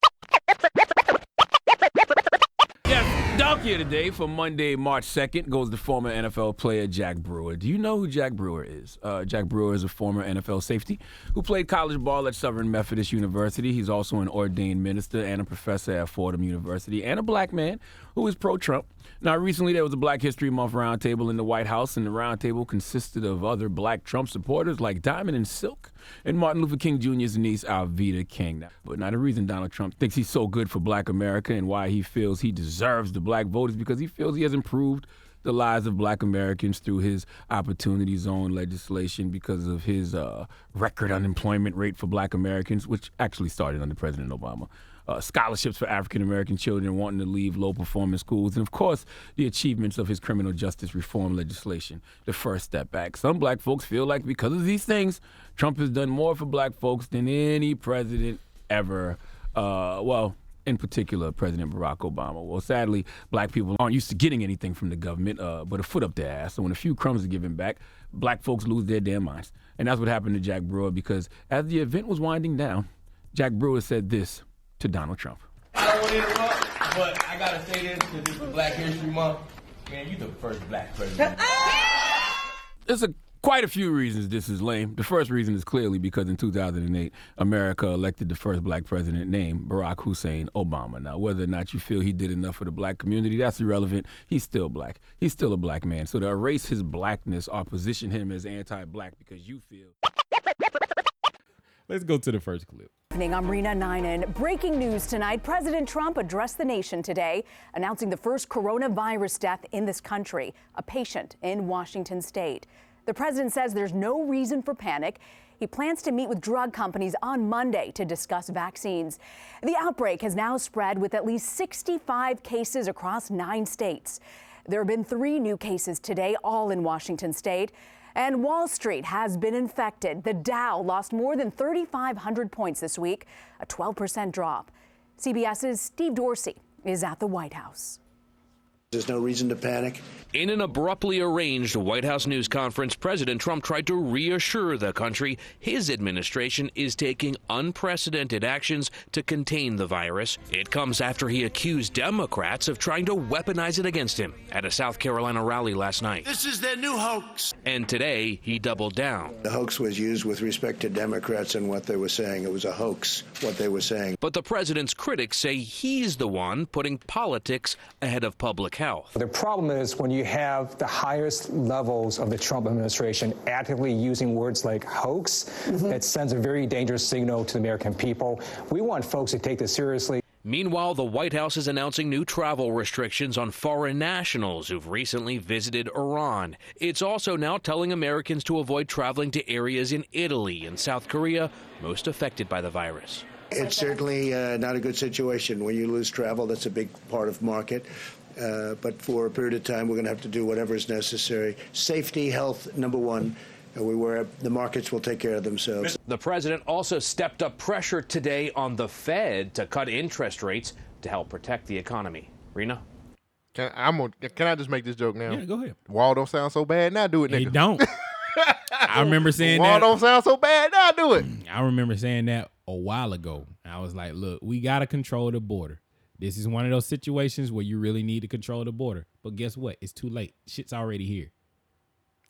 [SPEAKER 16] Yes, Doc here today for Monday, March 2nd, goes the former NFL player Jack Brewer. Do you know who Jack Brewer is? Uh, Jack Brewer is a former NFL safety who played college ball at Southern Methodist University. He's also an ordained minister and a professor at Fordham University, and a black man who is pro Trump. Now, recently there was a Black History Month roundtable in the White House, and the roundtable consisted of other black Trump supporters like Diamond and Silk and Martin Luther King Jr.'s niece, Alveda King. But now, the reason Donald Trump thinks he's so good for black America and why he feels he deserves the black vote is because he feels he has improved the lives of black Americans through his Opportunity Zone legislation because of his uh, record unemployment rate for black Americans, which actually started under President Obama. Uh, scholarships for African American children wanting to leave low performing schools, and of course, the achievements of his criminal justice reform legislation, the first step back. Some black folks feel like because of these things, Trump has done more for black folks than any president ever. Uh, well, in particular, President Barack Obama. Well, sadly, black people aren't used to getting anything from the government uh, but a foot up their ass. So when a few crumbs are given back, black folks lose their damn minds. And that's what happened to Jack Brewer because as the event was winding down, Jack Brewer said this to Donald Trump.
[SPEAKER 17] I don't want to interrupt, but I gotta say this because it's Black History Month. Man, you the first black president.
[SPEAKER 16] There's a quite a few reasons this is lame. The first reason is clearly because in 2008, America elected the first black president named Barack Hussein Obama. Now, whether or not you feel he did enough for the black community, that's irrelevant. He's still black. He's still a black man. So to erase his blackness or position him as anti-black because you feel
[SPEAKER 6] Let's go to the first clip.
[SPEAKER 18] Evening, I'm Rena Ninen. Breaking news tonight President Trump addressed the nation today, announcing the first coronavirus death in this country, a patient in Washington state. The president says there's no reason for panic. He plans to meet with drug companies on Monday to discuss vaccines. The outbreak has now spread with at least 65 cases across nine states. There have been three new cases today, all in Washington state. And Wall Street has been infected. The Dow lost more than 3,500 points this week, a 12% drop. CBS's Steve Dorsey is at the White House.
[SPEAKER 19] There's no reason to panic.
[SPEAKER 20] In an abruptly arranged White House news conference, President Trump tried to reassure the country his administration is taking unprecedented actions to contain the virus. It comes after he accused Democrats of trying to weaponize it against him at a South Carolina rally last night.
[SPEAKER 19] This is their new hoax.
[SPEAKER 20] And today, he doubled down.
[SPEAKER 19] The hoax was used with respect to Democrats and what they were saying. It was a hoax, what they were saying.
[SPEAKER 20] But the president's critics say he's the one putting politics ahead of public health.
[SPEAKER 21] The problem is when you have the highest levels of the Trump administration actively using words like hoax, it sends a very dangerous signal to the American people. We want folks to take this seriously.
[SPEAKER 20] Meanwhile, the White House is announcing new travel restrictions on foreign nationals who've recently visited Iran. It's also now telling Americans to avoid traveling to areas in Italy and South Korea most affected by the virus.
[SPEAKER 19] It's certainly uh, not a good situation. When you lose travel, that's a big part of market. Uh, but for a period of time, we're going to have to do whatever is necessary. Safety, health, number one. Uh, we were, the markets will take care of themselves.
[SPEAKER 20] The president also stepped up pressure today on the Fed to cut interest rates to help protect the economy. Rena?
[SPEAKER 12] Can, I'm gonna, can I just make this joke now?
[SPEAKER 6] Yeah, go ahead.
[SPEAKER 12] Wall don't sound so bad. Now do it, nigga.
[SPEAKER 6] It don't. I remember saying
[SPEAKER 12] Wall
[SPEAKER 6] that.
[SPEAKER 12] don't sound so bad. Now do it.
[SPEAKER 6] I remember saying that a while ago. I was like, look, we got to control the border. This is one of those situations where you really need to control the border. But guess what? It's too late. Shit's already here.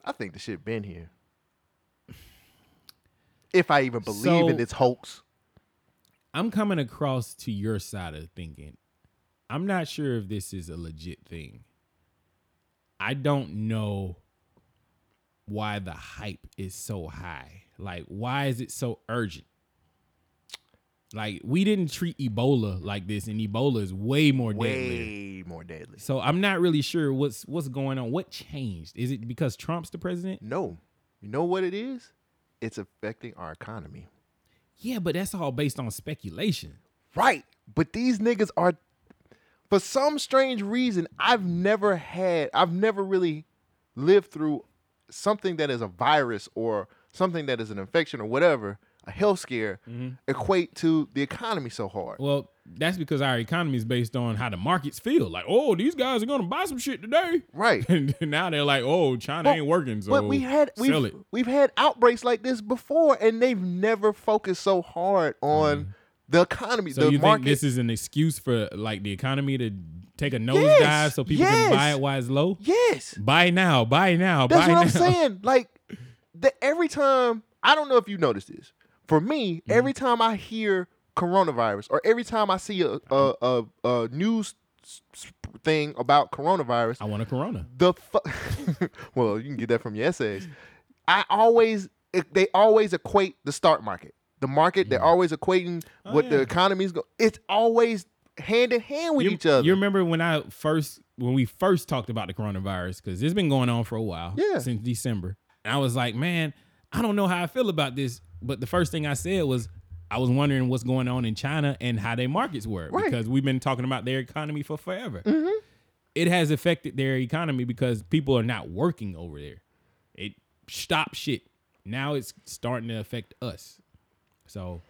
[SPEAKER 12] I think the shit been here. If I even believe
[SPEAKER 6] So-
[SPEAKER 12] in this hoax.
[SPEAKER 6] I'm coming across to your side of thinking. I'm not sure if this is a legit thing. I don't know why the hype is so high. Like, why is it so urgent? Like, we didn't treat Ebola like this, and Ebola is way more deadly.
[SPEAKER 12] Way more deadly.
[SPEAKER 6] So I'm not really sure what's what's going on. What changed? Is it because Trump's the president?
[SPEAKER 12] No. You know what it is? It's affecting our economy.
[SPEAKER 6] Yeah, but that's all based on speculation.
[SPEAKER 12] Right. But these niggas are for some strange reason, I've never had I've never really lived through something that is a virus or something that is an infection or whatever, a health scare
[SPEAKER 6] Mm-hmm.
[SPEAKER 12] equate to the economy so hard.
[SPEAKER 6] Well, that's because our economy is based on how the markets feel. Like, oh, these guys are gonna buy some shit today,
[SPEAKER 12] right?
[SPEAKER 6] And now they're like, oh, China ain't working, so
[SPEAKER 12] but we had we've,
[SPEAKER 6] sell it.
[SPEAKER 12] we've had outbreaks like this before and they've never focused so hard on the economy,
[SPEAKER 6] Mm-hmm. So
[SPEAKER 12] the
[SPEAKER 6] you
[SPEAKER 12] market.
[SPEAKER 6] think this is an excuse for like the economy to take a nosedive
[SPEAKER 12] Yes,
[SPEAKER 6] so people
[SPEAKER 12] yes.
[SPEAKER 6] can buy it while it's low?
[SPEAKER 12] Yes.
[SPEAKER 6] Buy now, buy now,
[SPEAKER 12] That's
[SPEAKER 6] buy
[SPEAKER 12] what I'm
[SPEAKER 6] now.
[SPEAKER 12] saying. Like the, every time, I don't know if you notice this. For me,
[SPEAKER 6] Mm-hmm.
[SPEAKER 12] every time I hear coronavirus or every time I see a a, a, a news s- s- thing about coronavirus, I
[SPEAKER 6] want a corona.
[SPEAKER 12] The fu- well, you can get that from your essays. I always it- they always
[SPEAKER 6] Mm-hmm. Oh,
[SPEAKER 12] equate the stock market, the market. They're always equating what the economy's going. It's always hand in hand with
[SPEAKER 6] you,
[SPEAKER 12] each other.
[SPEAKER 6] You remember when I first when we first talked about the coronavirus because it's been going on for a while.
[SPEAKER 12] Yeah.
[SPEAKER 6] since December. And I was like, man, I don't know how I feel about this. But the first thing I said was, I was wondering what's going on in China and how their markets work
[SPEAKER 12] Right. Mm-hmm.
[SPEAKER 6] because we've been talking about their economy for forever. It has affected their economy because people are not working over there. It stopped shit. Now it's starting to affect us. So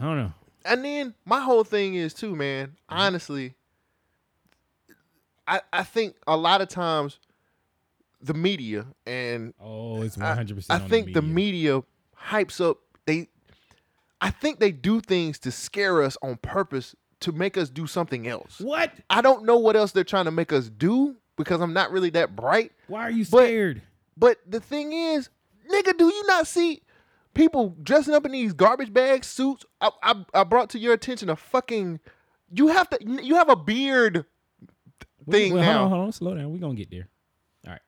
[SPEAKER 6] I don't know.
[SPEAKER 12] And then my whole thing is too, man.
[SPEAKER 6] Mm-hmm.
[SPEAKER 12] Honestly, I I think a lot of times the media and
[SPEAKER 6] oh, it's
[SPEAKER 12] one
[SPEAKER 6] hundred
[SPEAKER 12] I think the media hypes up. They, I think they do things to scare us on purpose to make us do something else.
[SPEAKER 6] What?
[SPEAKER 12] I don't know what else they're trying to make us do because I'm not really that bright.
[SPEAKER 6] Why are you
[SPEAKER 12] scared? But, the thing is, nigga, do you not see people dressing up in these garbage bag suits? I, I, I brought to your attention a fucking. You have to. You have a beard thing
[SPEAKER 6] Well,
[SPEAKER 12] now.
[SPEAKER 6] Hold on, hold on, slow down. We're gonna get there. All right.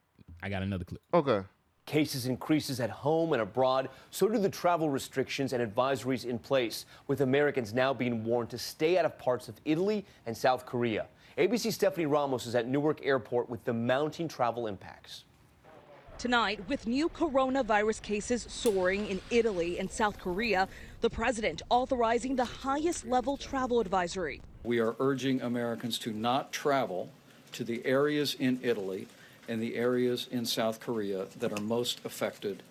[SPEAKER 6] I got another clip.
[SPEAKER 12] Okay.
[SPEAKER 4] Cases increases at home and abroad, so do the travel restrictions and advisories in place, with Americans now being warned to stay out of parts of Italy and South Korea. ABC Stephanie Ramos is at Newark Airport with the mounting travel impacts.
[SPEAKER 22] Tonight, with new coronavirus cases soaring in Italy and South Korea, the president authorizing the highest level travel advisory.
[SPEAKER 23] We are urging Americans to not travel to the areas in Italy and the areas in South Korea that are most affected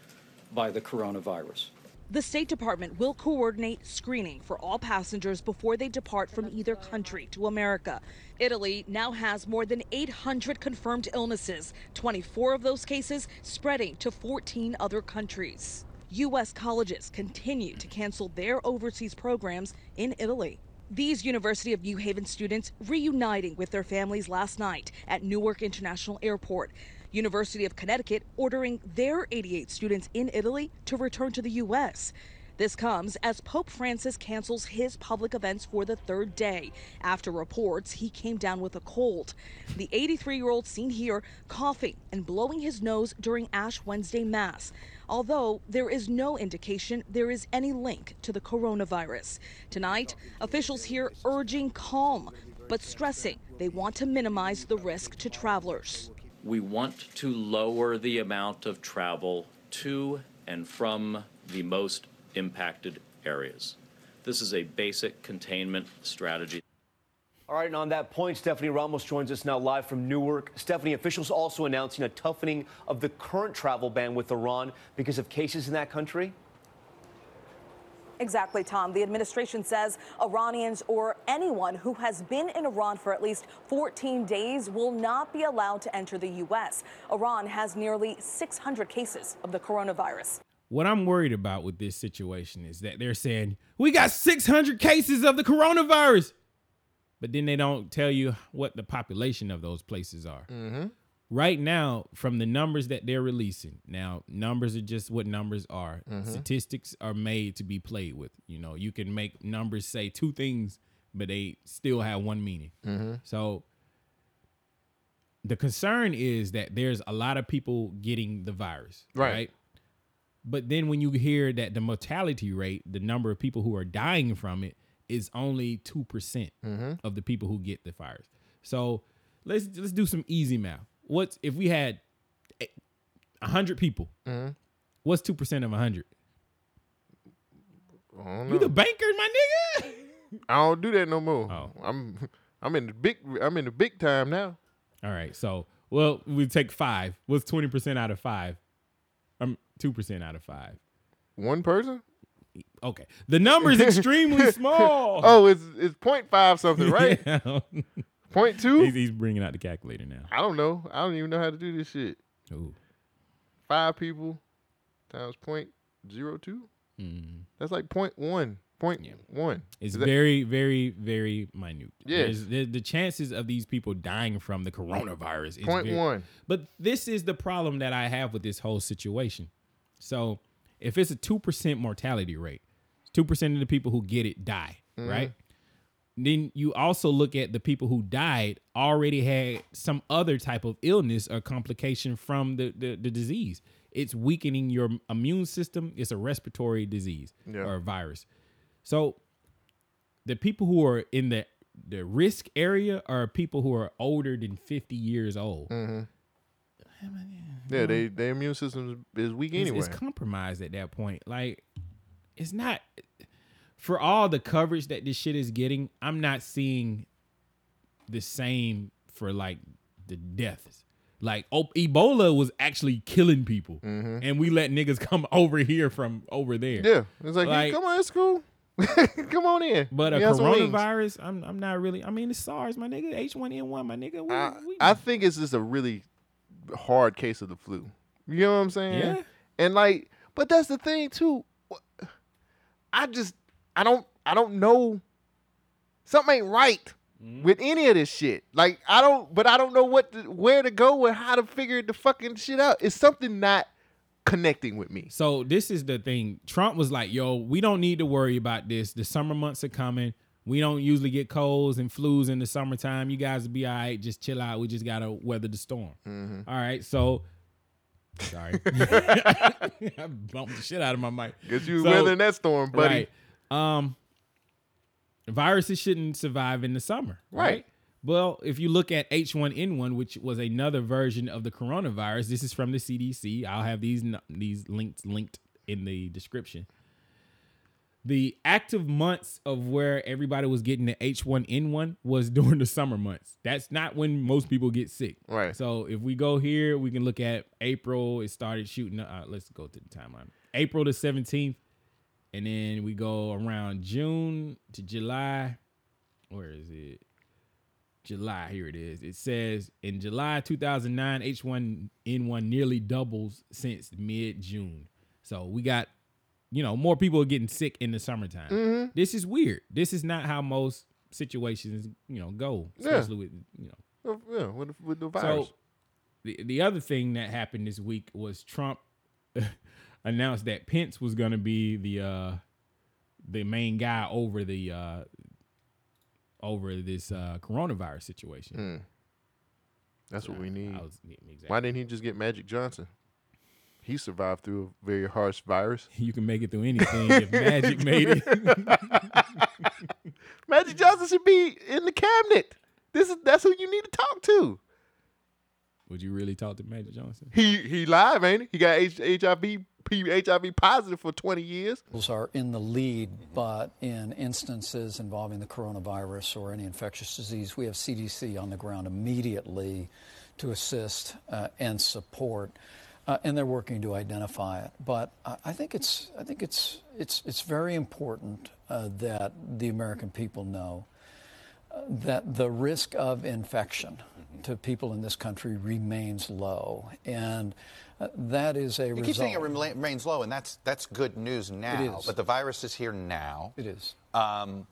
[SPEAKER 23] by the coronavirus.
[SPEAKER 22] The State Department will coordinate screening for all passengers before they depart from either country to America. Italy now has more than 800 confirmed illnesses, 24 of those cases spreading to 14 other countries. U.S. colleges continue to cancel their overseas programs in Italy. These University of New Haven students reuniting with their families last night at Newark International Airport. University of Connecticut ordering their 88 students in Italy to return to the U.S. This comes as Pope Francis cancels his public events for the third day after reports he came down with a cold. The 83 year old seen here coughing and blowing his nose during Ash Wednesday Mass, although there is no indication there is any link to the coronavirus. Tonight, officials here urging calm, but stressing they want to minimize the risk to travelers.
[SPEAKER 24] We want to lower the amount of travel to and from the most impacted areas. This is a basic containment strategy.
[SPEAKER 4] All right, and on that point, Stephanie Ramos joins us now live from Newark. Stephanie, officials also announcing a toughening of the current travel ban with Iran because of cases in that country.
[SPEAKER 22] Exactly, Tom. The administration says Iranians or anyone who has been in Iran for at least 14 days will not be allowed to enter the U.S. Iran has nearly 600 cases of the coronavirus.
[SPEAKER 6] What I'm worried about with this situation is that they're saying we got 600 cases of the coronavirus, but then they don't tell you what the population of those places are.
[SPEAKER 12] Mm-hmm.
[SPEAKER 6] Right now, from the numbers that they're releasing, now numbers are just what numbers are.
[SPEAKER 12] Mhm.
[SPEAKER 6] Statistics are made to be played with. You know, you can make numbers say two things, but they still have one meaning.
[SPEAKER 12] Mhm.
[SPEAKER 6] So the concern is that there's a lot of people getting the virus,
[SPEAKER 12] Right.
[SPEAKER 6] But then when you hear that the mortality rate, the number of people who are dying from it, is only two percent
[SPEAKER 12] Mhm.
[SPEAKER 6] of the people who get the virus. So let's let's do some easy math. What's if we had a hundred people?
[SPEAKER 12] Mhm.
[SPEAKER 6] What's two percent of a hundred?
[SPEAKER 12] You
[SPEAKER 6] You the banker, my nigga.
[SPEAKER 12] I don't do that no more. I'm I'm in the big I'm in the big time now.
[SPEAKER 6] All right. So, well, we take five. What's 20% out of five? Um, 2% out of five.
[SPEAKER 12] One person?
[SPEAKER 6] Okay. The number is extremely small.
[SPEAKER 12] oh, it's it's point five something, right? Point two?
[SPEAKER 6] He's, he's bringing out the calculator now.
[SPEAKER 12] I don't know. I don't even know how to do this shit.
[SPEAKER 6] Ooh.
[SPEAKER 12] Five people times point zero two.
[SPEAKER 6] Mm.
[SPEAKER 12] That's like point one. Point one.
[SPEAKER 6] It's
[SPEAKER 12] Is that-
[SPEAKER 6] very, very, very minute.
[SPEAKER 12] Yeah.
[SPEAKER 6] There's- The, the chances of these people dying from the coronavirus is
[SPEAKER 12] Point
[SPEAKER 6] very-
[SPEAKER 12] one.
[SPEAKER 6] But this is the problem that I have with this whole situation. So if it's a 2% mortality rate, 2% of the people who get it die,
[SPEAKER 12] Mhm.
[SPEAKER 6] right? Then you also look at the people who died already had some other type of illness or complication from the, the, the disease. It's weakening your immune system. It's a respiratory disease
[SPEAKER 12] Yeah.
[SPEAKER 6] or a virus. So the people who are in the the risk area are people who are older than 50 years old.
[SPEAKER 12] Yeah, they their immune system is weak
[SPEAKER 6] It's-
[SPEAKER 12] anyway.
[SPEAKER 6] It's compromised at that point. Like, it's not for all the coverage that this shit is getting. I'm not seeing the same for like the deaths. Like oh, Ebola was actually killing people, and we let niggas come over here from over there.
[SPEAKER 12] Mm-hmm. yeah, it's like, hey, come on, it's cool. come on in.
[SPEAKER 6] But a
[SPEAKER 12] We have some wings.
[SPEAKER 6] coronavirus, I'm I'm not really. I mean, it's SARS, my nigga. H1N1, my nigga. We, we-
[SPEAKER 12] I think it's just a really hard case of the flu. You know what I'm saying?
[SPEAKER 6] Yeah.
[SPEAKER 12] And like, but that's the thing too. Wh- I just, I don't, I don't know. Something ain't right
[SPEAKER 6] Mm-hmm.
[SPEAKER 12] with any of this shit. Like, I don't, but I don't know what, to, where to go and how to figure the fucking shit out. It's something not connecting with me.
[SPEAKER 6] So this is the thing. Trump was like, "Yo, we don't need to worry about this. The summer months are coming. We don't usually get colds and flus in the summertime. You guys will be all right. Just chill out. We just gotta weather the storm.
[SPEAKER 12] Mm-hmm.
[SPEAKER 6] All right. So, sorry, I bumped the shit out of my mic.
[SPEAKER 12] Guess you was weathering that storm, buddy.
[SPEAKER 6] Right. Um, viruses shouldn't survive in the summer, right?
[SPEAKER 12] Right.
[SPEAKER 6] Well, if you look at H1N1, which was another version of the coronavirus, this is from the CDC. I'll have these n- these linked linked in the description. The active months of where everybody was getting the H1N1 was during the summer months. That's not when most people get sick. Right. So if we go here, we can look at April. It started shooting. Uh, let's go to the timeline. April the 17th. And then we go around June to July. Where is it? July, here it is. It says in July 2009, H1N1 nearly doubles since mid June. So we got, you know, more people are getting sick in the summertime.
[SPEAKER 12] Mhm.
[SPEAKER 6] This is weird. This is not how most situations, you know, go,
[SPEAKER 12] Yeah.
[SPEAKER 6] especially with, you know,
[SPEAKER 12] Uh, Yeah, with, the- with the virus.
[SPEAKER 6] so the the other thing that happened this week was Trump announced that Pence was going to be the uh the main guy over the uh over this uh coronavirus situation.
[SPEAKER 12] Hmm. That's what we need. Why
[SPEAKER 6] exactly.
[SPEAKER 12] didn't he just get Magic Johnson? He survived through a very harsh virus.
[SPEAKER 6] You can make it through anything if Magic made
[SPEAKER 12] it. Magic Johnson should be in the cabinet. This is that's who you need to talk to.
[SPEAKER 6] Would you really talk to Magic Johnson?
[SPEAKER 12] He he live, ain't he? He got H- HIV P- HIV positive for twenty years.
[SPEAKER 8] Hospitals are in the lead, but in instances involving the coronavirus or any infectious disease, we have CDC on the ground immediately to assist uh, and support, uh, and they're working to identify it. But I, I think it's I think it's it's it's very important uh, that the American people know uh, that the risk of infection to people in this country remains low, and uh, that is a
[SPEAKER 25] You
[SPEAKER 8] result.
[SPEAKER 25] keep saying it remla- remains low, and that's that's good news now.
[SPEAKER 8] is.
[SPEAKER 25] But the virus is here now.
[SPEAKER 8] It is.
[SPEAKER 25] Um,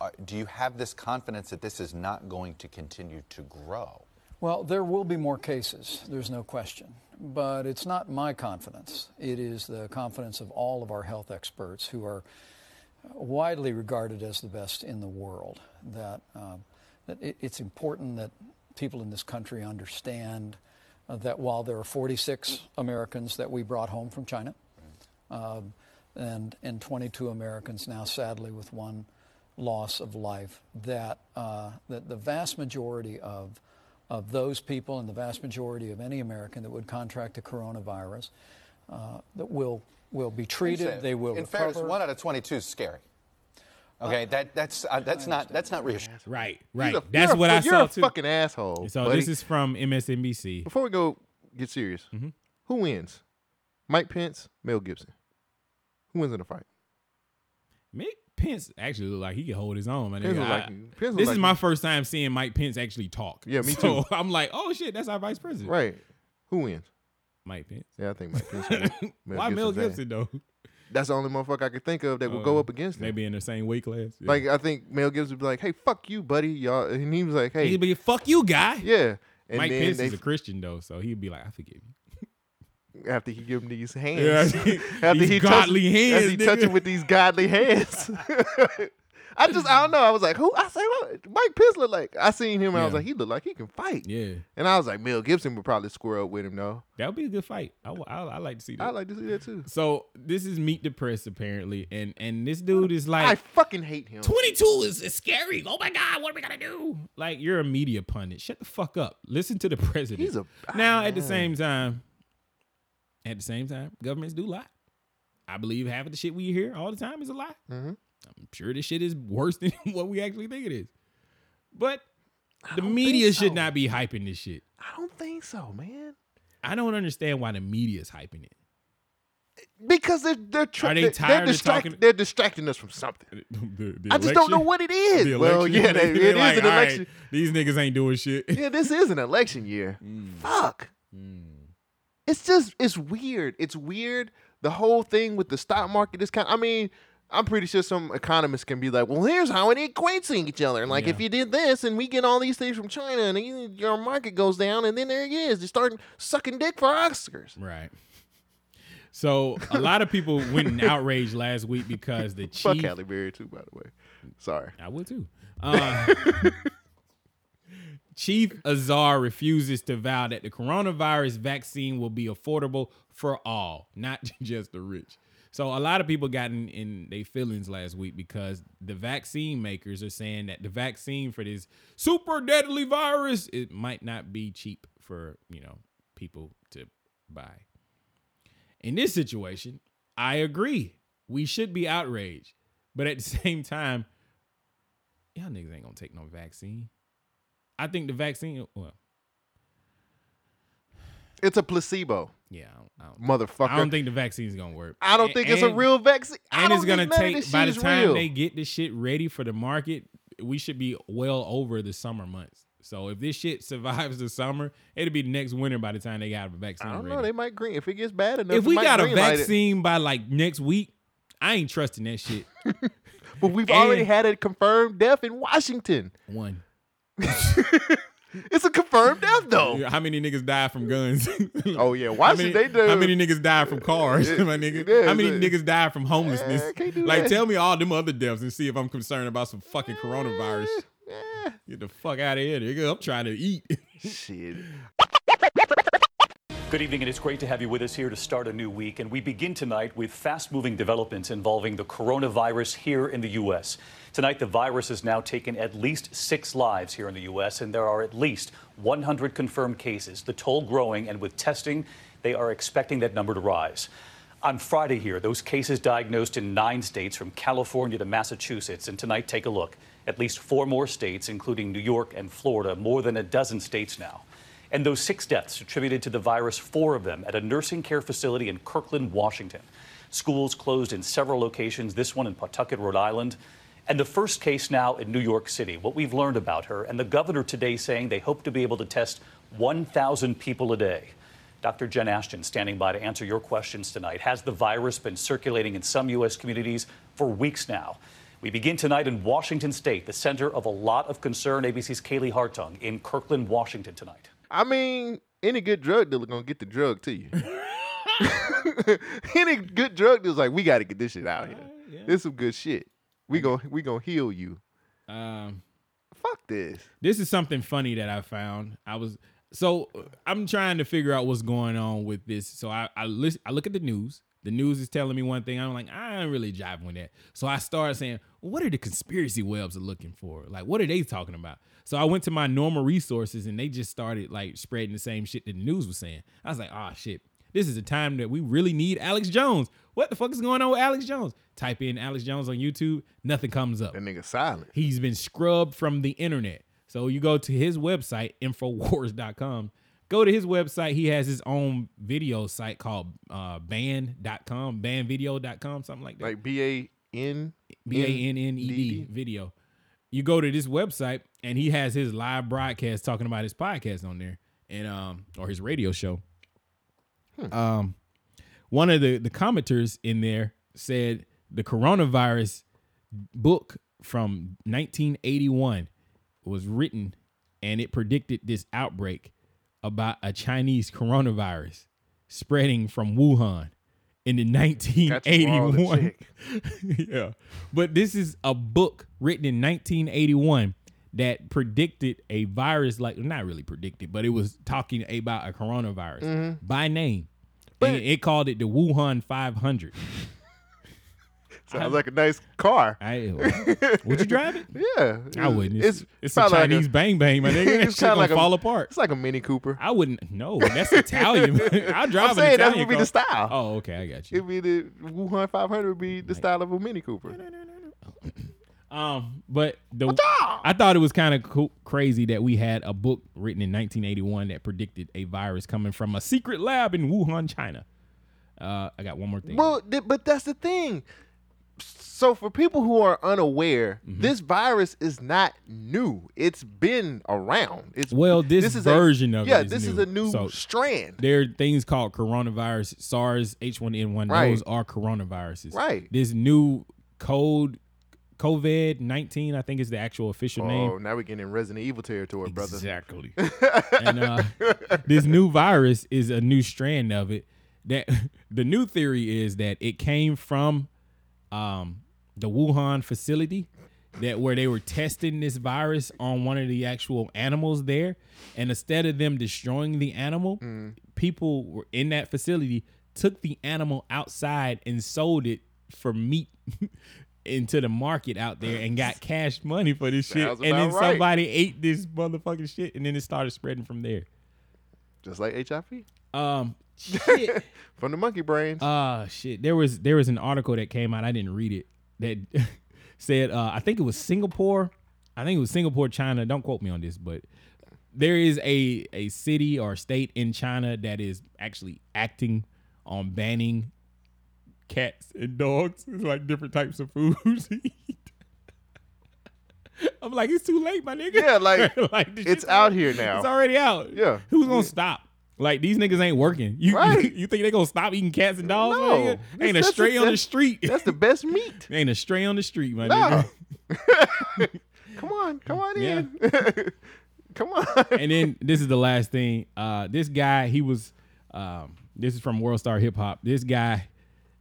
[SPEAKER 25] are- do you have this confidence that this is not going to continue to grow?
[SPEAKER 8] Well, there will be more cases, there's no question. But it's not my confidence. It is the confidence of all of our health experts who are widely regarded as the best in the world. That, um, that it, it's important that people in this country understand uh, that while there are 46 Americans that we brought home from China, um, and, and 22 Americans now, sadly, with one loss of life, that, uh, that the vast majority of, of those people and the vast majority of any American that would contract the coronavirus uh, that will, will be treated, they will
[SPEAKER 25] In
[SPEAKER 8] recover.
[SPEAKER 25] fairness, one out of twenty-two is scary. Okay, that that's uh, that's not that's not reassuring.
[SPEAKER 6] Right, right.
[SPEAKER 25] You're a-
[SPEAKER 6] That's
[SPEAKER 25] you're a-
[SPEAKER 6] what I
[SPEAKER 25] you're
[SPEAKER 6] saw
[SPEAKER 25] a
[SPEAKER 6] too.
[SPEAKER 25] fucking
[SPEAKER 12] asshole,
[SPEAKER 6] So
[SPEAKER 12] buddy.
[SPEAKER 6] this is Mm-hmm. from MSNBC.
[SPEAKER 12] Before we go get serious, who wins? Mike Pence, Mel Gibson. Who wins in a fight?
[SPEAKER 6] Mike Pence actually look like he can hold his own, man.
[SPEAKER 12] Pence
[SPEAKER 6] Nigga,
[SPEAKER 12] look
[SPEAKER 6] I-
[SPEAKER 12] like he- Pence look
[SPEAKER 6] this
[SPEAKER 12] like
[SPEAKER 6] is
[SPEAKER 12] he-
[SPEAKER 6] my first time seeing Mike Pence actually talk.
[SPEAKER 12] Yeah, me
[SPEAKER 6] So,
[SPEAKER 12] too.
[SPEAKER 6] I'm like, oh shit, that's our vice president.
[SPEAKER 12] Right. Who wins?
[SPEAKER 6] Mike Pence.
[SPEAKER 12] Yeah, I think Mike Pence. will win.
[SPEAKER 6] Why Mel
[SPEAKER 12] Gibson's ass.
[SPEAKER 6] Gibson though?
[SPEAKER 12] That's the only motherfucker I could think of that would go
[SPEAKER 6] Uh,
[SPEAKER 12] up against him.
[SPEAKER 6] Maybe in the same weight class. Yeah.
[SPEAKER 12] Like I think Mel Gibson would be like, "Hey, fuck you, buddy, y'all," and he was like, "Hey,
[SPEAKER 6] He'd be, "Fuck you, guy."
[SPEAKER 12] Yeah, and
[SPEAKER 6] Mike
[SPEAKER 12] then
[SPEAKER 6] Pence
[SPEAKER 12] they,
[SPEAKER 6] is a Christian though, so he'd be like, I forgive you.
[SPEAKER 12] after he give him these hands,
[SPEAKER 6] Yeah, these godly
[SPEAKER 12] touch,
[SPEAKER 6] hands,
[SPEAKER 12] after he touch
[SPEAKER 6] nigga.
[SPEAKER 12] him with these godly hands. I just I don't know. I was like, who? I say what? Mike Pence look like. I seen him. and I was like, he look like he can fight.
[SPEAKER 6] Yeah.
[SPEAKER 12] And I was like, Mel Gibson would probably square up with him though.
[SPEAKER 6] That would be a good fight. I, w- I, I like to see that.
[SPEAKER 12] I like to see that too.
[SPEAKER 6] So this is Meet the Press apparently, and and this dude is like,
[SPEAKER 12] I fucking hate him.
[SPEAKER 6] 22 is, is scary. Oh my god, what are we gonna do? Like you're a media pundit. Shut the fuck up. Listen to the president.
[SPEAKER 12] He's a-
[SPEAKER 6] now at the
[SPEAKER 12] man.
[SPEAKER 6] same time, at the same time, governments do lie. I believe half of the shit we hear all the time is a lie.
[SPEAKER 12] Mm-hmm.
[SPEAKER 6] I'm sure this shit is worse than what we actually think it is. But the media should not be hyping this shit.
[SPEAKER 12] I don't think so, man.
[SPEAKER 6] I don't understand why the media is hyping it.
[SPEAKER 12] Because they're they're tra-
[SPEAKER 6] Are they
[SPEAKER 12] they're-
[SPEAKER 6] tired
[SPEAKER 12] they're,
[SPEAKER 6] of
[SPEAKER 12] distract-
[SPEAKER 6] talking-
[SPEAKER 12] they're distracting us from something. I just don't know what it is.
[SPEAKER 6] The
[SPEAKER 12] well,
[SPEAKER 6] election?
[SPEAKER 12] yeah, they, it
[SPEAKER 6] They're
[SPEAKER 12] is
[SPEAKER 6] like,
[SPEAKER 12] an
[SPEAKER 6] "All right,
[SPEAKER 12] election.
[SPEAKER 6] these niggas ain't doing shit. Mm.
[SPEAKER 12] yeah, this is an election year. Fuck. It's just it's weird. It's weird. The whole thing with the stock market is kind. I mean, I'm pretty sure some economists can be like, "Well, here's how it equates to each other." And like, if you did this, and we get all these things from China, and you- your market goes down, and then there it is. They start sucking dick for Oscars.
[SPEAKER 6] Right. So a lot of people went in outrage last week because the chief.
[SPEAKER 12] Fuck Halle Berry too, by the way. Sorry.
[SPEAKER 6] I would too. Uh, chief Azar refuses to vow that the coronavirus vaccine will be affordable for all, not just the rich. So a lot of people got in, in their feelings last week because the vaccine makers are saying that the vaccine for this super deadly virus it might not be cheap for you know people to buy. In this situation, I agree. We should be outraged. But at the same time, y'all niggas ain't gonna take no vaccine. I think the vaccine, well,
[SPEAKER 12] It's a placebo.
[SPEAKER 6] yeah, I don't, I don't,
[SPEAKER 12] Motherfucker.
[SPEAKER 6] I don't think the vaccine's gonna work.
[SPEAKER 12] I don't
[SPEAKER 6] A-
[SPEAKER 12] think it's a
[SPEAKER 6] and-
[SPEAKER 12] real vaccine. I
[SPEAKER 6] And it's
[SPEAKER 12] don't
[SPEAKER 6] gonna
[SPEAKER 12] think none of
[SPEAKER 6] take
[SPEAKER 12] this
[SPEAKER 6] by the
[SPEAKER 12] shit is
[SPEAKER 6] time
[SPEAKER 12] real.
[SPEAKER 6] they get this shit ready for the market, we should be well over the summer months. So if this shit survives the summer, it'll be next winter by the time they got a vaccine
[SPEAKER 12] I don't
[SPEAKER 6] ready.
[SPEAKER 12] know. They might green if it gets bad enough.
[SPEAKER 6] if
[SPEAKER 12] they
[SPEAKER 6] we
[SPEAKER 12] might
[SPEAKER 6] got a
[SPEAKER 12] green light it.
[SPEAKER 6] vaccine by like next week, I ain't trusting that shit.
[SPEAKER 12] but we've already
[SPEAKER 6] and-
[SPEAKER 12] had a confirmed death in Washington.
[SPEAKER 6] One.
[SPEAKER 12] It's a confirmed death though.
[SPEAKER 6] How many niggas died from guns?
[SPEAKER 12] oh yeah,
[SPEAKER 6] How
[SPEAKER 12] Washington.
[SPEAKER 6] many,
[SPEAKER 12] they do.
[SPEAKER 6] how many niggas died from cars, my nigga?
[SPEAKER 12] yeah,
[SPEAKER 6] how many
[SPEAKER 12] yeah.
[SPEAKER 6] niggas died from homelessness?
[SPEAKER 12] do
[SPEAKER 6] like,
[SPEAKER 12] that.
[SPEAKER 6] tell me all them other deaths and see if I'm concerned about some fucking coronavirus. Get the fuck out of here, nigga. I'm trying to eat.
[SPEAKER 12] Shit.
[SPEAKER 26] Good evening, and it's great to have you with us here to start a new week. And we begin tonight with fast moving developments involving the coronavirus here in the U.S. Tonight, the virus has now taken at least six lives here in the U.S., and there are at least 100 confirmed cases, the toll growing, and with testing, they are expecting that number to rise. On Friday, here, those cases diagnosed in nine states from California to Massachusetts. And tonight, take a look. At least four more states, including New York and Florida, more than a dozen states now. And those six deaths attributed to the virus, four of them at a nursing care facility in Kirkland, Washington. Schools closed in several locations, this one in Pawtucket, Rhode Island. And the first case now in New York City, what we've learned about her, and the governor today saying they hope to be able to test 1,000 people a day. Dr. Jen Ashton standing by to answer your questions tonight. Has the virus been circulating in some U.S. communities for weeks now? We begin tonight in Washington State, the center of a lot of concern. ABC's Kaylee Hartung in Kirkland, Washington tonight.
[SPEAKER 12] I mean, any good drug dealer gonna get the drug to you. any good drug dealer's like, we gotta get this shit out
[SPEAKER 6] Uh,
[SPEAKER 12] here. This some good shit. We gon' we gonna heal you.
[SPEAKER 6] Um,
[SPEAKER 12] Fuck this.
[SPEAKER 6] This is something funny that I found. I was so uh, I'm trying to figure out what's going on with this. So I I, listen, I look at the news. The news is telling me one thing. I'm like, I ain't really jiving with that. So I started saying, what are the conspiracy webs are looking for? Like, what are they talking about? So I went to my normal resources and they just started like spreading the same shit that the news was saying. I was like, ah, shit. This is a time that we really need Alex Jones. What the fuck is going on with Alex Jones? Type in Alex Jones on YouTube, nothing comes up. That
[SPEAKER 12] nigga silent.
[SPEAKER 6] He's been scrubbed from the internet. So you go to his website, Infowars.com. Go to his website. He has his own video site called uh, Ban.com, Banvideo.com, something like that.
[SPEAKER 12] Like B A N
[SPEAKER 6] B A N N E D video. You go to this website and he has his live broadcast talking about his podcast on there and um or his radio show. Um one of the the commenters in there said the coronavirus book from 1981 was written and it predicted this outbreak about a Chinese coronavirus spreading from Wuhan. in the 1981. yeah. But this is a book written in 1981 that predicted a virus like not really predicted, but it was talking about a coronavirus
[SPEAKER 12] Mhm.
[SPEAKER 6] by name. and it called it the Wuhan 500.
[SPEAKER 12] Sounds like a nice car.
[SPEAKER 6] would you drive it?
[SPEAKER 12] Yeah,
[SPEAKER 6] I wouldn't. It's, it's,
[SPEAKER 12] Mm,
[SPEAKER 6] a
[SPEAKER 12] probably like
[SPEAKER 6] Chinese bang bang, my nigga. That shit
[SPEAKER 12] kinda
[SPEAKER 6] gonna fall
[SPEAKER 12] a,
[SPEAKER 6] apart.
[SPEAKER 12] It's like a Mini Cooper.
[SPEAKER 6] I wouldn't. No, that's Italian.
[SPEAKER 12] I'm
[SPEAKER 6] I drive an
[SPEAKER 12] saying
[SPEAKER 6] Italian
[SPEAKER 12] that would be
[SPEAKER 6] car.
[SPEAKER 12] the style.
[SPEAKER 6] Oh, okay, I got you.
[SPEAKER 12] It'd be the Wuhan 500 would be the style of a Mini Cooper.
[SPEAKER 6] Um, but the I thought it was kind of co- crazy that we had a book written in 1981 that predicted a virus coming from a secret lab in Wuhan, China. Uh, I got one more thing.
[SPEAKER 12] Well, th- but that's the thing. So for people who are unaware,
[SPEAKER 6] Mm-hmm.
[SPEAKER 12] this virus is not new. It's been around. It's
[SPEAKER 6] well, this,
[SPEAKER 12] is a-
[SPEAKER 6] version of
[SPEAKER 12] yeah,
[SPEAKER 6] it is
[SPEAKER 12] this
[SPEAKER 6] new.
[SPEAKER 12] is a new
[SPEAKER 6] So,
[SPEAKER 12] strand.
[SPEAKER 6] There are things called coronavirus, SARS, H1N1.
[SPEAKER 12] Right.
[SPEAKER 6] Those are coronaviruses.
[SPEAKER 12] Right.
[SPEAKER 6] This new cold, COVID 19, I think is the actual official name.
[SPEAKER 12] Oh, now we're getting in Resident Evil territory, brother.
[SPEAKER 6] Exactly. and uh, this new virus is a new strand of it. That the new theory is that it came from um, the Wuhan facility that where they were testing this virus on one of the actual animals there, and instead of them destroying the animal, people were in that facility took the animal outside and sold it for meat. into the market out there and got cash money for this shit
[SPEAKER 12] Sounds
[SPEAKER 6] and then
[SPEAKER 12] about right.
[SPEAKER 6] somebody ate this motherfucking shit and then it started spreading from there
[SPEAKER 12] Just like HIV.
[SPEAKER 6] um
[SPEAKER 12] From the monkey brains.
[SPEAKER 6] Ah, shit. There was there was an article that came out. I didn't read it. That said, uh, I think it was Singapore. I think it was Singapore, China. Don't quote me on this, but there is a a city or state in China that is actually acting on banning cats and dogs. It's like different types of foods. I'm like, it's too late, my nigga.
[SPEAKER 12] Yeah, like,
[SPEAKER 6] this
[SPEAKER 12] it's
[SPEAKER 6] shit's
[SPEAKER 12] out
[SPEAKER 6] al-
[SPEAKER 12] here now.
[SPEAKER 6] It's already out.
[SPEAKER 12] Yeah.
[SPEAKER 6] Who's gonna stop? Like these niggas ain't working. You you,
[SPEAKER 12] Right.
[SPEAKER 6] think they gonna stop eating cats and dogs? my nigga?
[SPEAKER 12] No.
[SPEAKER 6] ain't a
[SPEAKER 12] That's-
[SPEAKER 6] stray on the
[SPEAKER 12] that's-
[SPEAKER 6] street.
[SPEAKER 12] That's the best meat.
[SPEAKER 6] ain't a stray on the street, my
[SPEAKER 12] No.
[SPEAKER 6] nigga.
[SPEAKER 12] Come on, come on
[SPEAKER 6] Yeah.
[SPEAKER 12] in. come on.
[SPEAKER 6] and then this is the last thing. Uh, this guy, he was. Um, this is from World Star Hip Hop. This guy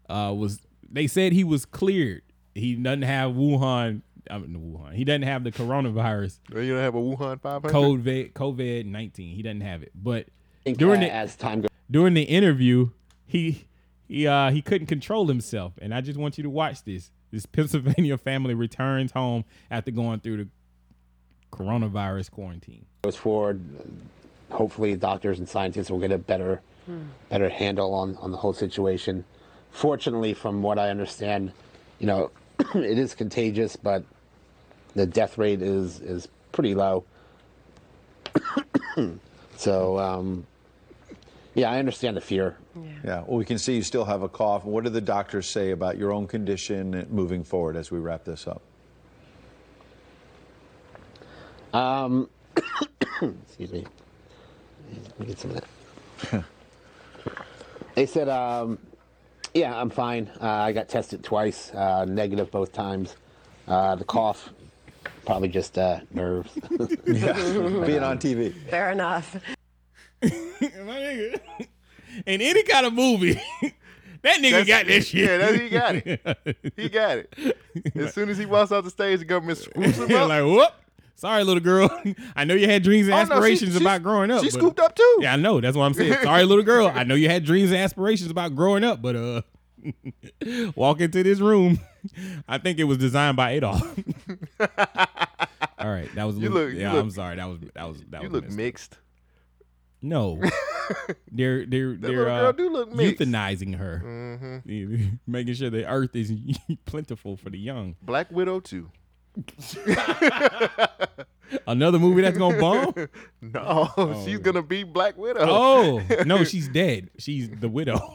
[SPEAKER 6] uh, was. They said he was cleared. He doesn't have Wuhan. I mean, Wuhan. He doesn't have the coronavirus.
[SPEAKER 12] You don't have a Wuhan 500?
[SPEAKER 6] COVID COVID nineteen. He doesn't have it, but
[SPEAKER 27] Think,
[SPEAKER 6] during
[SPEAKER 27] uh,
[SPEAKER 6] the
[SPEAKER 27] as time goes-
[SPEAKER 6] during the interview, he he uh, he couldn't control himself, and I just want you to watch this. This Pennsylvania family returns home after going through the coronavirus quarantine.
[SPEAKER 27] goes forward, hopefully doctors and scientists will get a better, better handle on, on the whole situation. Fortunately, from what I understand, you know, it is contagious, but the death rate is is pretty low. so, um, yeah, I understand the fear.
[SPEAKER 2] Yeah, well, we can see you still have a cough. What do the doctors say about your own condition moving forward as we wrap this up?
[SPEAKER 27] Um, excuse me. Let me get some of that. they said, um, yeah, I'm fine. Uh, I got tested twice, uh, negative both times. Uh, the cough, probably just uh, nerves.
[SPEAKER 2] Being on TV.
[SPEAKER 10] Fair enough.
[SPEAKER 6] My nigga. In any kind of movie, that nigga
[SPEAKER 12] That's-
[SPEAKER 6] got that shit.
[SPEAKER 12] Yeah, that, he got it. he got it. As soon as he walks off the stage, the government swoops him up.
[SPEAKER 6] like, whoop. Sorry, little girl. I know you had dreams and
[SPEAKER 12] Oh, no, she-
[SPEAKER 6] aspirations
[SPEAKER 12] she-
[SPEAKER 6] about growing up.
[SPEAKER 12] she
[SPEAKER 6] but-
[SPEAKER 12] scooped up too.
[SPEAKER 6] Yeah, I know. That's what I'm saying. Sorry, little girl. I know you had dreams and aspirations about growing up, but uh, walk into this room. I think it was designed by Adolf. All right, that was. a
[SPEAKER 12] You
[SPEAKER 6] little-
[SPEAKER 12] look- you
[SPEAKER 6] yeah,
[SPEAKER 12] look-
[SPEAKER 6] I'm sorry. That was that was that
[SPEAKER 12] you
[SPEAKER 6] was
[SPEAKER 12] look
[SPEAKER 6] messed up.
[SPEAKER 12] mixed.
[SPEAKER 6] No, they're they're they're
[SPEAKER 12] little
[SPEAKER 6] uh,
[SPEAKER 12] girl do look mixed.
[SPEAKER 6] euthanizing her,
[SPEAKER 12] Mhm.
[SPEAKER 6] Yeah, making sure the earth is plentiful for the young.
[SPEAKER 12] Black Widow too.
[SPEAKER 6] Another movie that's gonna bomb.
[SPEAKER 12] No,
[SPEAKER 6] Oh,
[SPEAKER 12] she's gonna be Black Widow.
[SPEAKER 6] Oh no, she's dead. She's the widow,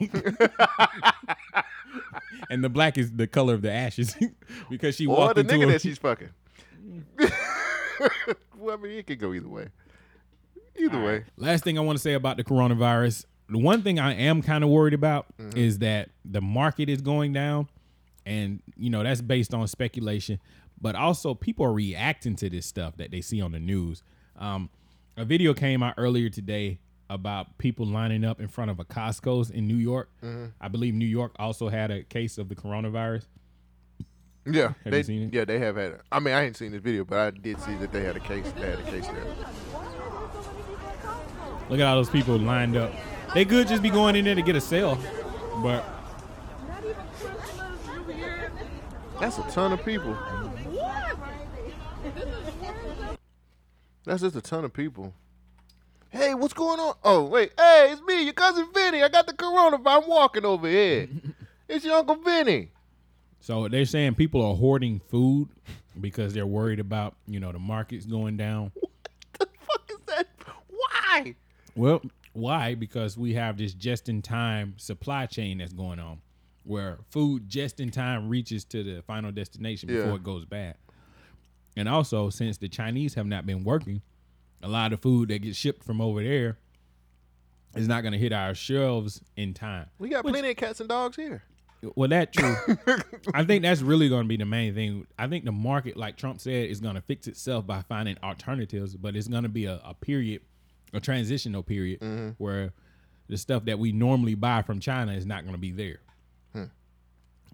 [SPEAKER 6] and the black is the color of the ashes because she
[SPEAKER 12] or
[SPEAKER 6] walked
[SPEAKER 12] the
[SPEAKER 6] into
[SPEAKER 12] nigga
[SPEAKER 6] a-
[SPEAKER 12] that she's fucking. well, I mean, it could go either way. Either way.
[SPEAKER 6] Last thing I want to say about the coronavirus. The one thing I am kind of worried about
[SPEAKER 12] Mhm.
[SPEAKER 6] is that the market is going down. And, you know, that's based on speculation. But also, people are reacting to this stuff that they see on the news. Um, a video came out earlier today about people lining up in front of a Costco's in New York.
[SPEAKER 12] Mhm.
[SPEAKER 6] I believe New York also had a case of the coronavirus.
[SPEAKER 12] Yeah,
[SPEAKER 6] you
[SPEAKER 12] they,
[SPEAKER 6] seen
[SPEAKER 12] yeah, they have had. It. I mean, I ain't seen this video, but I did see that they had a case. They had a case there.
[SPEAKER 6] Look at all those people lined up. They could just be going in there to get a sale, but
[SPEAKER 12] That's a ton of people. That's just a ton of people. Hey, what's going on? Oh, wait. Hey, it's me, your cousin Vinny. I got the coronavirus. I'm walking over here. it's your Uncle Vinny.
[SPEAKER 6] So they're saying people are hoarding food because they're worried about you know the markets going down.
[SPEAKER 12] Why?
[SPEAKER 6] Well, why? Because we have this just-in-time supply chain that's going on, where food just in time reaches to the final destination before
[SPEAKER 13] Yeah.
[SPEAKER 6] it goes bad. And also, since the Chinese have not been working, a lot of food that gets shipped from over there is not going to hit our shelves in time.
[SPEAKER 12] We got plenty of cats and dogs here.
[SPEAKER 6] Well, that true. I think that's really going to be the main thing. I think the market, like Trump said, is going to fix itself by finding alternatives, but it's going to be a, a period, a transitional period,
[SPEAKER 12] Mm-hmm.
[SPEAKER 6] where the stuff that we normally buy from China is not going to be there.
[SPEAKER 12] Hmm.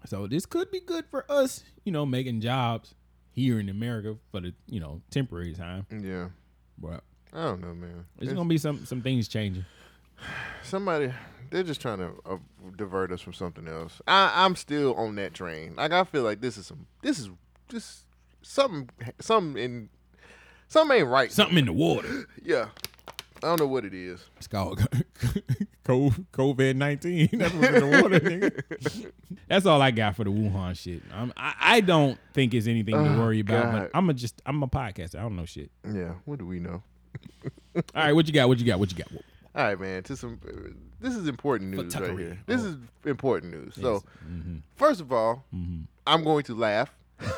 [SPEAKER 6] So this could be good for us, you know, making jobs here in America for the you know temporary time.
[SPEAKER 12] Yeah,
[SPEAKER 6] but
[SPEAKER 12] I don't know, man.
[SPEAKER 6] It's gonna be some some things changing.
[SPEAKER 12] Somebody, they're just trying to uh, divert us from something else. I, I'm still on that train. Like I feel like this is some, this is just something, something in, something ain't right.
[SPEAKER 6] Something in the water.
[SPEAKER 12] yeah, I don't know what it is.
[SPEAKER 6] It's called COVID nineteen. That's what's in the water, nigga. That's all I got for the Wuhan shit. I'm, I I don't think it's anything to
[SPEAKER 12] Oh,
[SPEAKER 6] worry about.
[SPEAKER 12] God.
[SPEAKER 6] But I'm a just I'm a podcaster. I don't know shit.
[SPEAKER 12] Yeah, what do we know?
[SPEAKER 6] all right, what you got? What you got? What you got?
[SPEAKER 12] All right, man. To some, this is important news right
[SPEAKER 6] Fuckery.
[SPEAKER 12] here. This is important news. So,
[SPEAKER 6] Mhm.
[SPEAKER 12] first of all,
[SPEAKER 6] Mhm.
[SPEAKER 12] I'm going to laugh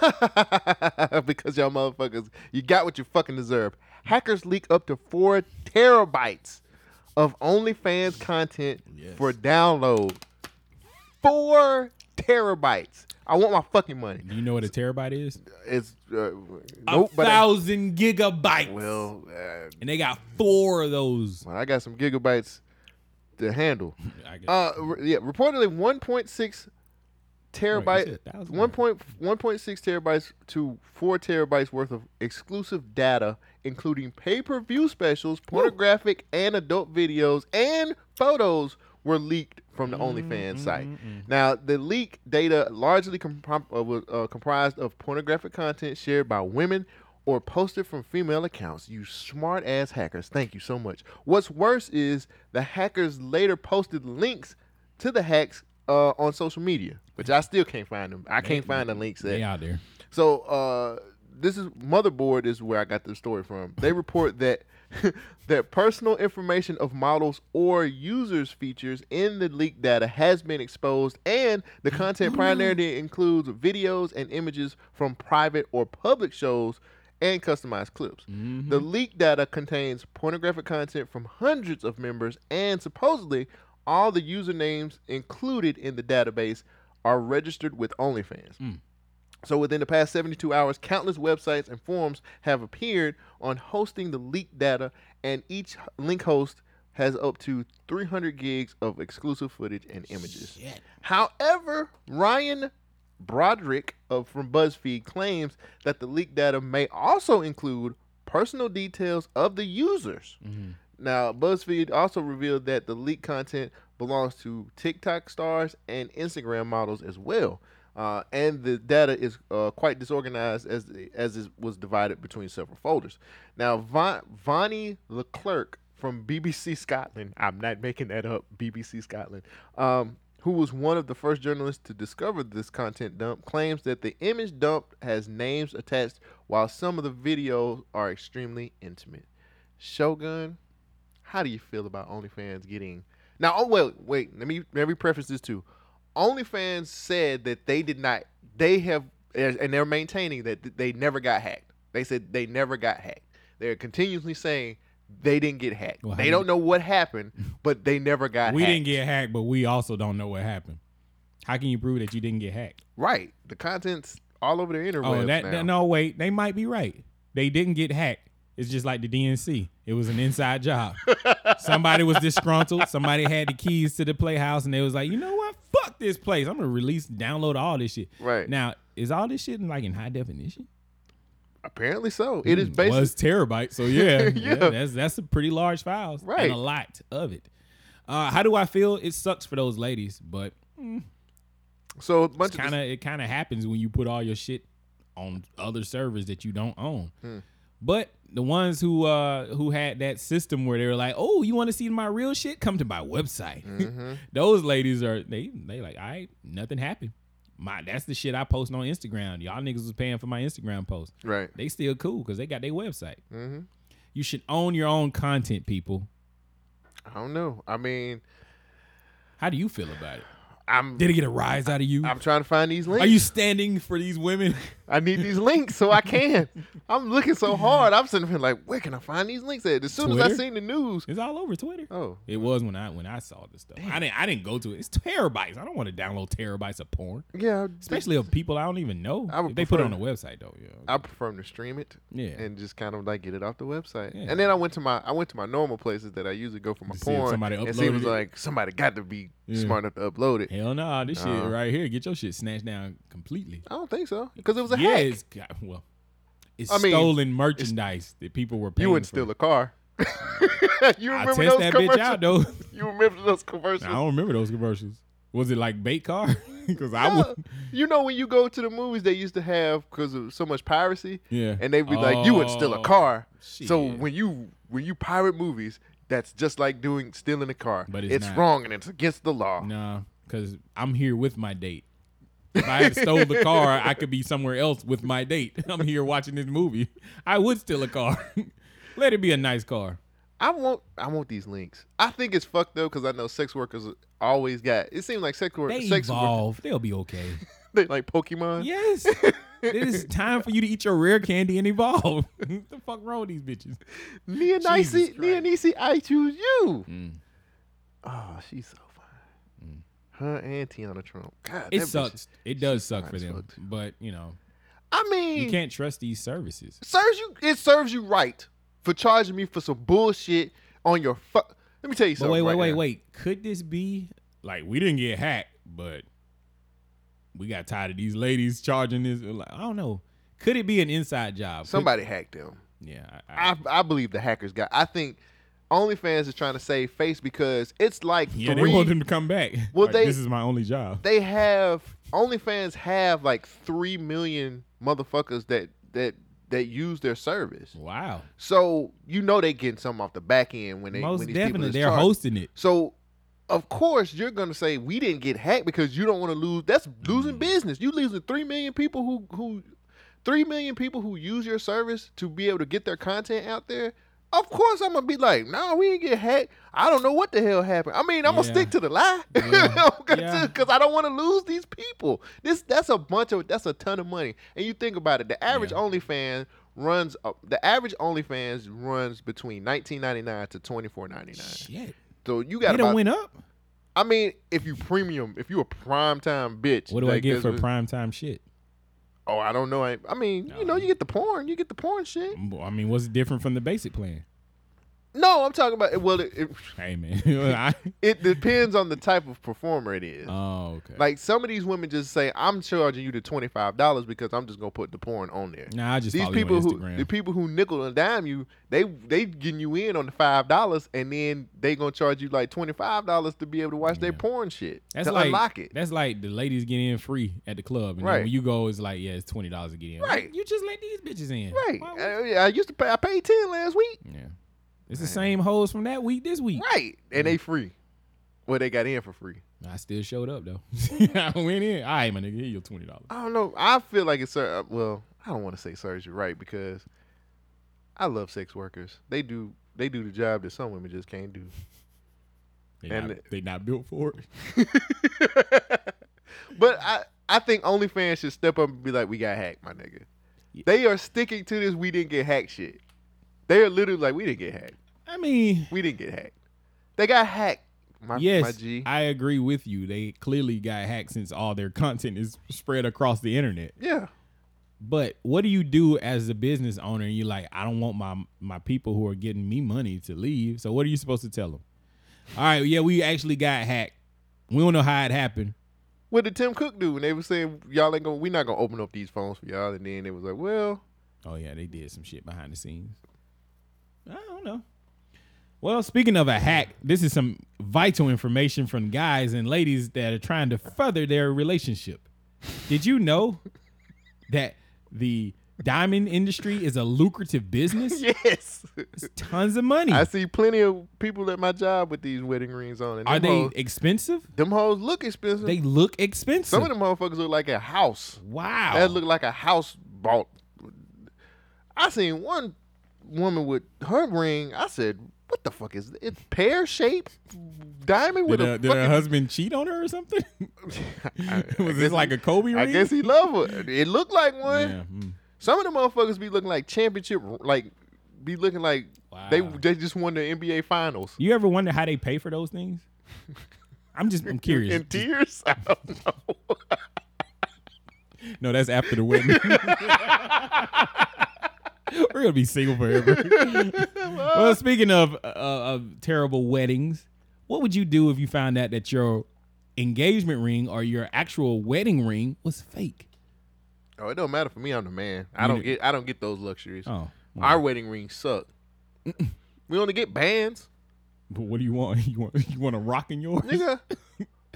[SPEAKER 12] because y'all motherfuckers, you got what you fucking deserve. Hackers leak up to four terabytes of OnlyFans content for download. Four terabytes. I want my fucking money.
[SPEAKER 6] Do you know what a terabyte is?
[SPEAKER 12] It's uh,
[SPEAKER 6] A
[SPEAKER 12] nope, but I-
[SPEAKER 6] thousand gigabytes.
[SPEAKER 12] Well,
[SPEAKER 6] and they got four of those.
[SPEAKER 12] Well, I got some gigabytes to handle.
[SPEAKER 6] I guess.
[SPEAKER 12] Uh, re- yeah, reportedly 1.6 terabyte,
[SPEAKER 6] said 1.1.6
[SPEAKER 12] terabytes to four terabytes worth of exclusive data, including pay-per-view specials, pornographic and adult videos, and photos were leaked from the OnlyFans
[SPEAKER 6] Mm-hmm,
[SPEAKER 12] site. Now, the leak data largely comprom- uh, was uh, comprised of pornographic content shared by women or posted from female accounts. You smart ass hackers. Thank you so much. What's worse is the hackers later posted links to the hacks uh, on social media, which I still can't find them. I can't find the links.
[SPEAKER 6] They
[SPEAKER 12] at.
[SPEAKER 6] out there.
[SPEAKER 12] So uh, this is motherboard is where I got this story from. They report that that personal information of models or users' features in the leaked data has been exposed, and the content primarily includes videos and images from private or public shows and customized clips. The leaked data contains pornographic content from hundreds of members, and supposedly all the usernames included in the database are registered with OnlyFans. So within the past 72 hours, countless websites and forums have appeared on hosting the leaked data, and each link host has up to 300 gigs of exclusive footage and images. However, Ryan Broderick of from BuzzFeed claims that the leaked data may also include personal details of the users. Now, BuzzFeed also revealed that the leaked content belongs to TikTok stars and Instagram models as well. Uh, and the data is uh, quite disorganized as as it was divided between several folders. Now, Von, Vonnie Leclerc from BBC Scotland, I'm not making that up, BBC Scotland, um, who was one of the first journalists to discover this content dump, claims that the image dump has names attached while some of the videos are extremely intimate. Shogun, how do you feel about OnlyFans getting now? Oh wait, wait. Let me let me preface this too. OnlyFans said that they did not. They have and they're maintaining that they never got hacked. They said they never got hacked. They're continuously saying they didn't get hacked.
[SPEAKER 6] Well, how
[SPEAKER 12] they
[SPEAKER 6] you-
[SPEAKER 12] don't know what happened, but they never got.
[SPEAKER 6] we
[SPEAKER 12] hacked.
[SPEAKER 6] didn't get hacked, but we also don't know what happened. How can you prove that you didn't get hacked?
[SPEAKER 12] right. The contents all over the interwebs
[SPEAKER 6] Oh, that,
[SPEAKER 12] now.
[SPEAKER 6] that- no, wait. They might be right. They didn't get hacked. It's just like the DNC. It It was an inside job. somebody was disgruntled. Somebody had the keys to the playhouse, and they was like, you know what? Fuck this place. I'm gonna release, download all this shit. Right now, is all this shit in, like in high definition?
[SPEAKER 12] Apparently so. It is basically
[SPEAKER 6] was terabyte. So yeah, yeah. that's that's a pretty large file,
[SPEAKER 12] Right.
[SPEAKER 6] And a lot of it. Uh, how do I feel? It sucks for those ladies, but mm,
[SPEAKER 12] so
[SPEAKER 6] it's kind of it kind of happens when you put all your shit on other servers that you don't own.
[SPEAKER 12] Hmm.
[SPEAKER 6] But the ones who uh who had that system where they were like, "Oh, you want to see my real shit? Come to my website."
[SPEAKER 12] Mm-hmm.
[SPEAKER 13] Mhm.
[SPEAKER 6] Those ladies are they they like, "All right, nothing happened." My that's the shit I post on Instagram. Y'all niggas was paying for my Instagram post.
[SPEAKER 12] Right.
[SPEAKER 6] They still cool because they got their website.
[SPEAKER 12] Mhm.
[SPEAKER 6] You should own your own content, people.
[SPEAKER 12] I don't know. I mean,
[SPEAKER 6] how do you feel about it?
[SPEAKER 12] I'm
[SPEAKER 6] Did it get a rise out of you?
[SPEAKER 12] I'm trying to find these links.
[SPEAKER 6] Are you standing for these women?
[SPEAKER 12] I need these links so I can. I'm looking so hard. I'm sitting here like, where can I find these links at? As soon as I
[SPEAKER 6] Twitter?
[SPEAKER 12] seen the news,
[SPEAKER 6] it's all over Twitter.
[SPEAKER 12] Oh,
[SPEAKER 6] It was when I when I saw this stuff. I didn't I didn't go to it. It's terabytes. I don't want to download terabytes of porn.
[SPEAKER 12] Yeah,
[SPEAKER 6] especially of people I don't even know. If they put it on the website though. Yeah.
[SPEAKER 12] I prefer to stream it.
[SPEAKER 6] Yeah.
[SPEAKER 12] and just kind of like get it off the website.
[SPEAKER 6] Yeah.
[SPEAKER 12] And then I went to my I went to my normal places that I usually go for my
[SPEAKER 6] To see if
[SPEAKER 12] porn.
[SPEAKER 6] somebody
[SPEAKER 12] and see it was
[SPEAKER 6] uploaded it.
[SPEAKER 12] like somebody got to be
[SPEAKER 6] Yeah.
[SPEAKER 12] smart enough to upload it.
[SPEAKER 6] Hell no, nah, this
[SPEAKER 12] Nah.
[SPEAKER 6] shit right here. Get your shit snatched down completely.
[SPEAKER 12] I don't think so because it was a
[SPEAKER 6] yeah,
[SPEAKER 12] hack.
[SPEAKER 6] it's got, well, it's
[SPEAKER 12] I mean,
[SPEAKER 6] stolen merchandise that people were paying.
[SPEAKER 12] You wouldn't
[SPEAKER 6] for.
[SPEAKER 12] steal a car. you
[SPEAKER 6] I
[SPEAKER 12] remember
[SPEAKER 6] test
[SPEAKER 12] those
[SPEAKER 6] that
[SPEAKER 12] commercials?
[SPEAKER 6] bitch out though.
[SPEAKER 12] You remember those
[SPEAKER 6] I
[SPEAKER 12] commercials?
[SPEAKER 6] don't remember those commercials. Was it like bait car? Because I
[SPEAKER 12] Yeah.
[SPEAKER 6] would.
[SPEAKER 12] You know when you go to the movies, they used to have because of so much piracy.
[SPEAKER 6] Yeah.
[SPEAKER 12] and they'd be like, "You would steal a
[SPEAKER 6] Oh,
[SPEAKER 12] car." So
[SPEAKER 6] shit.
[SPEAKER 12] when you when you pirate movies, that's just like doing stealing a car.
[SPEAKER 6] But it's not.
[SPEAKER 12] wrong and it's against the law.
[SPEAKER 6] Nah, because I'm here with my date. If I had stole the car, I could be somewhere else with my date. I'm here watching this movie. I would steal a car. Let it be a nice car.
[SPEAKER 12] I want I want these links. I think it's fucked though because I know sex workers always got. It seems like sex workers.
[SPEAKER 6] They
[SPEAKER 12] sex work-
[SPEAKER 6] evolve. They'll be okay.
[SPEAKER 12] they like Pokemon.
[SPEAKER 6] Yes. it is time for you to eat your rare candy and evolve. what the fuck wrong with these bitches?
[SPEAKER 12] Neonice, Neonice, I choose you. Oh, she's so fine. Her and Tiana Trump. God, that
[SPEAKER 6] it
[SPEAKER 12] bitch
[SPEAKER 6] sucks.
[SPEAKER 12] is-
[SPEAKER 6] It does
[SPEAKER 12] she's
[SPEAKER 6] suck
[SPEAKER 12] fine
[SPEAKER 6] for
[SPEAKER 12] as
[SPEAKER 6] them.
[SPEAKER 12] fuck.
[SPEAKER 6] But you know,
[SPEAKER 12] I mean,
[SPEAKER 6] you can't trust these services.
[SPEAKER 12] serves you it serves you right for charging me for some bullshit on your fu- Let me tell you
[SPEAKER 6] But
[SPEAKER 12] something.
[SPEAKER 6] wait, wait,
[SPEAKER 12] right
[SPEAKER 6] wait,
[SPEAKER 12] now.
[SPEAKER 6] wait. Could this be like we didn't get hacked, but we got tired of these ladies charging this? Like, I don't know. Could it be an inside job? Could-
[SPEAKER 12] Somebody hacked them.
[SPEAKER 6] Yeah,
[SPEAKER 12] I, I believe the hackers got. I think OnlyFans is trying to save face because it's like
[SPEAKER 6] yeah.
[SPEAKER 12] three,
[SPEAKER 6] They want them to come back.
[SPEAKER 12] Well,
[SPEAKER 6] Like,
[SPEAKER 12] they-
[SPEAKER 6] this is my only job.
[SPEAKER 12] they have OnlyFans have like three million motherfuckers that that that use their service.
[SPEAKER 6] Wow.
[SPEAKER 12] So you know they getting something off the back end when they
[SPEAKER 6] Most
[SPEAKER 12] when these people
[SPEAKER 6] definitely,
[SPEAKER 12] is
[SPEAKER 6] they're
[SPEAKER 12] charged.
[SPEAKER 6] hosting it.
[SPEAKER 12] So of course you're gonna say we didn't get hacked because you don't want to lose. That's
[SPEAKER 6] Mm.
[SPEAKER 12] losing business. You losing three million people who who three million people who use your service to be able to get their content out there. Of course I'm gonna be like, no, nah, we didn't get hacked. I don't know what the hell happened. I mean, I'm gonna
[SPEAKER 6] Yeah.
[SPEAKER 12] stick to the lie because I don't want to lose these people. This that's a bunch of that's a ton of money. And you think about it, the average OnlyFans runs up, the average OnlyFans runs between 19.99 to 24.99.
[SPEAKER 6] Shit.
[SPEAKER 12] So you got
[SPEAKER 6] It done
[SPEAKER 12] about
[SPEAKER 6] went up?
[SPEAKER 12] I mean, if you premium, if you a prime time bitch,
[SPEAKER 6] What do I
[SPEAKER 12] like
[SPEAKER 6] get
[SPEAKER 12] this
[SPEAKER 6] for
[SPEAKER 12] was-
[SPEAKER 6] prime time shit?
[SPEAKER 12] Oh, I don't know. I, I mean, you know, you get the porn, you get the porn shit.
[SPEAKER 6] I mean, what's different from the basic plan?
[SPEAKER 12] No, I'm talking about well, it, it,
[SPEAKER 6] Hey man, I-
[SPEAKER 12] it depends on the type of performer it is.
[SPEAKER 6] Oh, okay.
[SPEAKER 12] Like some of these women just say, "I'm charging you the twenty five dollars because I'm just gonna put the porn on there."
[SPEAKER 6] Nah, I just
[SPEAKER 12] these
[SPEAKER 6] follow you on
[SPEAKER 12] people who
[SPEAKER 6] Instagram.
[SPEAKER 12] the people who nickel and dime you, they they getting you in on the five dollars, and then they gonna charge you like twenty five dollars to be able to watch their porn shit
[SPEAKER 6] That's
[SPEAKER 12] to
[SPEAKER 6] like
[SPEAKER 12] unlock it.
[SPEAKER 6] That's like the ladies get in free at the club, and then
[SPEAKER 12] Right.
[SPEAKER 6] when you go, it's like yeah, it's twenty dollars to get in.
[SPEAKER 12] Right.
[SPEAKER 6] You just let these bitches in.
[SPEAKER 12] Right. Uh, I, I used to pay. I paid ten last week.
[SPEAKER 6] Yeah. It's the same hoes from that week this week.
[SPEAKER 12] Right. And they free. Well, they got in for free.
[SPEAKER 6] I still showed up though. I went in. All right, my nigga, here your twenty dollars.
[SPEAKER 12] I don't know. I feel like it's sur- uh, well. I don't want to say surgery, right? Because I love sex workers. They do they do the job that some women just can't do.
[SPEAKER 6] They,
[SPEAKER 12] And
[SPEAKER 6] not, they not built for it.
[SPEAKER 12] But I I think OnlyFans should step up and be like, "We got hacked, my nigga." They are sticking to this. We didn't get hacked. Shit. They are literally like, "We didn't get hacked.
[SPEAKER 6] I mean,
[SPEAKER 12] we didn't get hacked. They got hacked." My,
[SPEAKER 6] yes,
[SPEAKER 12] my G.
[SPEAKER 6] I agree with you. They clearly got hacked since all their content is spread across the internet.
[SPEAKER 12] Yeah.
[SPEAKER 6] But what do you do as a business owner? And you're like, I don't want my my people who are getting me money to leave. So what are you supposed to tell them? All right, yeah, we actually got hacked. We don't know how it happened.
[SPEAKER 12] What did Tim Cook do when they were saying y'all ain't gonna we not gonna open up these phones for y'all? And then it was like, well,
[SPEAKER 6] oh yeah, they did some shit behind the scenes. I don't know. Well, speaking of a hack, this is some vital information from guys and ladies that are trying to further their relationship. Did you know that the diamond industry is a lucrative business?
[SPEAKER 12] yes,
[SPEAKER 6] it's tons of money.
[SPEAKER 12] I see plenty of people at my job with these wedding rings on. And
[SPEAKER 6] Are
[SPEAKER 12] them
[SPEAKER 6] they
[SPEAKER 12] hoes-
[SPEAKER 6] expensive?
[SPEAKER 12] Them hoes look expensive.
[SPEAKER 6] They look expensive.
[SPEAKER 12] Some of them motherfuckers look like a house.
[SPEAKER 6] Wow.
[SPEAKER 12] That look like a house bought. I seen one woman with her ring. I said, what the fuck is it? Pear shaped diamond with
[SPEAKER 6] Did,
[SPEAKER 12] a
[SPEAKER 6] her, did her
[SPEAKER 12] fucking-
[SPEAKER 6] husband cheat on her or something? was this like a Kobe ring?
[SPEAKER 12] I guess he loved her. It looked like one.
[SPEAKER 6] Yeah, hmm.
[SPEAKER 12] Some of the motherfuckers be looking like championship, like be looking like they they just won the NBA finals.
[SPEAKER 6] You ever wonder how they pay for those things? I'm just I'm curious.
[SPEAKER 12] In tears, I don't know.
[SPEAKER 6] No, that's after the wedding. We're gonna be single forever. well, speaking of, uh, of terrible weddings, what would you do if you found out that your engagement ring or your actual wedding ring was fake?
[SPEAKER 12] Oh, it don't matter for me. I'm the man. I
[SPEAKER 6] You
[SPEAKER 12] don't
[SPEAKER 6] the-
[SPEAKER 12] get I don't get those luxuries.
[SPEAKER 6] Oh,
[SPEAKER 12] our wedding rings suck. we only get bands,
[SPEAKER 6] But what do you want? You want you want a rock in yours?
[SPEAKER 12] nigga.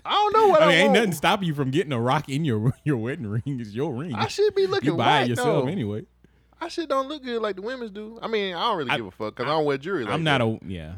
[SPEAKER 12] I don't know what
[SPEAKER 6] I
[SPEAKER 12] I,
[SPEAKER 6] mean, ain't
[SPEAKER 12] want.
[SPEAKER 6] nothing stopping you from getting a rock in your your wedding ring. It's your ring.
[SPEAKER 12] I should be looking
[SPEAKER 6] You buy
[SPEAKER 12] whack,
[SPEAKER 6] it yourself
[SPEAKER 12] though.
[SPEAKER 6] anyway.
[SPEAKER 12] I shit don't look good like the women's do. I mean, I don't really give a fuck because I, don't wear jewelry. Like
[SPEAKER 6] I'm not
[SPEAKER 12] that.
[SPEAKER 6] a yeah.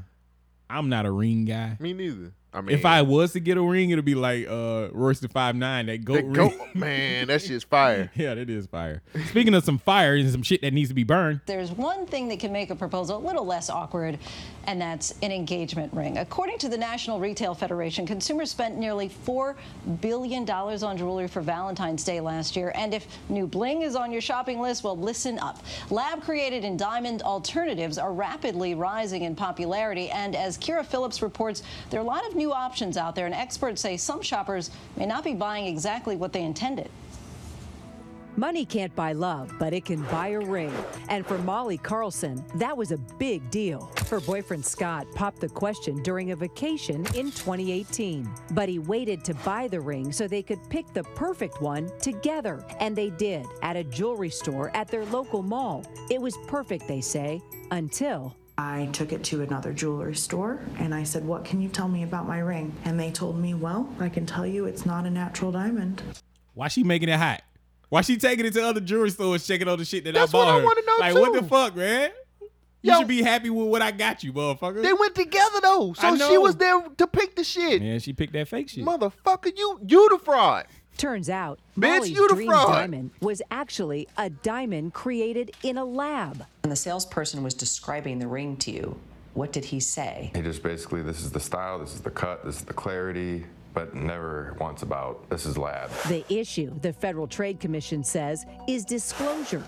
[SPEAKER 6] I'm not a ring guy.
[SPEAKER 12] Me neither. I mean,
[SPEAKER 6] if I was to get a ring, it'll be like uh Royce the Five Nine, that goat
[SPEAKER 12] that
[SPEAKER 6] ring.
[SPEAKER 12] goat- man, that shit's fire.
[SPEAKER 6] yeah, that is fire. Speaking of some fire and some shit that needs to be burned,
[SPEAKER 13] There's one thing that can make a proposal a little less awkward, and that's an engagement ring. According to the National Retail Federation, consumers spent nearly $4 billion on jewelry for Valentine's Day last year. And if new bling is on your shopping list, well, listen up. Lab created and diamond alternatives are rapidly rising in popularity. And as Kira Phillips reports, there are a lot of new options out there, and experts say some shoppers may not be buying exactly what they intended.
[SPEAKER 14] Money can't buy love, but it can buy a ring. And for Molly Carlson, that was a big deal. Her boyfriend Scott popped the question during a vacation in 2018. But he waited to buy the ring so they could pick the perfect one together. And they did at a jewelry store at their local mall. It was perfect, they say, until.
[SPEAKER 10] I took it to another jewelry store and I said, What can you tell me about my ring? And they told me, Well, I can tell you it's not a natural diamond.
[SPEAKER 6] why she making it hot? Why she taking it to other jewelry stores, checking on the shit that
[SPEAKER 10] That's
[SPEAKER 6] I bought
[SPEAKER 10] what I
[SPEAKER 6] her?
[SPEAKER 10] wanna know,
[SPEAKER 6] Like what the
[SPEAKER 10] too.
[SPEAKER 6] fuck, man? You should be happy with what I got you, motherfucker.
[SPEAKER 12] They went together though,
[SPEAKER 6] I
[SPEAKER 12] so she
[SPEAKER 6] know.
[SPEAKER 12] was there to pick the shit.
[SPEAKER 6] Man, she picked that fake shit.
[SPEAKER 12] Motherfucker, you you the fraud.
[SPEAKER 14] Turns out,
[SPEAKER 12] Bitch,
[SPEAKER 14] Molly's
[SPEAKER 12] you the
[SPEAKER 14] dream
[SPEAKER 12] fraud.
[SPEAKER 14] diamond was actually a diamond created in a lab.
[SPEAKER 11] When the salesperson was describing the ring to you, what did he say?
[SPEAKER 28] He just basically, this is the style, this is the cut, this is the clarity, but never once about this is lab.
[SPEAKER 14] The issue, the Federal Trade Commission says, is disclosure.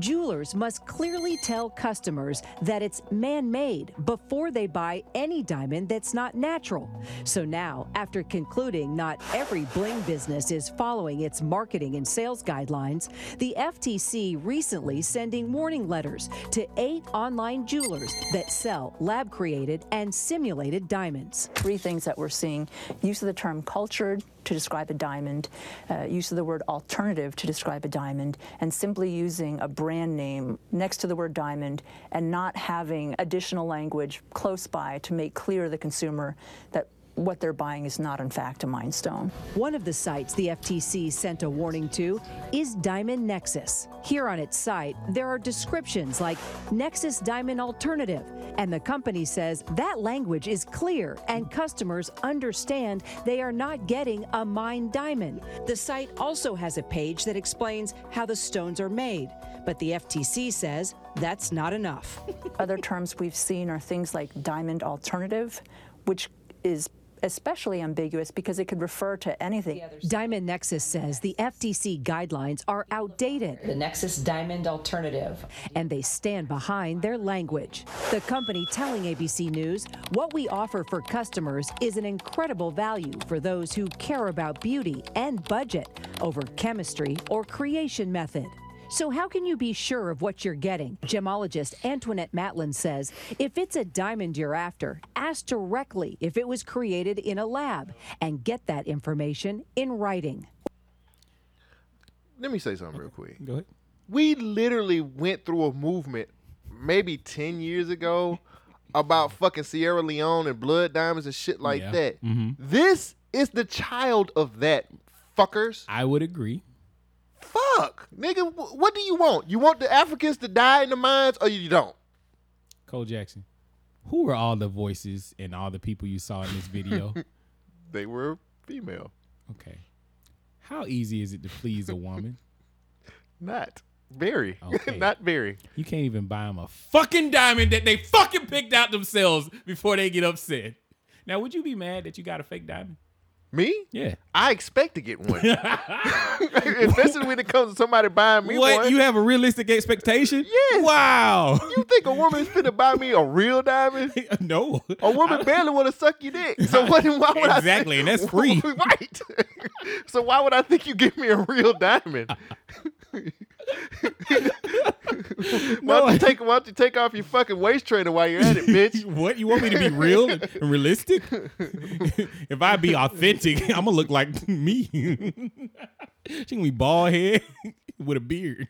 [SPEAKER 14] Jewelers must clearly tell customers that it's man made before they buy any diamond that's not natural. So now, after concluding not every bling business is following its marketing and sales guidelines, the FTC recently sending warning letters to eight online jewelers that sell lab created and simulated diamonds.
[SPEAKER 29] three things that we're seeing use of the term cultured to describe a diamond, uh, use of the word alternative to describe a diamond, and simply using a brand name next to the word diamond and not having additional language close by to make clear to the consumer that what they're buying is not, in fact, a mine stone.
[SPEAKER 14] One of the sites the FTC sent a warning to is Diamond Nexus. Here on its site, there are descriptions like Nexus Diamond Alternative, and the company says that language is clear and customers understand they are not getting a mined diamond. The site also has a page that explains how the stones are made, but the FTC says that's not enough.
[SPEAKER 29] Other terms we've seen are things like diamond alternative, which is especially ambiguous because it could refer to anything.
[SPEAKER 14] Diamond Nexus says the FTC guidelines are outdated. The Nexus Diamond Alternative. And they stand behind their language. The company telling ABC News what we offer for customers is an incredible value for those who care about beauty and budget over chemistry or creation method. So, how can you be sure of what you're getting? Gemologist Antoinette Matlin says if it's a diamond you're after, ask directly if it was created in a lab and get that information in writing.
[SPEAKER 12] Let me say something real quick.
[SPEAKER 6] Go ahead.
[SPEAKER 12] We literally went through a movement maybe 10 years ago about fucking Sierra Leone and blood diamonds and shit like
[SPEAKER 6] Yeah.
[SPEAKER 12] that.
[SPEAKER 6] Mhm.
[SPEAKER 12] This is the child of that, fuckers.
[SPEAKER 6] I would agree.
[SPEAKER 12] Fuck. Nigga, wh- what do you want? You want the Africans to die in the mines or you don't?
[SPEAKER 6] Cole Jackson. Who were all the voices and all the people you saw in this video?
[SPEAKER 12] They were female.
[SPEAKER 6] Okay. How easy is it to please a woman?
[SPEAKER 12] Not. Very.
[SPEAKER 6] Okay.
[SPEAKER 12] Not very.
[SPEAKER 6] You can't even buy them a fucking diamond that they fucking picked out themselves before they get upset. Now, would you be mad that you got a fake diamond?
[SPEAKER 12] Me?
[SPEAKER 6] Yeah.
[SPEAKER 12] I expect to get one. Especially when it comes to somebody buying me
[SPEAKER 6] what?
[SPEAKER 12] one.
[SPEAKER 6] You have a realistic expectation? Yes. Wow.
[SPEAKER 12] You think a woman is finna buy me a real diamond?
[SPEAKER 6] no.
[SPEAKER 12] A woman barely want to suck your dick. So what, why would I
[SPEAKER 6] Exactly, and that's free.
[SPEAKER 12] right. so why would I think you give me a real diamond? why,
[SPEAKER 6] No,
[SPEAKER 12] don't
[SPEAKER 6] I-
[SPEAKER 12] you take, why don't you take off your fucking waist trainer while you're at it, bitch?
[SPEAKER 6] What? You want me to be real and and realistic? if I be authentic, I'm going to look like me. she going to be bald head with a beard.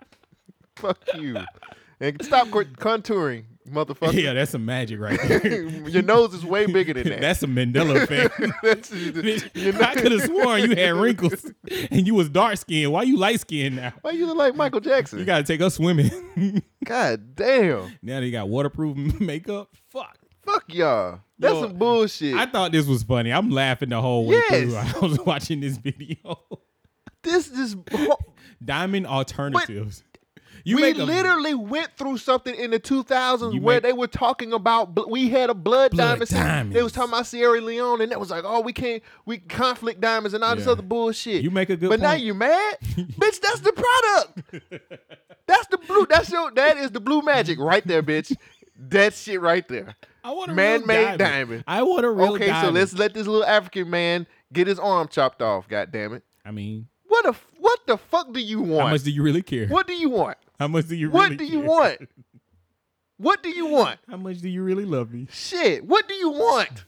[SPEAKER 12] Fuck you. And stop co- contouring, motherfucker.
[SPEAKER 6] yeah, that's some magic right there.
[SPEAKER 12] Your nose is way bigger than that.
[SPEAKER 6] That's a Mandela effect.
[SPEAKER 12] That's-
[SPEAKER 6] Bitch, I could have sworn you had wrinkles and you was dark skinned. Why you light skinned now?
[SPEAKER 12] Why you look like Michael Jackson?
[SPEAKER 6] You gotta take us swimming.
[SPEAKER 12] God damn.
[SPEAKER 6] now they got waterproof makeup. Fuck.
[SPEAKER 12] Fuck y'all. That's
[SPEAKER 6] Yo,
[SPEAKER 12] some bullshit.
[SPEAKER 6] I thought this was funny. I'm laughing the whole way through.
[SPEAKER 12] Yes.
[SPEAKER 6] I was watching this video.
[SPEAKER 12] this is
[SPEAKER 6] Diamond alternatives.
[SPEAKER 12] we
[SPEAKER 6] make a-
[SPEAKER 12] literally went through something in the 2000s
[SPEAKER 6] You
[SPEAKER 12] where
[SPEAKER 6] make-
[SPEAKER 12] they were talking about bl- we had a blood,
[SPEAKER 6] Blood
[SPEAKER 12] diamond. system. They was talking about Sierra Leone and that was like, oh, we can't we conflict diamonds and all this
[SPEAKER 6] Yeah.
[SPEAKER 12] other bullshit.
[SPEAKER 6] You make a good
[SPEAKER 12] but now
[SPEAKER 6] point.
[SPEAKER 12] you mad, bitch. That's the product. that's the blue. That's your. That is the blue magic right there, bitch. That shit right there.
[SPEAKER 6] I want a real
[SPEAKER 12] man-made
[SPEAKER 6] diamond. I want a real
[SPEAKER 12] okay,
[SPEAKER 6] diamond.
[SPEAKER 12] so let's let this little African man get his arm chopped off. God damn it.
[SPEAKER 6] I mean,
[SPEAKER 12] What the f- what the fuck do you want?
[SPEAKER 6] how much do you really care?
[SPEAKER 12] What do you want?
[SPEAKER 6] How much do you
[SPEAKER 12] What
[SPEAKER 6] really
[SPEAKER 12] do you
[SPEAKER 6] care?
[SPEAKER 12] want? What do you want?
[SPEAKER 6] How much do you really love me?
[SPEAKER 12] Shit, what do you want?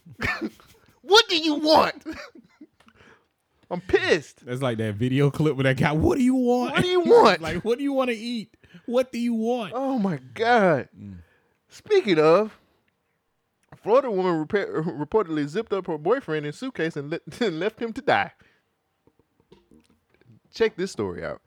[SPEAKER 12] what do you want? I'm pissed.
[SPEAKER 6] That's like that video clip with that guy. What do you want?
[SPEAKER 12] What do you want?
[SPEAKER 6] like, what do you want to eat? What do you want? Mm.
[SPEAKER 12] Oh my god. Speaking of, a Florida woman repair, reportedly zipped up her boyfriend in suitcase and, let, and left him to die. Check this story out.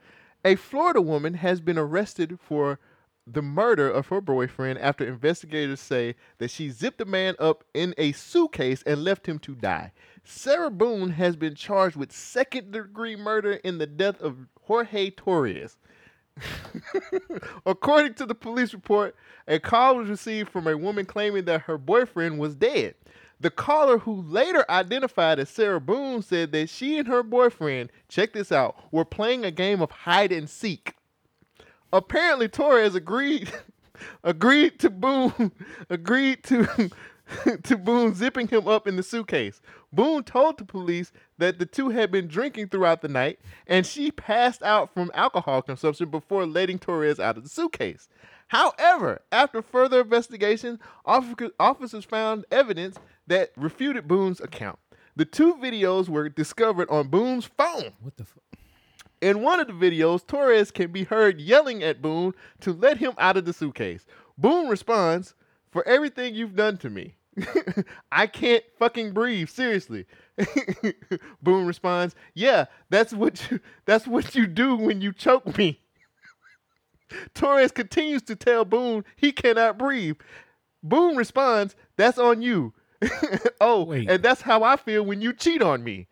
[SPEAKER 12] A Florida woman has been arrested for the murder of her boyfriend after investigators say that she zipped a man up in a suitcase and left him to die. Sarah Boone has been charged with second degree murder in the death of Jorge Torres. According to the police report, a call was received from a woman claiming that her boyfriend was dead. The caller, who later identified as Sarah Boone, said that she and her boyfriend, check this out, were playing a game of hide and seek. Apparently, Torres agreed agreed to Boone agreed to to Boone zipping him up in the suitcase. Boone told the police that the two had been drinking throughout the night and she passed out from alcohol consumption before letting Torres out of the suitcase. However, after further investigation, officer- officers found evidence that refuted Boone's account. The two videos were discovered on Boone's phone.
[SPEAKER 6] What the fuck?
[SPEAKER 12] In one of the videos, Torres can be heard yelling at Boone to let him out of the suitcase. Boone responds, For everything you've done to me. I can't fucking breathe, seriously. Boone responds, Yeah, that's what you that's what you do when you choke me. Torres continues to tell Boone he cannot breathe. Boone responds, That's on you. oh, and that's how I feel when you cheat on me.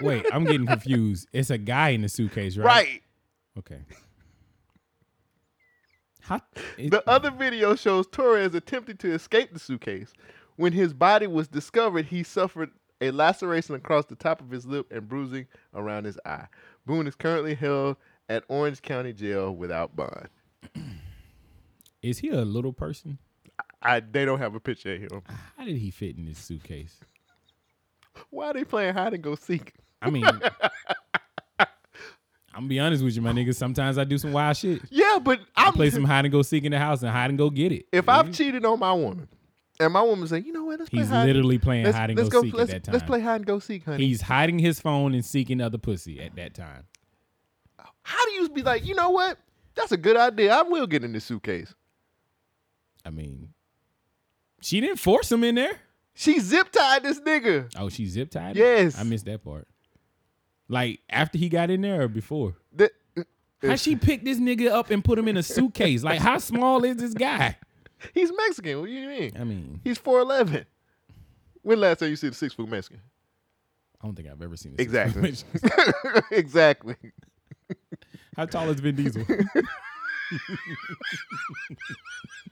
[SPEAKER 6] Wait, I'm getting confused. It's a guy in the suitcase, right?
[SPEAKER 12] right.
[SPEAKER 6] Okay. How,
[SPEAKER 12] the other video shows Torres attempting to escape the suitcase. When his body was discovered, he suffered a laceration across the top of his lip and bruising around his eye. Boone is currently held at Orange County Jail without bond.
[SPEAKER 6] Is he a little person? Ah,
[SPEAKER 12] I they don't have a picture of him.
[SPEAKER 6] How did he fit in this suitcase?
[SPEAKER 12] Why are they playing hide and go seek?
[SPEAKER 6] I mean, I I'm gonna be honest with you, my nigga. Sometimes I do some wild shit.
[SPEAKER 12] Yeah, but
[SPEAKER 6] I play some hide and go seek in the house and hide and go get it.
[SPEAKER 12] If I've cheated on my woman, and my woman say, you know what? Let's play
[SPEAKER 6] He's
[SPEAKER 12] hide-
[SPEAKER 6] literally playing
[SPEAKER 12] let's-
[SPEAKER 6] hide and
[SPEAKER 12] let's
[SPEAKER 6] go, seek
[SPEAKER 12] let's,
[SPEAKER 6] at that time.
[SPEAKER 12] Let's play hide and go seek, honey.
[SPEAKER 6] He's hiding his phone and seeking other pussy at that time.
[SPEAKER 12] How do you be like, you know what? That's a good idea. I will get in this suitcase.
[SPEAKER 6] I mean, she didn't force him in there.
[SPEAKER 12] She zip tied this nigga.
[SPEAKER 6] Oh, she zip tied. him?
[SPEAKER 12] Yes.
[SPEAKER 6] I missed that part. Like after he got in there or before? how she picked this nigga up and put him in a suitcase? like how small is this guy?
[SPEAKER 12] He's Mexican. What do you mean?
[SPEAKER 6] I mean,
[SPEAKER 12] He's four eleven. When last time you see the six foot Mexican?
[SPEAKER 6] I don't think I've ever seen this.
[SPEAKER 12] Exactly. exactly.
[SPEAKER 6] How tall is Vin Diesel?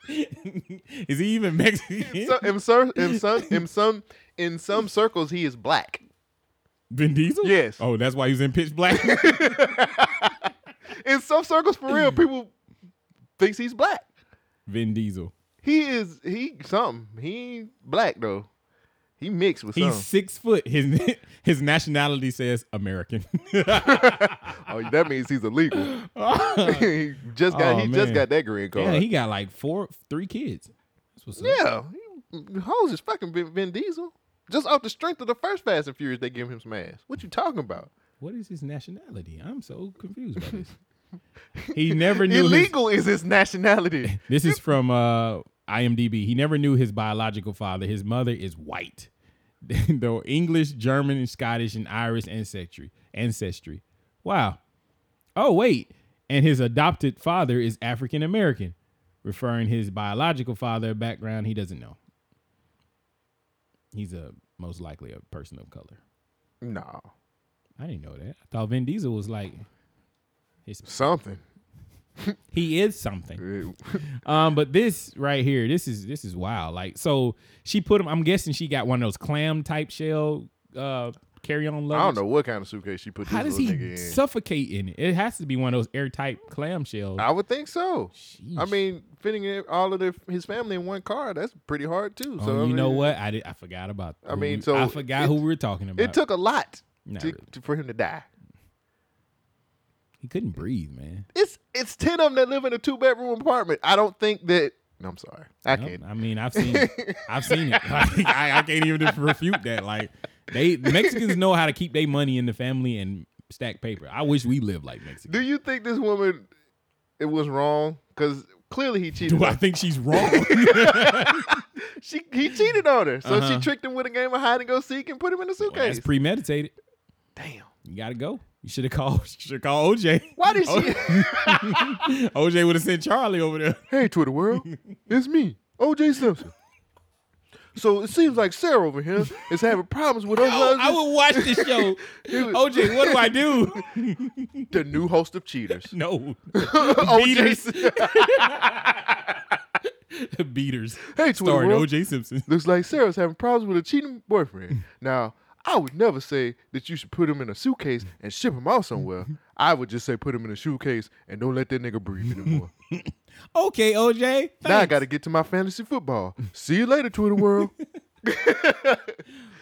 [SPEAKER 6] is he even Mexican?
[SPEAKER 12] So, in, some, in some in some in some circles he is black.
[SPEAKER 6] Vin Diesel? Yes. Oh, that's why he was in Pitch Black.
[SPEAKER 12] In some circles for real, people thinks he's black.
[SPEAKER 6] Vin Diesel.
[SPEAKER 12] He is he something. He ain't black though. He mixed with
[SPEAKER 6] He's
[SPEAKER 12] some.
[SPEAKER 6] six foot. His his nationality says American.
[SPEAKER 12] Oh, that means he's illegal. he just got
[SPEAKER 6] Oh,
[SPEAKER 12] he
[SPEAKER 6] man.
[SPEAKER 12] just got that green card.
[SPEAKER 6] Yeah, he got like four, three kids. That's what's up.
[SPEAKER 12] Yeah, he- hoes is fucking Vin, Vin Diesel. Just off the strength of the first Fast and Furious, they give him some ass. What you talking about?
[SPEAKER 6] What is his nationality? I'm so confused by this. He never knew his-
[SPEAKER 12] Illegal is his nationality.
[SPEAKER 6] This is from uh, IMDb. He never knew his biological father. His mother is white, though English, German, and Scottish and Irish ancestry. Ancestry. Wow. Oh wait, and his adopted father is African American, referring his biological father a background he doesn't know. He's a most likely a person of color.
[SPEAKER 12] No,
[SPEAKER 6] I didn't know that. I thought Vin Diesel was like his
[SPEAKER 12] something.
[SPEAKER 6] he is something. um, but this right here, this is this is wild. Like, so she put him. I'm guessing she got one of those clam type shell uh, carry on luggage.
[SPEAKER 12] I don't know what kind of suitcase she put
[SPEAKER 6] How
[SPEAKER 12] this
[SPEAKER 6] does
[SPEAKER 12] little
[SPEAKER 6] he
[SPEAKER 12] nigga in.
[SPEAKER 6] suffocate in it? It has to be one of those airtight clam shells.
[SPEAKER 12] I would think so. I mean, fitting in all of their, his family in one car—that's pretty hard too. So
[SPEAKER 6] Oh,
[SPEAKER 12] I
[SPEAKER 6] you know
[SPEAKER 12] mean,
[SPEAKER 6] what? I did, I forgot about.
[SPEAKER 12] I
[SPEAKER 6] who
[SPEAKER 12] mean,
[SPEAKER 6] we-
[SPEAKER 12] so
[SPEAKER 6] I forgot
[SPEAKER 12] it-
[SPEAKER 6] who we were talking about.
[SPEAKER 12] It took a lot
[SPEAKER 6] Not
[SPEAKER 12] to,
[SPEAKER 6] really.
[SPEAKER 12] to- for him to die.
[SPEAKER 6] He couldn't breathe, man.
[SPEAKER 12] It's it's ten of them that live in a two bedroom apartment. I don't think that. No, I'm sorry. I
[SPEAKER 6] Yep.
[SPEAKER 12] can't.
[SPEAKER 6] I mean, I've seen, it. I've seen it. Like, I, I can't even refute that. Like they Mexicans know how to keep their money in the family and stack paper. I wish we lived like Mexicans.
[SPEAKER 12] Do you think this woman it was wrong? Because clearly he cheated.
[SPEAKER 6] Do
[SPEAKER 12] on
[SPEAKER 6] I think she's wrong?
[SPEAKER 12] she he cheated on her, so
[SPEAKER 6] Uh-huh.
[SPEAKER 12] she tricked him with a game of hide and go seek and put him in a
[SPEAKER 6] That's
[SPEAKER 12] suitcase.
[SPEAKER 6] premeditated.
[SPEAKER 12] Damn.
[SPEAKER 6] You gotta go. You should have called. Should have called OJ.
[SPEAKER 12] Why did
[SPEAKER 6] Oh.
[SPEAKER 12] she?
[SPEAKER 6] OJ would have sent Charlie over there.
[SPEAKER 12] hey, Twitter world, it's me, OJ Simpson. So it seems like Sarah over here is having problems with her husband.
[SPEAKER 6] I would watch the show. OJ, what do I do?
[SPEAKER 12] the new host of Cheaters.
[SPEAKER 6] No.
[SPEAKER 12] OJ.
[SPEAKER 6] Beaters.
[SPEAKER 12] Simpson.
[SPEAKER 6] Beaters.
[SPEAKER 12] Hey, Twitter
[SPEAKER 6] Starring
[SPEAKER 12] world.
[SPEAKER 6] OJ Simpson.
[SPEAKER 12] Looks like Sarah's having problems with a cheating boyfriend. now, I would never say that you should put him in a suitcase and ship him out somewhere. I would just say put him in a suitcase and don't let that nigga breathe anymore.
[SPEAKER 6] Okay, OJ.
[SPEAKER 12] now I
[SPEAKER 6] thanks.
[SPEAKER 12] got to get to my fantasy football. See you later, Twitter world.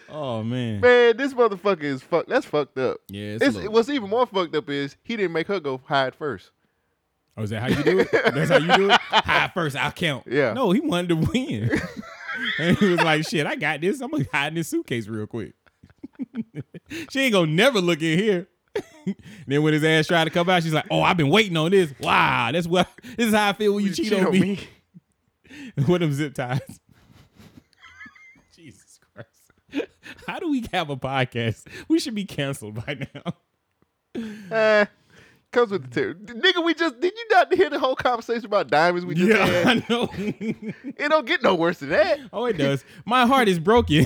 [SPEAKER 6] Oh man.
[SPEAKER 12] Man, this motherfucker is fucked. That's fucked up.
[SPEAKER 6] Yeah, it's a
[SPEAKER 12] It's,
[SPEAKER 6] little-
[SPEAKER 12] what's even more fucked up is he didn't make her go hide first.
[SPEAKER 6] Oh, is that how you do it? That's how you do it? High first, I'll count.
[SPEAKER 12] Yeah.
[SPEAKER 6] No, he wanted to win. and he was like, shit, I got this. I'm going to hide in this suitcase real quick. she ain't going to never look in here. then when his ass tried to come out, she's like, oh, I've been waiting on this. Wow, that's what, this is how I feel when you, cheat, on, me. With them zip ties. Jesus Christ. How do we have a podcast? We should be canceled by now.
[SPEAKER 12] Eh, comes with the terror. Nigga, we just did you not hear the whole conversation about diamonds we just
[SPEAKER 6] Yeah,
[SPEAKER 12] had?
[SPEAKER 6] I know.
[SPEAKER 12] It don't get no worse than that.
[SPEAKER 6] Oh, it does. My heart is broken.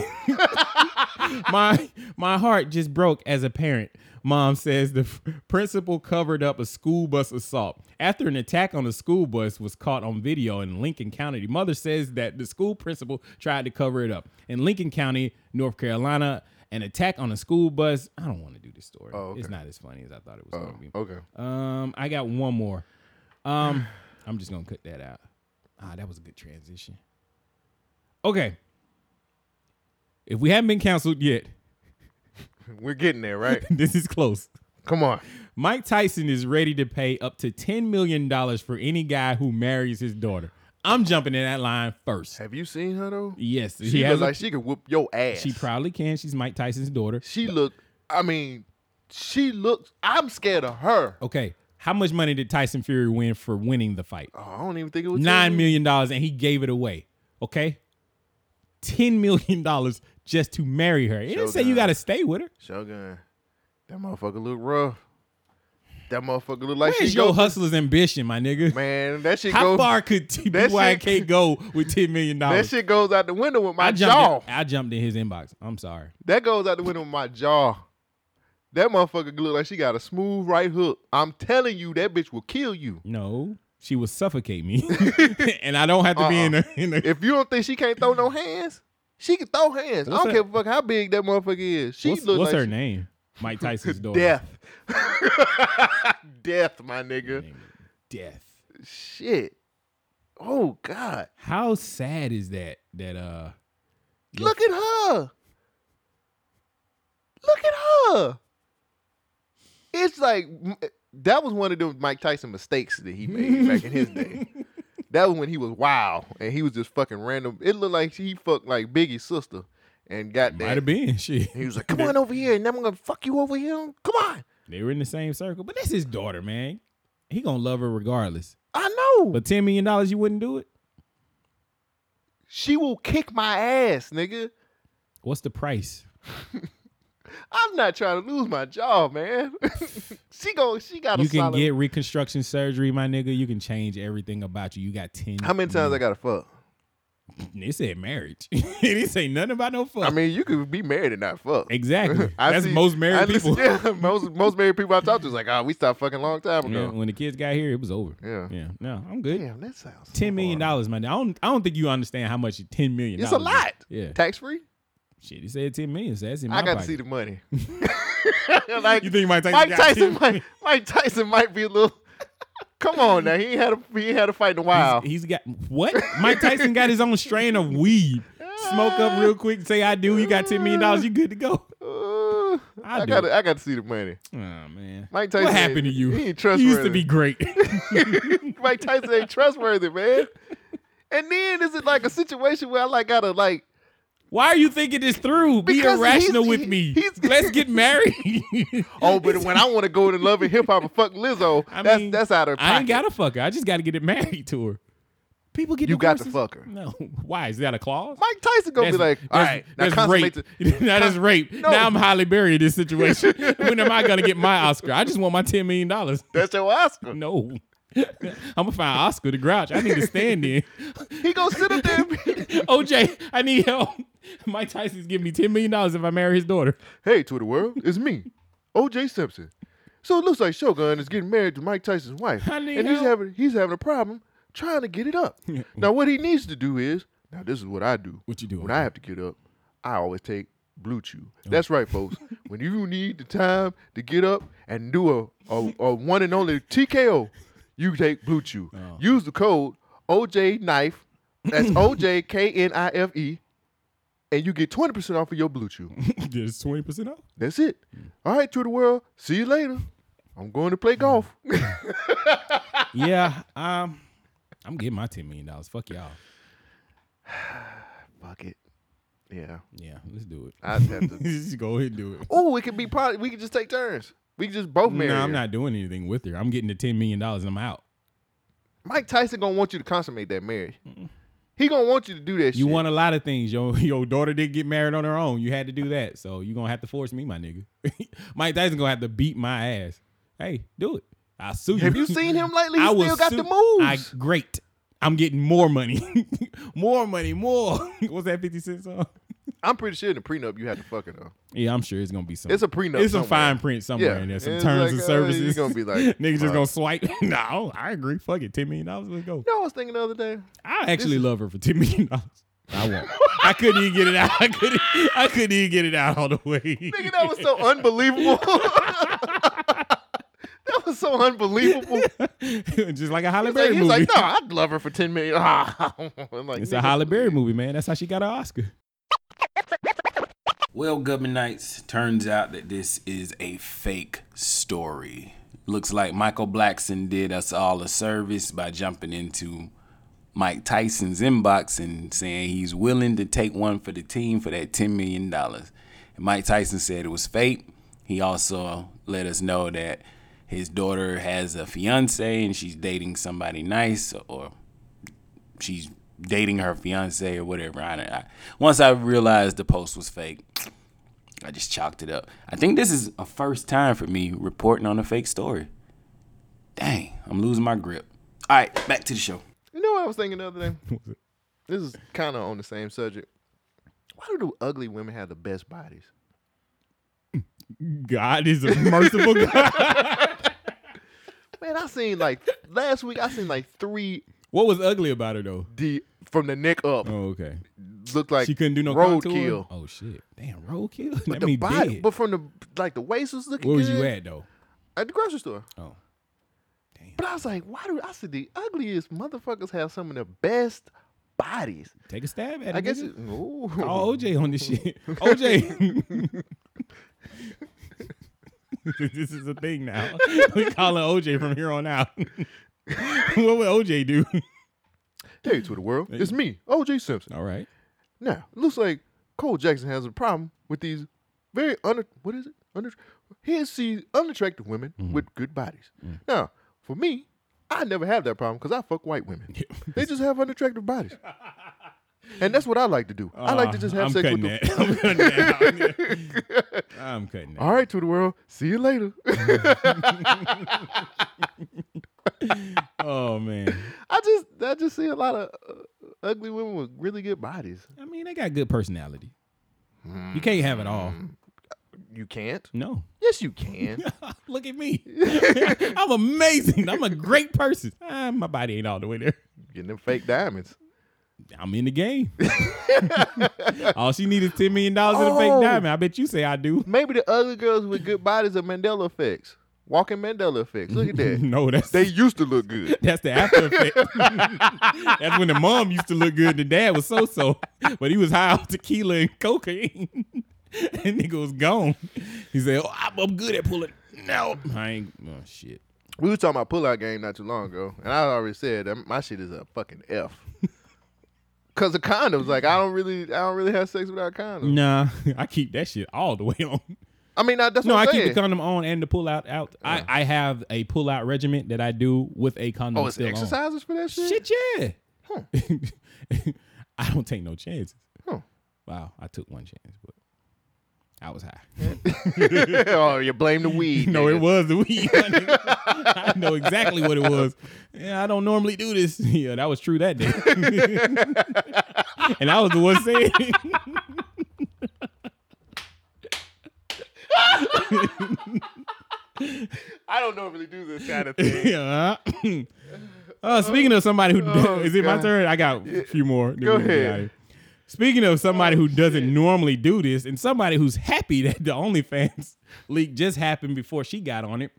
[SPEAKER 6] my my heart just broke as a parent. Mom says the f- principal covered up a school bus assault after an attack on a school bus was caught on video in Lincoln County. The mother says that the school principal tried to cover it up in Lincoln County, North Carolina. An attack on a school bus. I don't want to do this story. It's not as funny as I thought it was going to be.
[SPEAKER 12] Oh, Okay.
[SPEAKER 6] Um, I got one more. Um, I'm just gonna cut that out. Ah, that was a good transition. Okay. If we haven't been canceled yet,
[SPEAKER 12] We're getting there, right?
[SPEAKER 6] this is close.
[SPEAKER 12] Come on.
[SPEAKER 6] Mike Tyson is ready to pay up to $10 million for any guy who marries his daughter. I'm jumping in that line first.
[SPEAKER 12] Have you seen her though?
[SPEAKER 6] Yes.
[SPEAKER 12] She look like she could whoop your ass.
[SPEAKER 6] She probably can. She's Mike Tyson's daughter.
[SPEAKER 12] She look. I mean, she looks. I'm scared of her.
[SPEAKER 6] Okay. How much money did Tyson Fury win for winning the fight?
[SPEAKER 12] Oh, I don't even think it was
[SPEAKER 6] Nine million dollars, and he gave it away. Okay, ten million dollars just to marry her. It didn't say you
[SPEAKER 12] Shogun.
[SPEAKER 6] got to stay with her.
[SPEAKER 12] Shogun. That motherfucker look rough. That motherfucker look like
[SPEAKER 6] Where's
[SPEAKER 12] she
[SPEAKER 6] your
[SPEAKER 12] go-
[SPEAKER 6] hustler's ambition, my nigga?
[SPEAKER 12] Man, that shit
[SPEAKER 6] How
[SPEAKER 12] go-
[SPEAKER 6] far could
[SPEAKER 12] that
[SPEAKER 6] TPYK
[SPEAKER 12] shit-
[SPEAKER 6] go with ten million
[SPEAKER 12] That
[SPEAKER 6] dollars?
[SPEAKER 12] shit goes out the window with my
[SPEAKER 6] I jumped.
[SPEAKER 12] jaw.
[SPEAKER 6] In, I jumped in his inbox. I'm sorry.
[SPEAKER 12] That goes out the window with my jaw. That motherfucker look like she got a smooth right hook. I'm telling you, that bitch will kill you.
[SPEAKER 6] No, she will suffocate me, and I don't have to be in the. In the
[SPEAKER 12] Uh-uh. If you don't think she can't throw no hands, she can throw hands. I
[SPEAKER 6] What's
[SPEAKER 12] don't
[SPEAKER 6] her-
[SPEAKER 12] give a fuck how big that motherfucker is. She
[SPEAKER 6] what's
[SPEAKER 12] look
[SPEAKER 6] what's
[SPEAKER 12] like
[SPEAKER 6] her
[SPEAKER 12] she-
[SPEAKER 6] name? Mike Tyson's daughter.
[SPEAKER 12] Death. Death, my nigga.
[SPEAKER 6] Death.
[SPEAKER 12] Shit. Oh God.
[SPEAKER 6] How sad is that? That uh,
[SPEAKER 12] Look at her. Look at her. It's like eh, that was one of them Mike Tyson mistakes that he made back in his day. That was when he was wild and he was just fucking random. It looked like he fucked like Biggie's sister and got that.
[SPEAKER 6] might have been shit.
[SPEAKER 12] He was like, "Come on over here, and I'm gonna fuck you over here. Come on."
[SPEAKER 6] They were in the same circle, but that's his daughter, man. He gonna love her regardless.
[SPEAKER 12] I know.
[SPEAKER 6] But ten million dollars, you wouldn't do it.
[SPEAKER 12] She will kick my ass, nigga.
[SPEAKER 6] What's the price?
[SPEAKER 12] I'm not trying to lose my job, man. she go. She got a
[SPEAKER 6] You can
[SPEAKER 12] solid.
[SPEAKER 6] get reconstruction surgery, my nigga. You can change everything about you. You got ten.
[SPEAKER 12] How many times I gotta fuck?
[SPEAKER 6] They said marriage. it said nothing about no fuck.
[SPEAKER 12] I mean, you could be married and not fuck.
[SPEAKER 6] Exactly.
[SPEAKER 12] I
[SPEAKER 6] That's most married
[SPEAKER 12] I listen-
[SPEAKER 6] people.
[SPEAKER 12] yeah, most most married people I talk to is like, oh, we stopped fucking a long time
[SPEAKER 6] Yeah,
[SPEAKER 12] ago.
[SPEAKER 6] when the kids got here, it was over.
[SPEAKER 12] Yeah.
[SPEAKER 6] Yeah. No, I'm good.
[SPEAKER 12] Damn, that sounds.
[SPEAKER 6] Ten million dollars, man. I don't. I don't think you understand how much ten million.
[SPEAKER 12] It's a
[SPEAKER 6] dollars is.
[SPEAKER 12] lot.
[SPEAKER 6] Yeah.
[SPEAKER 12] Tax free.
[SPEAKER 6] Shit, he said ten million. So that's in my
[SPEAKER 12] I got to
[SPEAKER 6] pocket.
[SPEAKER 12] see the money. like
[SPEAKER 6] You think Mike Tyson
[SPEAKER 12] Mike
[SPEAKER 6] got
[SPEAKER 12] Tyson,
[SPEAKER 6] 10
[SPEAKER 12] might, Mike Tyson might be a little. Come on now, he ain't had a he ain't had a fight in a while.
[SPEAKER 6] he's got what? Mike Tyson got his own strain of weed. Smoke up real quick. Say I do. You got ten million dollars. You good to go.
[SPEAKER 12] Uh,
[SPEAKER 6] I
[SPEAKER 12] I,
[SPEAKER 6] do.
[SPEAKER 12] got to I got to see the money.
[SPEAKER 6] Oh man,
[SPEAKER 12] Mike Tyson.
[SPEAKER 6] What
[SPEAKER 12] ain't-
[SPEAKER 6] happened to you?
[SPEAKER 12] He ain't
[SPEAKER 6] You
[SPEAKER 12] trustworthy.
[SPEAKER 6] used to be great.
[SPEAKER 12] Mike Tyson ain't trustworthy, man. And then is it like a situation where I like gotta like
[SPEAKER 6] Why are you thinking this through? Be
[SPEAKER 12] Because
[SPEAKER 6] irrational
[SPEAKER 12] he's-
[SPEAKER 6] with
[SPEAKER 12] he-
[SPEAKER 6] me.
[SPEAKER 12] he's-
[SPEAKER 6] Let's get married.
[SPEAKER 12] oh, but when I want to go to love and hip hop and fuck Lizzo, that's that's out of pocket.
[SPEAKER 6] I ain't gotta fuck her. I just gotta get it married to her. People get
[SPEAKER 12] You got to
[SPEAKER 6] divorces-
[SPEAKER 12] fuck her.
[SPEAKER 6] No, why is that a clause?
[SPEAKER 12] Mike Tyson gonna be like, all right, now
[SPEAKER 6] that's rape.
[SPEAKER 12] consummate the-
[SPEAKER 6] now that's rape.
[SPEAKER 12] No.
[SPEAKER 6] Now I'm Holly Berry in this situation. when am I gonna get my Oscar? I just want my ten million dollars.
[SPEAKER 12] That's your Oscar.
[SPEAKER 6] No. I'm gonna find Oscar the Grouch. I need to stand in.
[SPEAKER 12] He gonna sit up there. and be-
[SPEAKER 6] OJ, I need help. Mike Tyson's giving me ten million dollars if I marry his daughter.
[SPEAKER 12] Hey, to the world, it's me, O.J. Simpson. So it looks like Shogun is getting married to Mike Tyson's wife,
[SPEAKER 6] I need
[SPEAKER 12] and he's
[SPEAKER 6] help.
[SPEAKER 12] having he's having a problem trying to get it up. now, what he needs to do is now this is what I do.
[SPEAKER 6] What you do Oh.
[SPEAKER 12] when I have to get up? I always take Blue Chew. That's right, folks. when you need the time to get up and do a a, a one and only TKO, you take Blue Chew.
[SPEAKER 6] Oh.
[SPEAKER 12] Use the code OJ Knife. That's O J K N I F E, and you get twenty percent off of your Blue Chew.
[SPEAKER 6] There's twenty percent off. Mm.
[SPEAKER 12] That's it. All right, to the world. See you later. I'm going to play golf.
[SPEAKER 6] Yeah, um, I'm getting my ten million dollars. Fuck y'all.
[SPEAKER 12] Fuck it. Yeah.
[SPEAKER 6] Yeah, let's do it.
[SPEAKER 12] I'd have to-
[SPEAKER 6] just go ahead and do it.
[SPEAKER 12] Oh, it could be probably we could just take turns. We could just both marry.
[SPEAKER 6] No, I'm
[SPEAKER 12] her.
[SPEAKER 6] not doing anything with her. I'm getting the ten million dollars and I'm out.
[SPEAKER 12] Mike Tyson gonna want you to consummate that marriage.
[SPEAKER 6] Mm.
[SPEAKER 12] He gonna want you to do that
[SPEAKER 6] You
[SPEAKER 12] shit.
[SPEAKER 6] want a lot of things. Your your daughter did get married on her own. You had to do that. So you're gonna have to force me, my nigga. Mike Tyson gonna have to beat my ass. Hey, do it. I'll sue you.
[SPEAKER 12] Have you seen him lately? He
[SPEAKER 6] I will
[SPEAKER 12] still got
[SPEAKER 6] sue-
[SPEAKER 12] the moves.
[SPEAKER 6] I, great. I'm getting more money. more money, more. What's that 50 cent song?
[SPEAKER 12] I, am pretty sure in the prenup you had to fuck it though.
[SPEAKER 6] Yeah, I'm sure it's gonna be some.
[SPEAKER 12] It's a prenup
[SPEAKER 6] It's some
[SPEAKER 12] somewhere.
[SPEAKER 6] fine print somewhere
[SPEAKER 12] Yeah.
[SPEAKER 6] in there. Some
[SPEAKER 12] It's
[SPEAKER 6] terms
[SPEAKER 12] like,
[SPEAKER 6] and
[SPEAKER 12] uh,
[SPEAKER 6] services.
[SPEAKER 12] you're gonna be like,
[SPEAKER 6] niggas just
[SPEAKER 12] uh,
[SPEAKER 6] gonna swipe. no, I agree. Fuck it, ten million dollars. Let's go.
[SPEAKER 12] You know, what I was thinking the other day.
[SPEAKER 6] I actually love her for ten million dollars. I won't. I couldn't even get it out. I couldn't. I couldn't even get it out all the way.
[SPEAKER 12] Nigga, that was so unbelievable. that was so unbelievable.
[SPEAKER 6] just like a Holly
[SPEAKER 12] He's like,
[SPEAKER 6] Berry
[SPEAKER 12] he's
[SPEAKER 6] movie.
[SPEAKER 12] like, no, I'd love her for ten million. I'm like,
[SPEAKER 6] it's
[SPEAKER 12] nigga,
[SPEAKER 6] a Holly Berry movie, man. That's how she got her Oscar.
[SPEAKER 7] Well, Gubmanites, turns out that this is a fake story. Looks like Michael Blackson did us all a service by jumping into Mike Tyson's inbox and saying he's willing to take one for the team for that $10 million. And Mike Tyson said it was fake. He also let us know that his daughter has a fiance and she's dating somebody nice or she's dating her fiance or whatever. I, I, once I realized the post was fake, I just chalked it up. I think this is a first time for me reporting on a fake story. Dang, I'm losing my grip. All right, back to the show.
[SPEAKER 12] You know what I was thinking the other day? this is kind of on the same subject. Why do ugly women have the best bodies?
[SPEAKER 6] God is a merciful God.
[SPEAKER 12] Man, I seen like last week. I seen like three
[SPEAKER 6] What was ugly about her though?
[SPEAKER 12] The from the neck up.
[SPEAKER 6] Oh, okay.
[SPEAKER 12] Looked like
[SPEAKER 6] she couldn't do no
[SPEAKER 12] roadkill.
[SPEAKER 6] contour? Oh shit! Damn, roadkill.
[SPEAKER 12] But
[SPEAKER 6] That
[SPEAKER 12] the
[SPEAKER 6] mean
[SPEAKER 12] body,
[SPEAKER 6] dead.
[SPEAKER 12] but from the like the waist was looking.
[SPEAKER 6] Where was you
[SPEAKER 12] good.
[SPEAKER 6] at though?
[SPEAKER 12] At the grocery store.
[SPEAKER 6] Oh.
[SPEAKER 12] But I was like, why do I said the ugliest motherfuckers have some of the best bodies?
[SPEAKER 6] Take a stab at it.
[SPEAKER 12] I guess
[SPEAKER 6] nigga.
[SPEAKER 12] it- ooh.
[SPEAKER 6] Call OJ on this shit. OJ. this is a thing now. We calling OJ from here on out. what would OJ do?
[SPEAKER 12] Hey to the world, it's me, OJ Simpson.
[SPEAKER 6] All right.
[SPEAKER 12] Now it looks like Cole Jackson has a problem with these very under what is it under he sees unattractive women
[SPEAKER 6] Mm-hmm.
[SPEAKER 12] with good bodies.
[SPEAKER 6] Mm.
[SPEAKER 12] Now for me, I never have that problem because I fuck white women. they just have unattractive bodies. And that's what I like to do. I like to
[SPEAKER 6] Uh,
[SPEAKER 12] just have
[SPEAKER 6] I'm
[SPEAKER 12] sex with
[SPEAKER 6] cutting
[SPEAKER 12] them.
[SPEAKER 6] that. I'm cutting that out. I'm cutting that
[SPEAKER 12] All right, to the world. See you later.
[SPEAKER 6] Oh man.
[SPEAKER 12] I just I just see a lot of uh, ugly women with really good bodies. Hmm.
[SPEAKER 6] I mean, they got good personality. You can't have it all.
[SPEAKER 12] You can't.
[SPEAKER 6] No.
[SPEAKER 12] Yes, you can.
[SPEAKER 6] Look at me. I'm amazing. I'm a great person. Ah, my body ain't all the way there.
[SPEAKER 12] Getting them fake diamonds.
[SPEAKER 6] I'm in the game. all Oh, she needs is ten million dollars in a fake
[SPEAKER 12] Oh.
[SPEAKER 6] diamond. I bet you say I do.
[SPEAKER 12] Maybe the ugly girls with good bodies are Mandela effects. Walking Mandela effects. Look at that.
[SPEAKER 6] No, that's
[SPEAKER 12] they used to look good.
[SPEAKER 6] That's the after effect. that's when the mom used to look good. The dad was so so, but he was high on tequila and cocaine. and nigga was gone. He said, oh, I'm, I'm good at pulling." No, I ain't. Oh shit.
[SPEAKER 12] We were talking about pullout game not too long ago, and I already said that my shit is a fucking F. Cause of condoms, like I don't really, I don't really have sex without condoms.
[SPEAKER 6] Nah, I keep that shit all the way on.
[SPEAKER 12] I mean, I, that's
[SPEAKER 6] no,
[SPEAKER 12] what I'm
[SPEAKER 6] I keep the
[SPEAKER 12] saying.
[SPEAKER 6] condom on and the pull out out. I, I have a pull out regiment that I do with a condom.
[SPEAKER 12] oh, it's
[SPEAKER 6] still on.
[SPEAKER 12] exercises for that shit.
[SPEAKER 6] Shit, yeah. I don't take no chances. Wow, I took one chance, but I was high.
[SPEAKER 12] oh, you blame the weed.
[SPEAKER 6] no,
[SPEAKER 12] nigga.
[SPEAKER 6] it was the weed. I know exactly what it was. Yeah, I don't normally do this. Yeah, that was true that day. and I was the one saying.
[SPEAKER 12] I don't normally do this kind of thing.
[SPEAKER 6] yeah. Uh, speaking of somebody who
[SPEAKER 12] Oh,
[SPEAKER 6] is it my
[SPEAKER 12] God.
[SPEAKER 6] turn? I got a few more. then
[SPEAKER 12] Go
[SPEAKER 6] we'll get
[SPEAKER 12] ahead. Oh,
[SPEAKER 6] outta here. Speaking of somebody who doesn't normally do this, and somebody who's happy that the OnlyFans leak just happened before she got on it,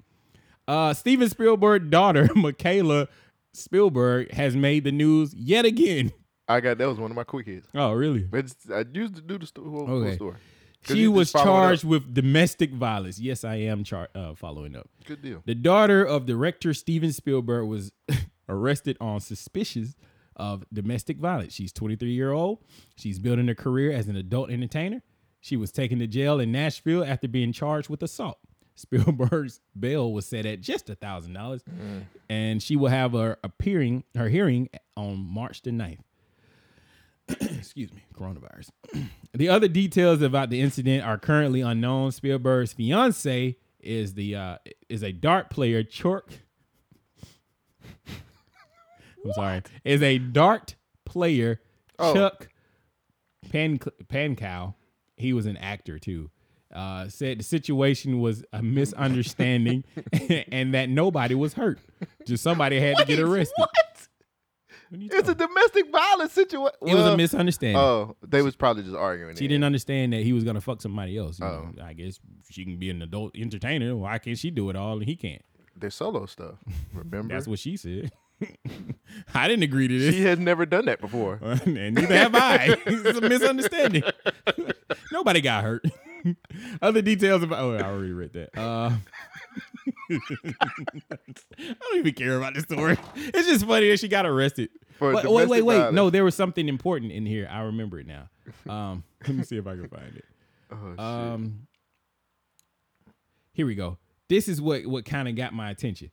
[SPEAKER 6] uh, Steven Spielberg's daughter Michaela Spielberg has made the news yet again.
[SPEAKER 12] I got that was one of my quick hits.
[SPEAKER 6] Oh, really?
[SPEAKER 12] But it's, I used to do the sto- whole, whole
[SPEAKER 6] Okay.
[SPEAKER 12] story. 'Cause
[SPEAKER 6] She
[SPEAKER 12] you just
[SPEAKER 6] was
[SPEAKER 12] follow it up.
[SPEAKER 6] charged with domestic violence. Yes, I am char- uh, following up.
[SPEAKER 12] Good deal.
[SPEAKER 6] The daughter of director Steven Spielberg was arrested on suspicions of domestic violence. She's 23 year old. She's building a career as an adult entertainer. She was taken to jail in Nashville after being charged with assault. Spielberg's bail was set at just thousand dollars,
[SPEAKER 12] Mm.
[SPEAKER 6] and she will have her appearing her hearing on March the 9th. Excuse me, coronavirus. The other details about the incident are currently unknown. Spielberg's fiance is the uh, is a dart player. Chork. I'm sorry. Is a dart player.
[SPEAKER 3] Oh.
[SPEAKER 6] Chuck Pan Pancow. He was an actor too. Uh, said the situation was a misunderstanding and that nobody was hurt. Just somebody had to get arrested.
[SPEAKER 12] It's a domestic violence situation.
[SPEAKER 6] It was a misunderstanding.
[SPEAKER 12] Oh, they was probably just arguing. Oh.
[SPEAKER 6] She
[SPEAKER 12] it.
[SPEAKER 6] didn't understand that he was gonna fuck somebody else. you know. I guess she can be an adult entertainer. Why can't she do it all and he can't?
[SPEAKER 12] Their solo stuff. Remember?
[SPEAKER 6] That's what she said. I didn't agree to this.
[SPEAKER 12] She has never done that before.
[SPEAKER 6] and neither have I. it's a misunderstanding. no nobody got hurt. Other details about oh, I already read that. Uh, I don't even care about the story. It's just funny that she got arrested.
[SPEAKER 7] For
[SPEAKER 6] wait, wait, wait,
[SPEAKER 7] domestic
[SPEAKER 6] wait. No,
[SPEAKER 7] violence.
[SPEAKER 6] there was something important in here. I remember it now. Um, let me see if I can find it.
[SPEAKER 7] Oh, shit.
[SPEAKER 6] Um, here we go. This is what what kind of got my attention.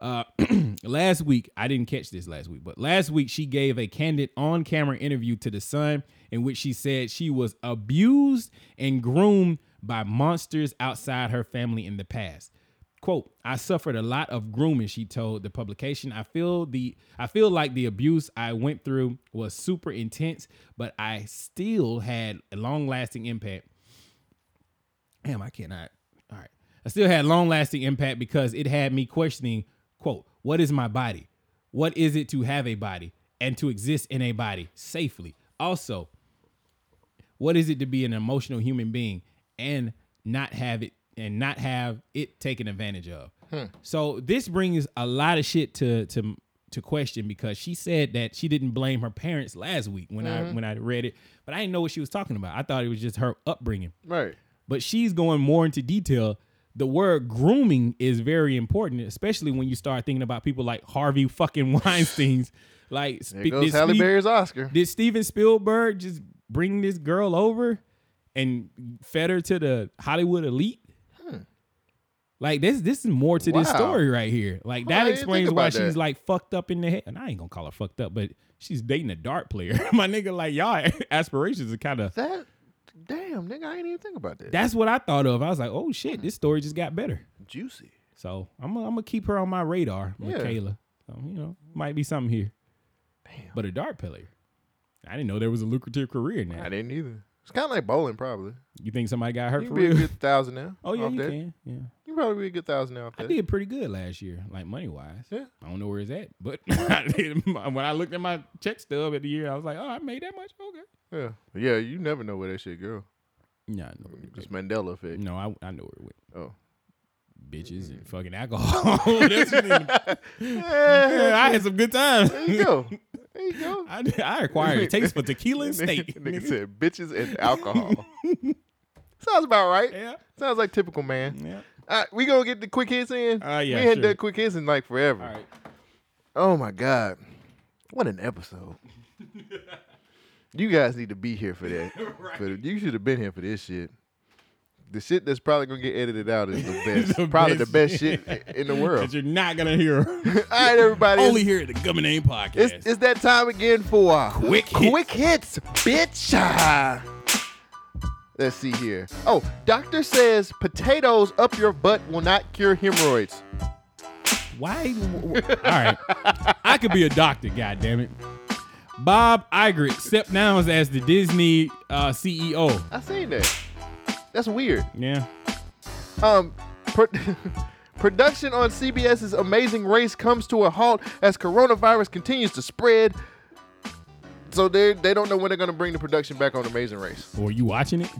[SPEAKER 6] Uh, last week I didn't catch this last week, but last week she gave a candid on-camera interview to the Sun in which she said she was abused and groomed by monsters outside her family in the past. "Quote: I suffered a lot of grooming," she told the publication. "I feel the I feel like the abuse I went through was super intense, but I still had a long-lasting impact." damn, I cannot. All right. I still had long lasting impact because it had me questioning, quote, what is my body? What is it to have a body and to exist in a body safely? Also, what is it to be an emotional human being and not have it and not have it taken advantage of?
[SPEAKER 3] Hmm.
[SPEAKER 6] So this brings a lot of shit to to to question because she said that she didn't blame her parents last week when I
[SPEAKER 3] Mhm.
[SPEAKER 6] when I read it, but I didn't know what she was talking about. I thought it was just her upbringing.
[SPEAKER 12] Right.
[SPEAKER 6] But she's going more into detail. The word grooming is very important, especially when you start thinking about people like Harvey fucking Weinstein's. Like,
[SPEAKER 12] There
[SPEAKER 6] spe-
[SPEAKER 12] goes
[SPEAKER 6] did
[SPEAKER 12] Halle
[SPEAKER 6] Steve-
[SPEAKER 12] Berry's Oscar.
[SPEAKER 6] Did Steven Spielberg just bring this girl over and fed her to the Hollywood elite?
[SPEAKER 12] Hmm.
[SPEAKER 6] Like this, this is more to this
[SPEAKER 12] Wow.
[SPEAKER 6] story right here. Like
[SPEAKER 12] Huh, I
[SPEAKER 6] that
[SPEAKER 12] didn't
[SPEAKER 6] explains
[SPEAKER 12] think
[SPEAKER 6] why
[SPEAKER 12] about that.
[SPEAKER 6] she's like fucked up in the head. And I ain't gonna call her fucked up, but she's dating a dart player. My nigga, like y'all aspirations are kind of
[SPEAKER 12] That damn nigga, I ain't even think about that.
[SPEAKER 6] that's what I thought of. I was like, oh shit, this story just got better.
[SPEAKER 12] Juicy.
[SPEAKER 6] So I'm gonna I'm gonna keep her on my radar,
[SPEAKER 12] Yeah.
[SPEAKER 6] Michaela. So, you know, might be something here. But a dart player. I didn't know there was a lucrative career now. I
[SPEAKER 12] didn't either. It's kind of like bowling, probably.
[SPEAKER 6] You think somebody got hurt
[SPEAKER 12] You
[SPEAKER 6] for
[SPEAKER 12] can be a
[SPEAKER 6] real?
[SPEAKER 12] good thousand now.
[SPEAKER 6] Oh yeah,
[SPEAKER 12] off
[SPEAKER 6] you
[SPEAKER 12] that.
[SPEAKER 6] can. Yeah.
[SPEAKER 12] You probably be a good thousand now. Off
[SPEAKER 6] I
[SPEAKER 12] that.
[SPEAKER 6] did pretty good last year, like money wise.
[SPEAKER 12] Yeah.
[SPEAKER 6] I don't know where it's at, but I did, when I looked at my check stub at the year, I was like, oh, I made that much. Okay.
[SPEAKER 12] Yeah, yeah. You never know where that shit go.
[SPEAKER 6] Yeah,
[SPEAKER 12] just Mandela effect.
[SPEAKER 6] No, I I know where it went.
[SPEAKER 12] Oh,
[SPEAKER 6] bitches and fucking alcohol. Oh, That's what it- Yeah, I had some good times.
[SPEAKER 12] There you go. There you go.
[SPEAKER 6] I, I acquired a taste for tequila and steak.
[SPEAKER 12] Nigga said bitches and alcohol. Sounds about right.
[SPEAKER 6] Yeah.
[SPEAKER 12] Sounds like typical man.
[SPEAKER 6] Yeah.
[SPEAKER 12] All right, we gonna get the quick hits in.
[SPEAKER 6] Uh, yeah,
[SPEAKER 12] we had
[SPEAKER 6] sure.
[SPEAKER 12] done quick hits in like forever. All
[SPEAKER 6] right.
[SPEAKER 12] Oh my god, what an episode! you guys need to be here for that. But you should have been here for this shit. The shit that's probably gonna get edited out is the best, probably the best shit i- in the world.
[SPEAKER 6] That you're not gonna hear. All
[SPEAKER 12] right, everybody.
[SPEAKER 6] Only here at the Gummy Name Podcast.
[SPEAKER 12] It's, it's that time again for
[SPEAKER 6] Quick
[SPEAKER 12] quick hits, bitch. Ah. Let's see here. Oh, doctor says potatoes up your butt will not cure hemorrhoids.
[SPEAKER 6] Why? right, I could be a doctor. God damn it. Bob Igret stepped down as the Disney uh, CEO.
[SPEAKER 12] I seen that. That's weird.
[SPEAKER 6] Yeah.
[SPEAKER 12] Um, pro- production on CBS's Amazing Race comes to a halt as coronavirus continues to spread. So they they don't know when they're gonna bring the production back on Amazing Race.
[SPEAKER 6] Were you watching it?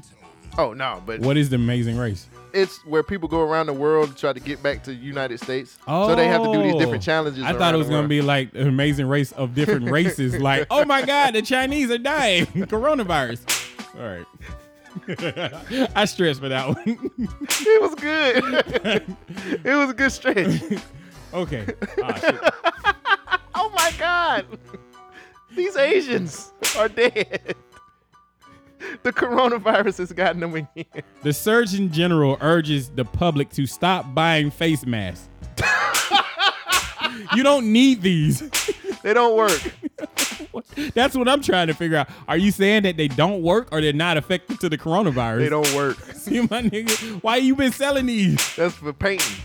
[SPEAKER 12] Oh no, but
[SPEAKER 6] What is the Amazing Race?
[SPEAKER 12] it's where people go around the world to try to get back to the United States. So they have to do these different
[SPEAKER 6] Oh.
[SPEAKER 12] challenges.
[SPEAKER 6] I thought it was gonna be like an amazing race of different races. like, oh my god, the Chinese are dying, coronavirus. All right, I stressed for that one.
[SPEAKER 12] it was good. it was a good stretch.
[SPEAKER 6] okay. Ah, shit.
[SPEAKER 12] oh my god. These Asians are dead. The coronavirus has gotten them again.
[SPEAKER 6] The Surgeon General urges the public to stop buying face masks. you don't need these.
[SPEAKER 12] They don't work.
[SPEAKER 6] That's what I'm trying to figure out. Are you saying that they don't work or they're not effective to the coronavirus?
[SPEAKER 12] They don't work.
[SPEAKER 6] See my nigga, why you been selling these?
[SPEAKER 12] That's for painting.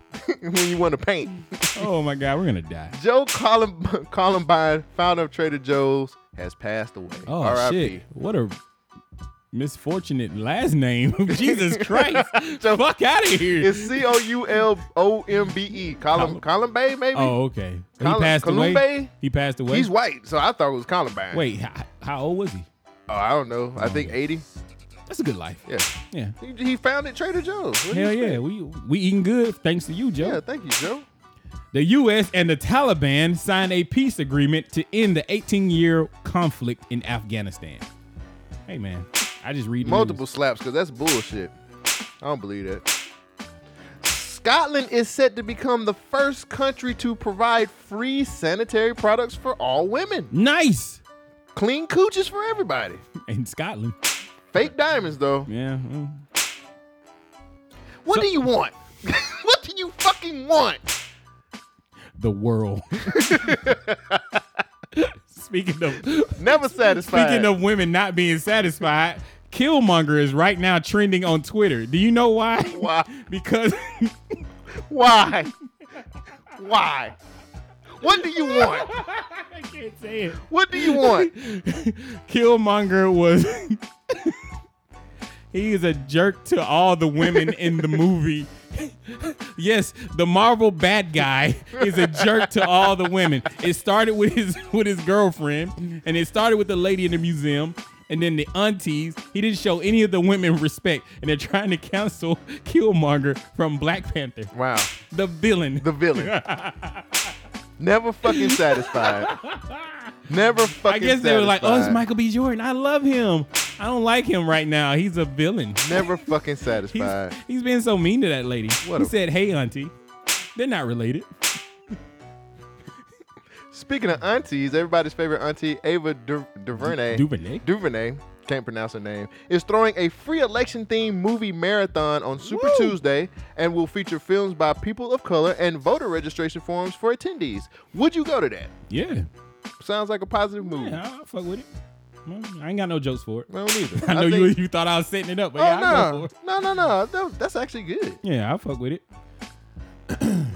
[SPEAKER 12] when you want to paint.
[SPEAKER 6] Oh my god, we're gonna die.
[SPEAKER 12] Joe Colum- Columbine, founder of Trader Joe's, has passed away.
[SPEAKER 6] Oh
[SPEAKER 12] R.I.P.
[SPEAKER 6] shit! What a misfortunate last name. Jesus Christ! Fuck out of here.
[SPEAKER 12] It's C O U L O M B E. Colum Columbine, maybe.
[SPEAKER 6] Oh okay. He
[SPEAKER 12] Colum-
[SPEAKER 6] passed away.
[SPEAKER 12] Columbe?
[SPEAKER 6] He passed away.
[SPEAKER 12] He's white, so I thought it was Columbine.
[SPEAKER 6] Wait, how, how old was he?
[SPEAKER 12] Oh, I don't know. I think eighty.
[SPEAKER 6] That's a good life.
[SPEAKER 12] Yeah.
[SPEAKER 6] Yeah.
[SPEAKER 12] He, he founded Trader Joe's. What do you
[SPEAKER 6] Hell yeah,
[SPEAKER 12] expect?
[SPEAKER 6] we we eating good thanks to you, Joe.
[SPEAKER 12] Yeah, thank you, Joe.
[SPEAKER 6] The U.S. and the Taliban signed a peace agreement to end the 18-year conflict in Afghanistan. Hey man, I just read the
[SPEAKER 12] Multiple slaps, because that's bullshit. I don't believe that. Scotland is set to become the first country to provide free sanitary products for all women.
[SPEAKER 6] Nice.
[SPEAKER 12] Clean cooches for everybody.
[SPEAKER 6] In Scotland.
[SPEAKER 12] Fake diamonds, though.
[SPEAKER 6] Yeah.
[SPEAKER 12] What do you want? what do you fucking want?
[SPEAKER 6] the world. speaking of
[SPEAKER 12] never satisfied.
[SPEAKER 6] Speaking of women not being satisfied, Killmonger is right now trending on Twitter. Do you know why?
[SPEAKER 12] Why?
[SPEAKER 6] because
[SPEAKER 12] why? Why? What do you want?
[SPEAKER 6] I can't say it.
[SPEAKER 12] What do you want?
[SPEAKER 6] Killmonger was he is a jerk to all the women in the movie. yes, the Marvel bad guy is a jerk to all the women. It started with his with his girlfriend, and it started with the lady in the museum, and then the aunties. He didn't show any of the women respect, and they're trying to cancel Killmonger from Black Panther.
[SPEAKER 12] Wow,
[SPEAKER 6] the villain.
[SPEAKER 12] The villain. Never fucking satisfied. Never fucking.
[SPEAKER 6] I guess they were like, "Oh, it's
[SPEAKER 12] satisfied.
[SPEAKER 6] Michael B. Jordan. I love him. I don't like him right now. He's a villain."
[SPEAKER 12] Never fucking satisfied.
[SPEAKER 6] He's been so mean to that lady.
[SPEAKER 12] What
[SPEAKER 6] he
[SPEAKER 12] a-
[SPEAKER 6] said, "Hey, auntie." They're not related.
[SPEAKER 12] Speaking of aunties, everybody's favorite auntie, Ava Du- DuVernay.
[SPEAKER 6] Du- DuVernay?
[SPEAKER 12] DuVernay. Can't pronounce her name. Is throwing a free election themed movie marathon on Super Tuesday and will feature films by people of color and voter registration forms for attendees. Would you go to that?
[SPEAKER 6] Yeah.
[SPEAKER 12] Sounds like a positive move.
[SPEAKER 6] Yeah, I fuck with it. Mm, I ain't got no jokes for it.
[SPEAKER 12] I don't either.
[SPEAKER 6] I know
[SPEAKER 12] I
[SPEAKER 6] you
[SPEAKER 12] think-
[SPEAKER 6] you thought I was setting it up, but yeah,
[SPEAKER 12] oh,
[SPEAKER 6] I go
[SPEAKER 12] no.
[SPEAKER 6] for it.
[SPEAKER 12] no, no, no. That- that's actually good.
[SPEAKER 6] Yeah, I fuck with it.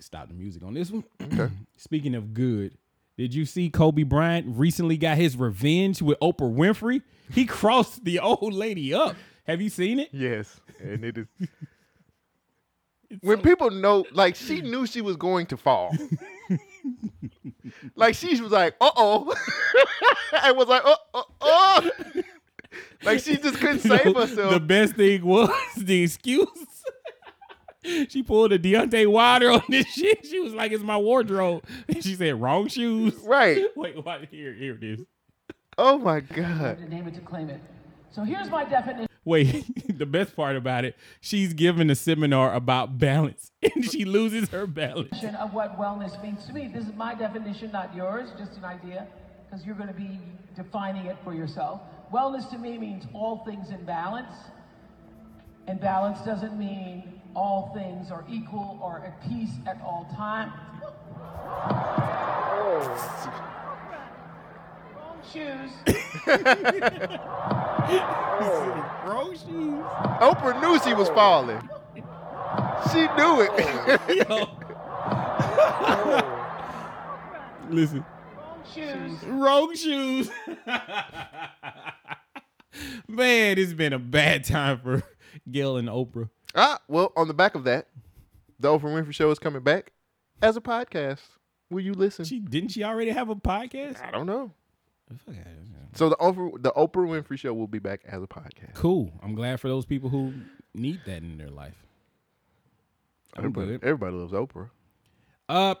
[SPEAKER 6] Stop the music on this one. Speaking of good, did you see Kobe Bryant recently got his revenge with Oprah Winfrey? He crossed the old lady up. Have you seen it?
[SPEAKER 12] Yes. And it is. when people know, like, she knew she was going to fall. like, she was like, uh oh. and was like, uh oh, oh. Like, she just couldn't
[SPEAKER 6] You know,
[SPEAKER 12] save herself.
[SPEAKER 6] The best thing was the excuse. she pulled a Deontay Wilder on this shit. She was like, "It's my wardrobe." And she said, "Wrong shoes."
[SPEAKER 12] Right.
[SPEAKER 6] Wait, what? Here, here it is.
[SPEAKER 12] Oh my God.
[SPEAKER 3] name it to claim it. So here's my definition.
[SPEAKER 6] Wait, the best part about it, she's giving a seminar about balance, and she loses her balance.
[SPEAKER 3] definition of what wellness means to me. This is my definition, not yours, just an idea, because you're going to be defining it for yourself. Wellness to me means all things in balance, and balance doesn't mean all things are equal or at peace at all time. Wrong shoes.
[SPEAKER 12] Oh.
[SPEAKER 6] Wrong shoes.
[SPEAKER 12] Oprah knew she was falling. She knew it.
[SPEAKER 6] Listen,
[SPEAKER 3] Shoes.
[SPEAKER 6] wrong shoes. Man, it's been a bad time for Gail and Oprah.
[SPEAKER 12] ah, well, on the back of that, the Oprah Winfrey Show is coming back as a podcast. Will you listen?
[SPEAKER 6] She didn't she already have a podcast?
[SPEAKER 12] I don't know. So the Oprah, the Oprah Winfrey Show will be back as a podcast.
[SPEAKER 6] Cool. I'm glad for those people who need that in their life. I'm
[SPEAKER 12] Everybody,
[SPEAKER 6] good.
[SPEAKER 12] everybody loves Oprah.
[SPEAKER 6] Uh,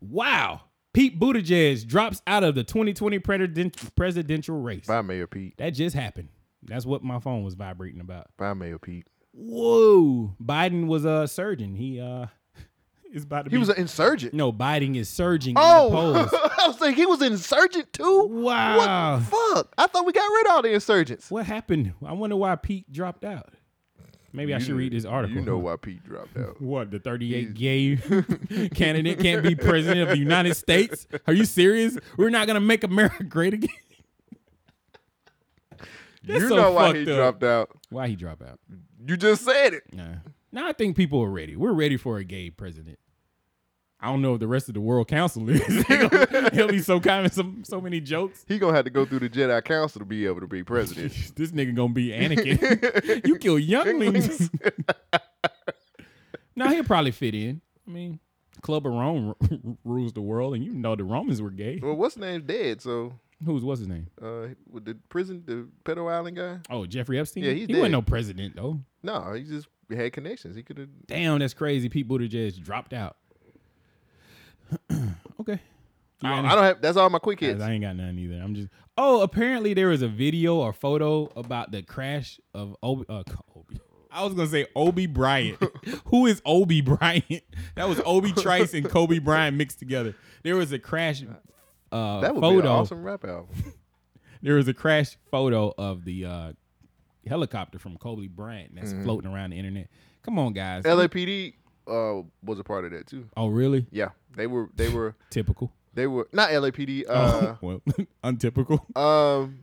[SPEAKER 6] wow. Pete Buttigieg drops out of the 2020 president- presidential race. By
[SPEAKER 12] Mayor Pete.
[SPEAKER 6] That just happened. That's what my phone was vibrating about.
[SPEAKER 12] By Mayor Pete.
[SPEAKER 6] Whoa. Biden was a surgeon. He uh is about to
[SPEAKER 12] He
[SPEAKER 6] be-
[SPEAKER 12] was an insurgent.
[SPEAKER 6] No, Biden is surging in the
[SPEAKER 12] Oh,
[SPEAKER 6] polls.
[SPEAKER 12] I was like, he was an insurgent too.
[SPEAKER 6] Wow.
[SPEAKER 12] What the fuck? I thought we got rid of all the insurgents.
[SPEAKER 6] What happened? I wonder why Pete dropped out. Maybe I
[SPEAKER 12] You-
[SPEAKER 6] should read this article.
[SPEAKER 12] You know why Pete dropped out?
[SPEAKER 6] What the 38 gay candidate can't be president of the United States? Are you serious? We're not gonna make America great again. That's
[SPEAKER 12] you
[SPEAKER 6] so
[SPEAKER 12] know why he
[SPEAKER 6] fucked up.
[SPEAKER 12] dropped out.
[SPEAKER 6] Why he dropped out?
[SPEAKER 12] You just said it.
[SPEAKER 6] Nah. Now I think people are ready. We're ready for a gay president. I don't know if the rest of the world council is. He'll be so kind of some so many jokes.
[SPEAKER 12] He gonna have to go through the Jedi Council to be able to be president.
[SPEAKER 6] This nigga gonna be Anakin. you kill younglings. now he'll probably fit in. I mean, Club of Rome rules the world, and you know the Romans were gay.
[SPEAKER 12] well, what's his name's dead, so
[SPEAKER 6] Who's what's his name?
[SPEAKER 12] uh, with the prison, the pedo island guy.
[SPEAKER 6] Oh, Jeffrey Epstein.
[SPEAKER 12] Yeah, he's
[SPEAKER 6] he
[SPEAKER 12] dead.
[SPEAKER 6] wasn't no president though.
[SPEAKER 12] No, he just had connections. He could have.
[SPEAKER 6] Damn, that's crazy. Pete Buttigieg dropped out. okay.
[SPEAKER 12] I don't- I don't have. That's all my quick hits.
[SPEAKER 6] I ain't got none either. I'm just. Oh, apparently there was a video or photo about the crash of Obi. Uh, Kobe. I was gonna say Obi Bryant. Who is Obi Bryant? That was Obi Trice and Kobe Bryant mixed together. There was a crash uh,
[SPEAKER 12] that would
[SPEAKER 6] photo.
[SPEAKER 12] be an awesome rap album.
[SPEAKER 6] There was a crash photo of the uh, helicopter from Kobe Bryant that's
[SPEAKER 12] Mhm.
[SPEAKER 6] floating around the internet. Come on, guys.
[SPEAKER 12] LAPD uh, was a part of that too.
[SPEAKER 6] Oh, really?
[SPEAKER 12] Yeah, they were. They were.
[SPEAKER 6] Typical.
[SPEAKER 12] They were not LAPD.
[SPEAKER 6] Oh,
[SPEAKER 12] Uh,
[SPEAKER 6] well, untypical.
[SPEAKER 12] Um,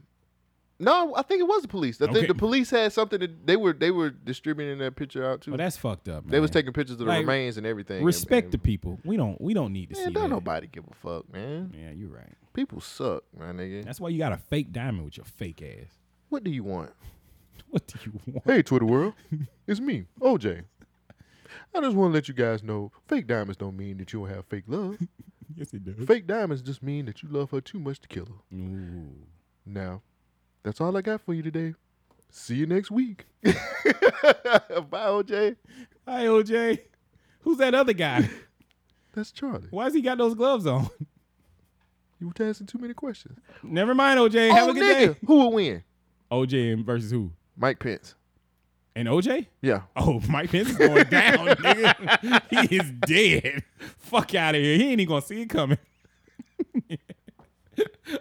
[SPEAKER 12] no, I think it was the police. I
[SPEAKER 6] Okay.
[SPEAKER 12] think the police had something. To, they were they were distributing that picture out too.
[SPEAKER 6] Well, that's fucked up. Man.
[SPEAKER 12] They was taking pictures of the
[SPEAKER 6] Like,
[SPEAKER 12] remains and everything. and-
[SPEAKER 6] Respect
[SPEAKER 12] and-
[SPEAKER 6] the people. We don't. We don't need to
[SPEAKER 12] Man,
[SPEAKER 6] see.
[SPEAKER 12] don't
[SPEAKER 6] that.
[SPEAKER 12] nobody give a fuck, man.
[SPEAKER 6] Yeah, you're right.
[SPEAKER 12] People suck, my nigga.
[SPEAKER 6] That's why you got a fake diamond with your fake ass.
[SPEAKER 12] What do you want?
[SPEAKER 6] What do you want?
[SPEAKER 12] Hey, Twitter world, it's me, OJ. I just want to let you guys know, fake diamonds don't mean that you don't have fake love.
[SPEAKER 6] yes, it does.
[SPEAKER 12] Fake diamonds just mean that you love her too much to kill her. Now, that's all I got for you today. See you next week. Bye, OJ.
[SPEAKER 6] Hi, OJ. Who's that other guy?
[SPEAKER 12] That's Charlie.
[SPEAKER 6] Why has he got those gloves on?
[SPEAKER 12] You were asking too many questions.
[SPEAKER 6] Never mind, OJ. Have
[SPEAKER 12] Oh,
[SPEAKER 6] a good
[SPEAKER 12] nigga,
[SPEAKER 6] day.
[SPEAKER 12] Who will win?
[SPEAKER 6] OJ and versus who?
[SPEAKER 12] Mike Pence.
[SPEAKER 6] And OJ?
[SPEAKER 12] Yeah.
[SPEAKER 6] Oh, Mike Pence is going down, nigga. He is dead. Fuck out of here. He ain't even gonna see it coming.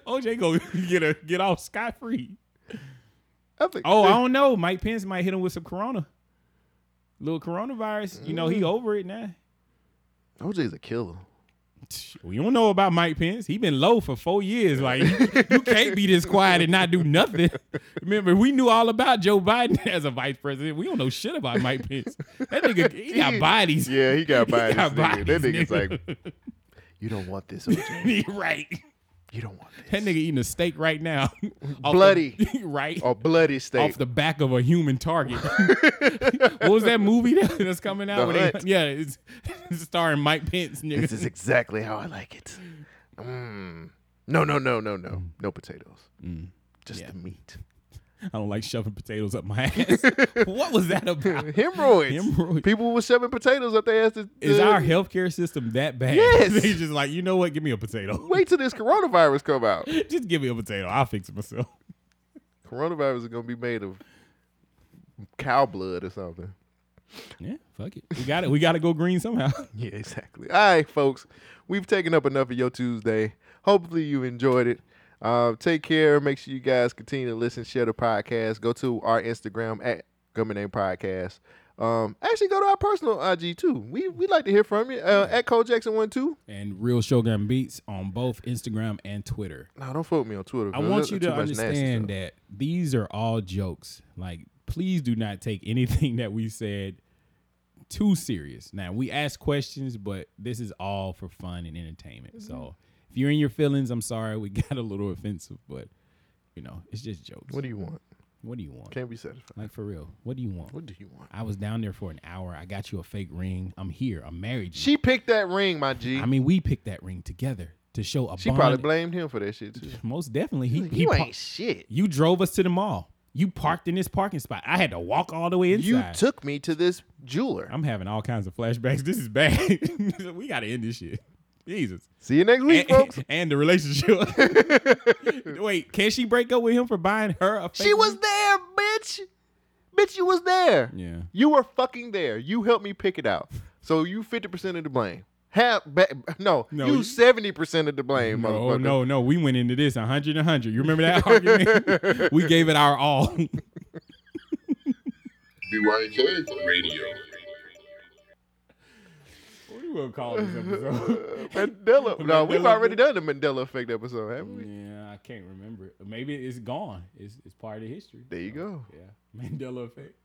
[SPEAKER 6] OJ go get a get off scot free. Oh, I don't know. Mike Pence might hit him with some corona. Little coronavirus. You know, he over it now.
[SPEAKER 12] OJ's Mm-hmm. a killer.
[SPEAKER 6] We don't know about Mike Pence. He been low for four years. Like you can't be this quiet and not do nothing. Remember, we knew all about Joe Biden as a vice president. We don't know shit about Mike Pence. That nigga, he got bodies.
[SPEAKER 12] Yeah, he got bodies.
[SPEAKER 6] got
[SPEAKER 12] nigga. that
[SPEAKER 6] bodies,
[SPEAKER 12] nigga's
[SPEAKER 6] nigga.
[SPEAKER 12] like, you don't want this, OJ.
[SPEAKER 6] right.
[SPEAKER 12] You don't want
[SPEAKER 6] That nigga eating a steak right now, Off the-
[SPEAKER 12] bloody,
[SPEAKER 6] right?
[SPEAKER 12] Or bloody steak.
[SPEAKER 6] off the back of a human target. what was that movie that, that's coming out?
[SPEAKER 12] The
[SPEAKER 6] where they-
[SPEAKER 12] Hunt.
[SPEAKER 6] yeah, it's, it's starring Mike Pence. Nigga.
[SPEAKER 12] This is exactly how I like it. Mm. No, no, no, no,
[SPEAKER 6] Mm.
[SPEAKER 12] no. No potatoes. Just the meat.
[SPEAKER 6] I don't like shoving potatoes up my ass. what was that about?
[SPEAKER 12] Hemorrhoids. People were shoving potatoes up their ass. To,
[SPEAKER 6] Is
[SPEAKER 12] to-
[SPEAKER 6] our healthcare system that bad?
[SPEAKER 12] Yes.
[SPEAKER 6] they just like, you know what? Give me a potato.
[SPEAKER 12] Wait till this coronavirus come out.
[SPEAKER 6] just give me a potato. I'll fix it myself.
[SPEAKER 12] Coronavirus is gonna be made of cow blood or something.
[SPEAKER 6] Yeah, fuck it. We got it. We got to go green somehow.
[SPEAKER 12] Yeah, exactly. All right, folks. We've taken up enough of your Tuesday. Hopefully you enjoyed it. Uh, take care. Make sure you guys continue to listen, share the podcast. Go to our Instagram at Government Name Podcast. Um, actually, go to our personal IG too. We we like to hear from you uh, at Cole Jackson One Two.
[SPEAKER 6] And real Shogun Beats on both Instagram and Twitter.
[SPEAKER 12] No, don't fuck me on Twitter.
[SPEAKER 6] I
[SPEAKER 12] cause
[SPEAKER 6] want
[SPEAKER 12] that's
[SPEAKER 6] you
[SPEAKER 12] too
[SPEAKER 6] to
[SPEAKER 12] much nasty
[SPEAKER 6] understand
[SPEAKER 12] stuff.
[SPEAKER 6] that these are all jokes. Like, please do not take anything that we said too serious. Now, we ask questions, but this is all for fun and entertainment. So, if you're in your feelings, I'm sorry. We got a little offensive, but you know, it's just jokes.
[SPEAKER 12] What do you want?
[SPEAKER 6] What do you want?
[SPEAKER 12] Can't be satisfied.
[SPEAKER 6] Like for real. What do you want?
[SPEAKER 12] What do you want?
[SPEAKER 6] I was down there for an hour. I got you a fake ring. I'm here. I'm married.
[SPEAKER 12] She picked that ring, my G.
[SPEAKER 6] I mean, we picked that ring together to show a
[SPEAKER 12] she
[SPEAKER 6] bond.
[SPEAKER 12] probably blamed him for that shit too.
[SPEAKER 6] Most definitely. He, he
[SPEAKER 12] You
[SPEAKER 6] par-
[SPEAKER 12] ain't shit.
[SPEAKER 6] You drove us to the mall. You parked in this parking spot. I had to walk all the way inside.
[SPEAKER 12] You took me to this jeweler.
[SPEAKER 6] I'm having all kinds of flashbacks. This is bad. we got to end this shit. Jesus.
[SPEAKER 12] See you next week,
[SPEAKER 6] and,
[SPEAKER 12] folks.
[SPEAKER 6] And the relationship. Wait, can she break up with him for buying her a fake
[SPEAKER 12] She was there, bitch. Bitch, you was there.
[SPEAKER 6] Yeah.
[SPEAKER 12] You were fucking there. You helped me pick it out. So you 50% of the blame. Half ba- no,
[SPEAKER 6] No,
[SPEAKER 12] you
[SPEAKER 6] you-
[SPEAKER 12] 70% of the blame,
[SPEAKER 6] No,
[SPEAKER 12] motherfucker.
[SPEAKER 6] no, no. We went into this 100 100. You remember that argument? we gave it our all.
[SPEAKER 15] BYK Radio.
[SPEAKER 6] What do we call this episode?
[SPEAKER 12] Mandela. No, we've
[SPEAKER 6] Mandela
[SPEAKER 12] already done the Mandela effect episode, haven't we?
[SPEAKER 6] yeah, I can't remember it. Maybe it's gone. It's, it's part of history.
[SPEAKER 12] There you go.
[SPEAKER 6] Yeah. Mandela effect.